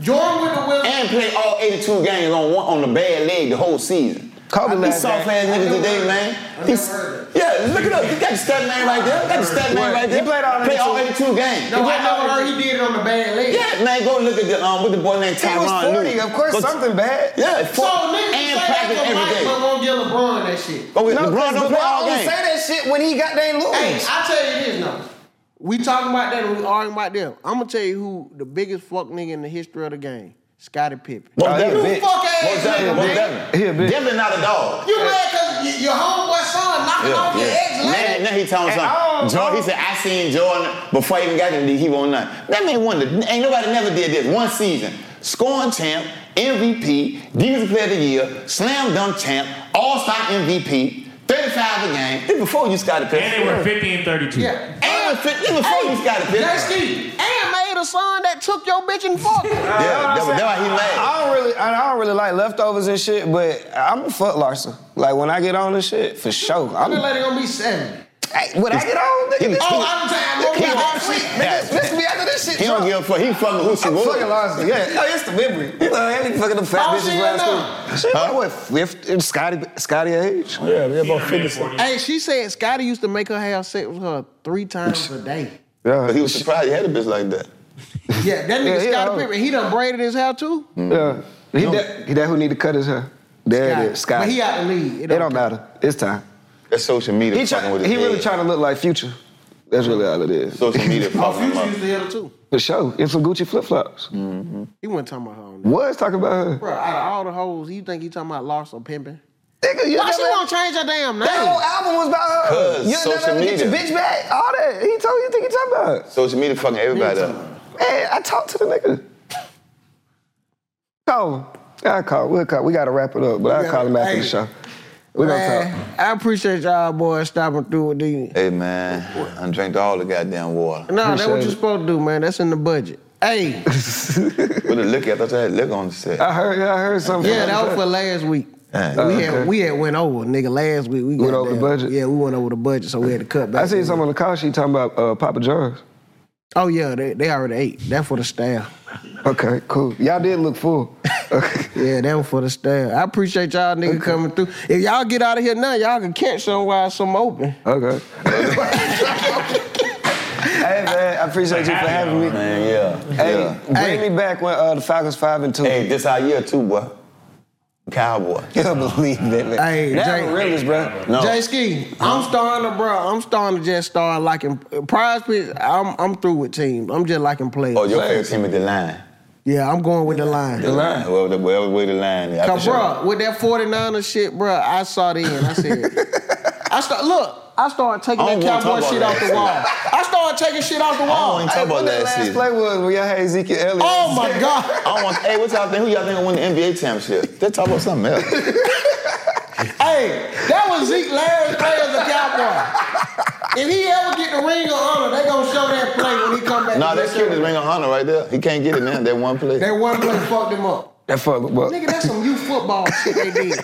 Speaker 1: Jordan with the Wizards.
Speaker 5: And played all 82 games on one on the bad leg the whole season.
Speaker 8: Kobe
Speaker 5: These
Speaker 8: last
Speaker 5: soft
Speaker 8: game.
Speaker 5: ass niggas today,
Speaker 1: I
Speaker 5: man.
Speaker 1: never
Speaker 5: These,
Speaker 1: heard
Speaker 5: yeah, look it up. You got the stat man right there. Got the stat man
Speaker 8: What?
Speaker 5: right
Speaker 8: He
Speaker 5: there.
Speaker 8: played all
Speaker 5: Played
Speaker 8: 82.
Speaker 1: No,
Speaker 5: 82 games. He
Speaker 1: I
Speaker 5: played
Speaker 1: never
Speaker 5: all
Speaker 1: heard he did it on the bad leg.
Speaker 5: Yeah, man, go look at the um with the boy named
Speaker 8: He
Speaker 5: Tyron.
Speaker 8: was 40.
Speaker 5: Lue.
Speaker 8: Of course,
Speaker 5: Go-
Speaker 8: something bad.
Speaker 5: Yeah,
Speaker 1: So niggas
Speaker 5: and
Speaker 1: say
Speaker 5: practice
Speaker 1: that's a
Speaker 5: every
Speaker 1: right, but
Speaker 5: day.
Speaker 1: won't give LeBron that shit.
Speaker 5: Oh,
Speaker 8: No,
Speaker 5: LeBron don't play all
Speaker 8: only
Speaker 5: games.
Speaker 8: say that shit when he got dang lose.
Speaker 1: Hey, I tell you this now. We talking about that and we arguing about them. I'm gonna tell you who the biggest fuck nigga in the history of the game, Scottie Pippen.
Speaker 5: Most
Speaker 8: Oh, he a
Speaker 5: definitely.
Speaker 8: bitch.
Speaker 1: Fuck ass
Speaker 5: Most definitely.
Speaker 1: nigga,
Speaker 5: Most
Speaker 1: man.
Speaker 5: definitely.
Speaker 8: He a bitch.
Speaker 5: Definitely not a dog.
Speaker 1: You mad cause y- your homeboy son knocking
Speaker 5: Yeah,
Speaker 1: off your
Speaker 5: yeah.
Speaker 1: ex lady?
Speaker 5: Now, now he telling
Speaker 8: And I
Speaker 5: something.
Speaker 8: don't-
Speaker 5: Jordan, he said, I seen Jordan before he even got in the league, he won none. That man won the, ain't nobody never did this. One season. Scoring champ, MVP, defensive player of the year, slam dunk champ, all-star MVP, 35 a game. This before you started
Speaker 3: And they
Speaker 5: pissing.
Speaker 3: were 50 and 32.
Speaker 1: Yeah.
Speaker 5: And fit- this before you started pissing.
Speaker 1: Ski. And made a son that took your bitch and fucked. her.
Speaker 5: Yeah, that, was- that why he mad.
Speaker 8: I don't really, I don't really like leftovers and shit, but I'm a fuck Larson. Like when I get on this shit, for sure. I'm,
Speaker 1: That lady gonna be seven.
Speaker 8: hey, when I get on, nigga, this,
Speaker 1: Oh, I'm tired. Go
Speaker 8: this,
Speaker 1: get
Speaker 8: this,
Speaker 1: hot
Speaker 8: this,
Speaker 1: shit.
Speaker 8: this, this, this, after this shit.
Speaker 5: He don't
Speaker 8: drop.
Speaker 5: give a fuck. He fucking who she
Speaker 8: I'm
Speaker 5: was.
Speaker 8: fucking Larson. Yeah, oh, it's the memory. Oh, You know, I be fucking the fat
Speaker 1: How old she
Speaker 8: bitches
Speaker 1: is
Speaker 8: last
Speaker 1: now?
Speaker 8: week. She huh? Oh, what? Fifty? Scotty, Scotty age?
Speaker 6: Yeah, they're about 50.
Speaker 1: Hey, she said Scotty used to make her have sex with her three times a day.
Speaker 5: Yeah. But he was surprised he had a bitch like that.
Speaker 1: Yeah, that
Speaker 5: Yeah,
Speaker 1: nigga
Speaker 5: he
Speaker 1: Scottie
Speaker 5: old.
Speaker 1: Pippen, he done braided his hair too.
Speaker 8: Yeah. He, that, he that who need to cut his hair. There
Speaker 1: Scott.
Speaker 8: it is, Scott.
Speaker 1: But he out the league.
Speaker 8: It don't, matter. It's time.
Speaker 5: That's social media.
Speaker 8: He, try-
Speaker 5: fucking with his
Speaker 8: he really
Speaker 5: head.
Speaker 8: trying to look like Future. That's really all it is.
Speaker 5: Social media fucking him up.
Speaker 1: the hell too.
Speaker 8: For sure. In some Gucci flip flops.
Speaker 1: He wasn't talking about her. on that.
Speaker 8: Was talking about her.
Speaker 1: Bro, out of all the hoes, you think he talking about Lars or pimping?
Speaker 8: Nigga, you
Speaker 1: Why she
Speaker 8: never-
Speaker 1: won't change her damn name?
Speaker 8: That whole album was about her.
Speaker 5: Cuz
Speaker 8: You'll
Speaker 5: social
Speaker 8: never get your
Speaker 5: media.
Speaker 8: bitch back. All that. He told you think he talking about.
Speaker 5: Social media fucking everybody up.
Speaker 8: Man, I talked to the nigga. Call him. I call. We'll call. We gotta wrap it up, but I'll call him after the show. We gonna talk.
Speaker 1: Man, I appreciate y'all boys stopping through with these.
Speaker 5: Hey man, I drank all the goddamn water.
Speaker 1: Nah, that's what
Speaker 5: Appreciate
Speaker 1: you
Speaker 5: it.
Speaker 1: supposed to do, man. That's in the budget. Hey,
Speaker 5: With the liquor, I thought I had liquor on the set.
Speaker 8: I heard. I heard something.
Speaker 1: yeah, that was for last week.
Speaker 5: Uh,
Speaker 1: we
Speaker 5: okay.
Speaker 1: had we had went over, nigga. Last week we
Speaker 8: Oh, Went
Speaker 1: got
Speaker 8: over the
Speaker 1: down.
Speaker 8: budget?
Speaker 1: Yeah, we went over the budget, so we had to cut back.
Speaker 8: I seen something on the call sheet talking about uh, Papa John's.
Speaker 1: Oh yeah, they, they already ate. That for the staff.
Speaker 8: Okay, cool. Y'all did look full.
Speaker 1: Yeah, that was for the staff. I appreciate y'all nigga coming through. If y'all get out of here now, y'all can catch somewhere some open.
Speaker 8: Okay. hey man, I appreciate you for having me.
Speaker 5: Man, yeah.
Speaker 8: Hey,
Speaker 5: yeah.
Speaker 8: bring me back when uh, the Falcons five and two.
Speaker 5: Hey, this our year too, boy. Cowboy.
Speaker 8: You don't believe that, man.
Speaker 1: Hey,
Speaker 8: Never
Speaker 1: Jay-
Speaker 8: realist, bro.
Speaker 5: No.
Speaker 1: Jay Ski, I'm starting to, bro. I'm starting to just start liking prize picks. I'm I'm through with teams. I'm just liking players.
Speaker 5: Oh, your favorite team is the line.
Speaker 1: yeah, I'm going with the line.
Speaker 5: The line. Whoever, the- wherever way the line is. I
Speaker 1: Cause
Speaker 5: for sure-
Speaker 1: bro, with that 49er shit, bro, I saw the end. I said, I start look. I started taking
Speaker 5: I don't
Speaker 1: that cowboy
Speaker 5: wanna talk
Speaker 1: shit
Speaker 5: about
Speaker 1: off the
Speaker 5: that.
Speaker 1: wall. I started taking shit off the
Speaker 5: I don't
Speaker 1: wall.
Speaker 5: want to talk about
Speaker 8: When
Speaker 5: last
Speaker 8: that last
Speaker 5: season.
Speaker 8: play was when y'all had Ezekiel Elliott.
Speaker 1: Oh my god!
Speaker 5: I don't want. Hey, what y'all think? Who y'all think will win the NBA championship? Let's talk about something else.
Speaker 1: Hey, that was Zeke Larry's play as a cowboy. If he ever get the ring of honor, they gonna show that play when he come back.
Speaker 5: no, nah,
Speaker 1: to
Speaker 5: that
Speaker 1: get
Speaker 5: kid
Speaker 1: that
Speaker 5: is
Speaker 1: ring.
Speaker 5: ring of honor right there. He can't get it now. That one play.
Speaker 1: That one play fucked him up.
Speaker 8: That fuck up.
Speaker 1: Nigga, that's some youth football shit they did.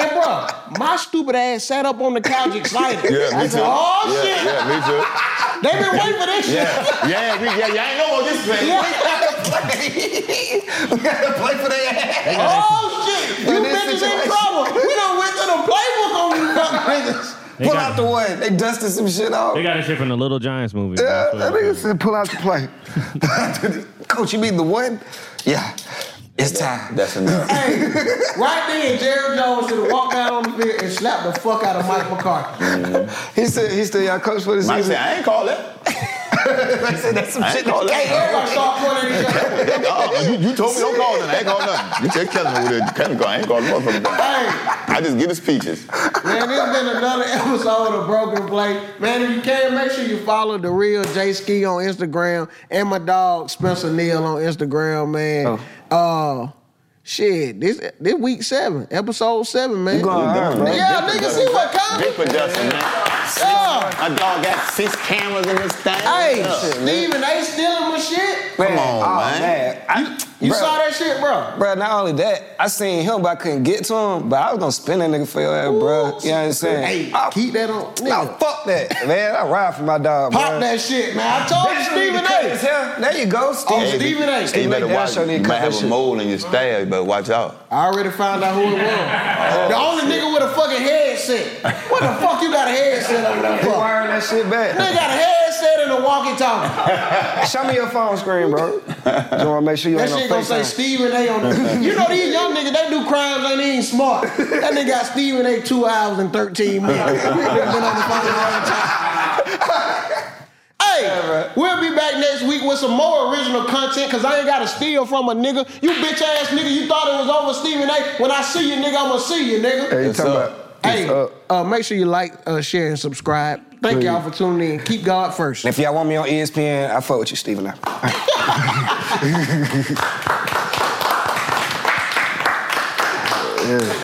Speaker 1: And bro, my stupid ass sat up on the couch excited. I
Speaker 5: Yeah, me too.
Speaker 1: said, oh
Speaker 5: yeah,
Speaker 1: shit,
Speaker 5: yeah, me too.
Speaker 1: they been waiting for this shit.
Speaker 5: Yeah, yeah, we, yeah, yeah. I ain't know about this play.
Speaker 1: Yeah.
Speaker 5: we got to play for their ass.
Speaker 1: Oh shit, you
Speaker 8: this
Speaker 1: bitches in
Speaker 8: situation-
Speaker 1: trouble. We done went through the playbook on you fucking niggas.
Speaker 8: Pull
Speaker 3: got
Speaker 8: out the one. They dusted some shit off.
Speaker 3: They got it shit from the Little Giants movie.
Speaker 8: Yeah,
Speaker 3: That's what
Speaker 8: that
Speaker 3: it
Speaker 8: nigga
Speaker 3: was.
Speaker 8: said pull out the play. Coach, you mean the one? Yeah, it's time.
Speaker 5: That's enough.
Speaker 1: Hey, right then, Jerry Jones should have walked out on the field and slapped the fuck out of Mike McCarthy.
Speaker 8: He said he still y'all coach for the
Speaker 5: Mike
Speaker 8: season.
Speaker 5: said, I ain't call that.
Speaker 8: They said that's some
Speaker 5: I ain't
Speaker 8: shit that
Speaker 5: call
Speaker 8: you
Speaker 5: that.
Speaker 8: can't
Speaker 1: Everybody
Speaker 8: hear.
Speaker 1: start pointing at each other.
Speaker 5: Oh, you, you told me don't call nothing. I ain't call nothing. You take Kevin over there. Kevin call. I ain't call the motherfucker.
Speaker 1: Hey.
Speaker 5: I just get his peaches.
Speaker 1: Man, this has been another episode of Broken Plate. Man, if you can, make sure you follow the real J Ski on Instagram and my dog Spencer Neal on Instagram, man. Uh, shit, this this week seven, episode seven, man.
Speaker 8: You going hard, bro.
Speaker 1: yeah, nigga, see what
Speaker 5: Big
Speaker 1: coming.
Speaker 5: production, man.
Speaker 1: Yeah.
Speaker 5: My dog got six cameras in this thing.
Speaker 1: Hey,
Speaker 5: Look.
Speaker 1: Steven, they stealing my shit.
Speaker 8: Man,
Speaker 5: Come on,
Speaker 8: oh,
Speaker 5: man.
Speaker 8: I,
Speaker 1: You
Speaker 8: bro,
Speaker 1: saw that shit, bro.
Speaker 8: Bro, not only that, I seen him, but I couldn't get to him. But I was gonna spin that nigga for your ass, bro. You know what I'm saying?
Speaker 1: Hey,
Speaker 8: Oh,
Speaker 1: keep that on.
Speaker 8: no,
Speaker 1: Nigga,
Speaker 8: fuck that, man. I ride for my dog,
Speaker 1: pop
Speaker 8: bro.
Speaker 1: that shit, man. I told you,
Speaker 8: That nigga cut his
Speaker 1: Stephen A.
Speaker 8: hair. There you go, Steve.
Speaker 1: Oh, Stephen A.
Speaker 5: You
Speaker 8: Stephen
Speaker 5: better
Speaker 8: A. Down
Speaker 5: watch.
Speaker 8: show
Speaker 5: You
Speaker 8: need to
Speaker 5: might
Speaker 8: cut that
Speaker 5: have a
Speaker 8: shit.
Speaker 5: mole in your stab. You better watch out.
Speaker 1: I already found out who it was.
Speaker 8: Oh,
Speaker 1: the only nigga with a fucking headset. What the fuck you got a headset over there
Speaker 8: He
Speaker 1: for?
Speaker 8: wiring that shit back.
Speaker 1: Nigga got a headset and a walkie-talkie.
Speaker 8: Show me your phone screen, bro. Just wanna make sure you
Speaker 1: That
Speaker 8: ain't
Speaker 1: shit
Speaker 8: no
Speaker 1: gonna
Speaker 8: face.
Speaker 1: say Stephen A on there. You know these young niggas, they do crimes, they ain't even smart. That nigga got Stephen A two hours and 13 minutes. Nigga been on the phone a long time. Hey, we'll be back next week with some more original content, cause I ain't gotta steal from a nigga. You bitch ass nigga, you thought it was over Stephen A. When I see you, nigga, I'ma see you, nigga.
Speaker 8: Hey, you
Speaker 5: It's
Speaker 8: talking
Speaker 5: up.
Speaker 8: about
Speaker 1: Hey,
Speaker 8: it's up.
Speaker 1: uh, make sure you like, uh, share, and subscribe. Thank y'all for tuning in. Keep God first.
Speaker 8: And if y'all want me on E ESPN, I fuck with you, Stephen. A.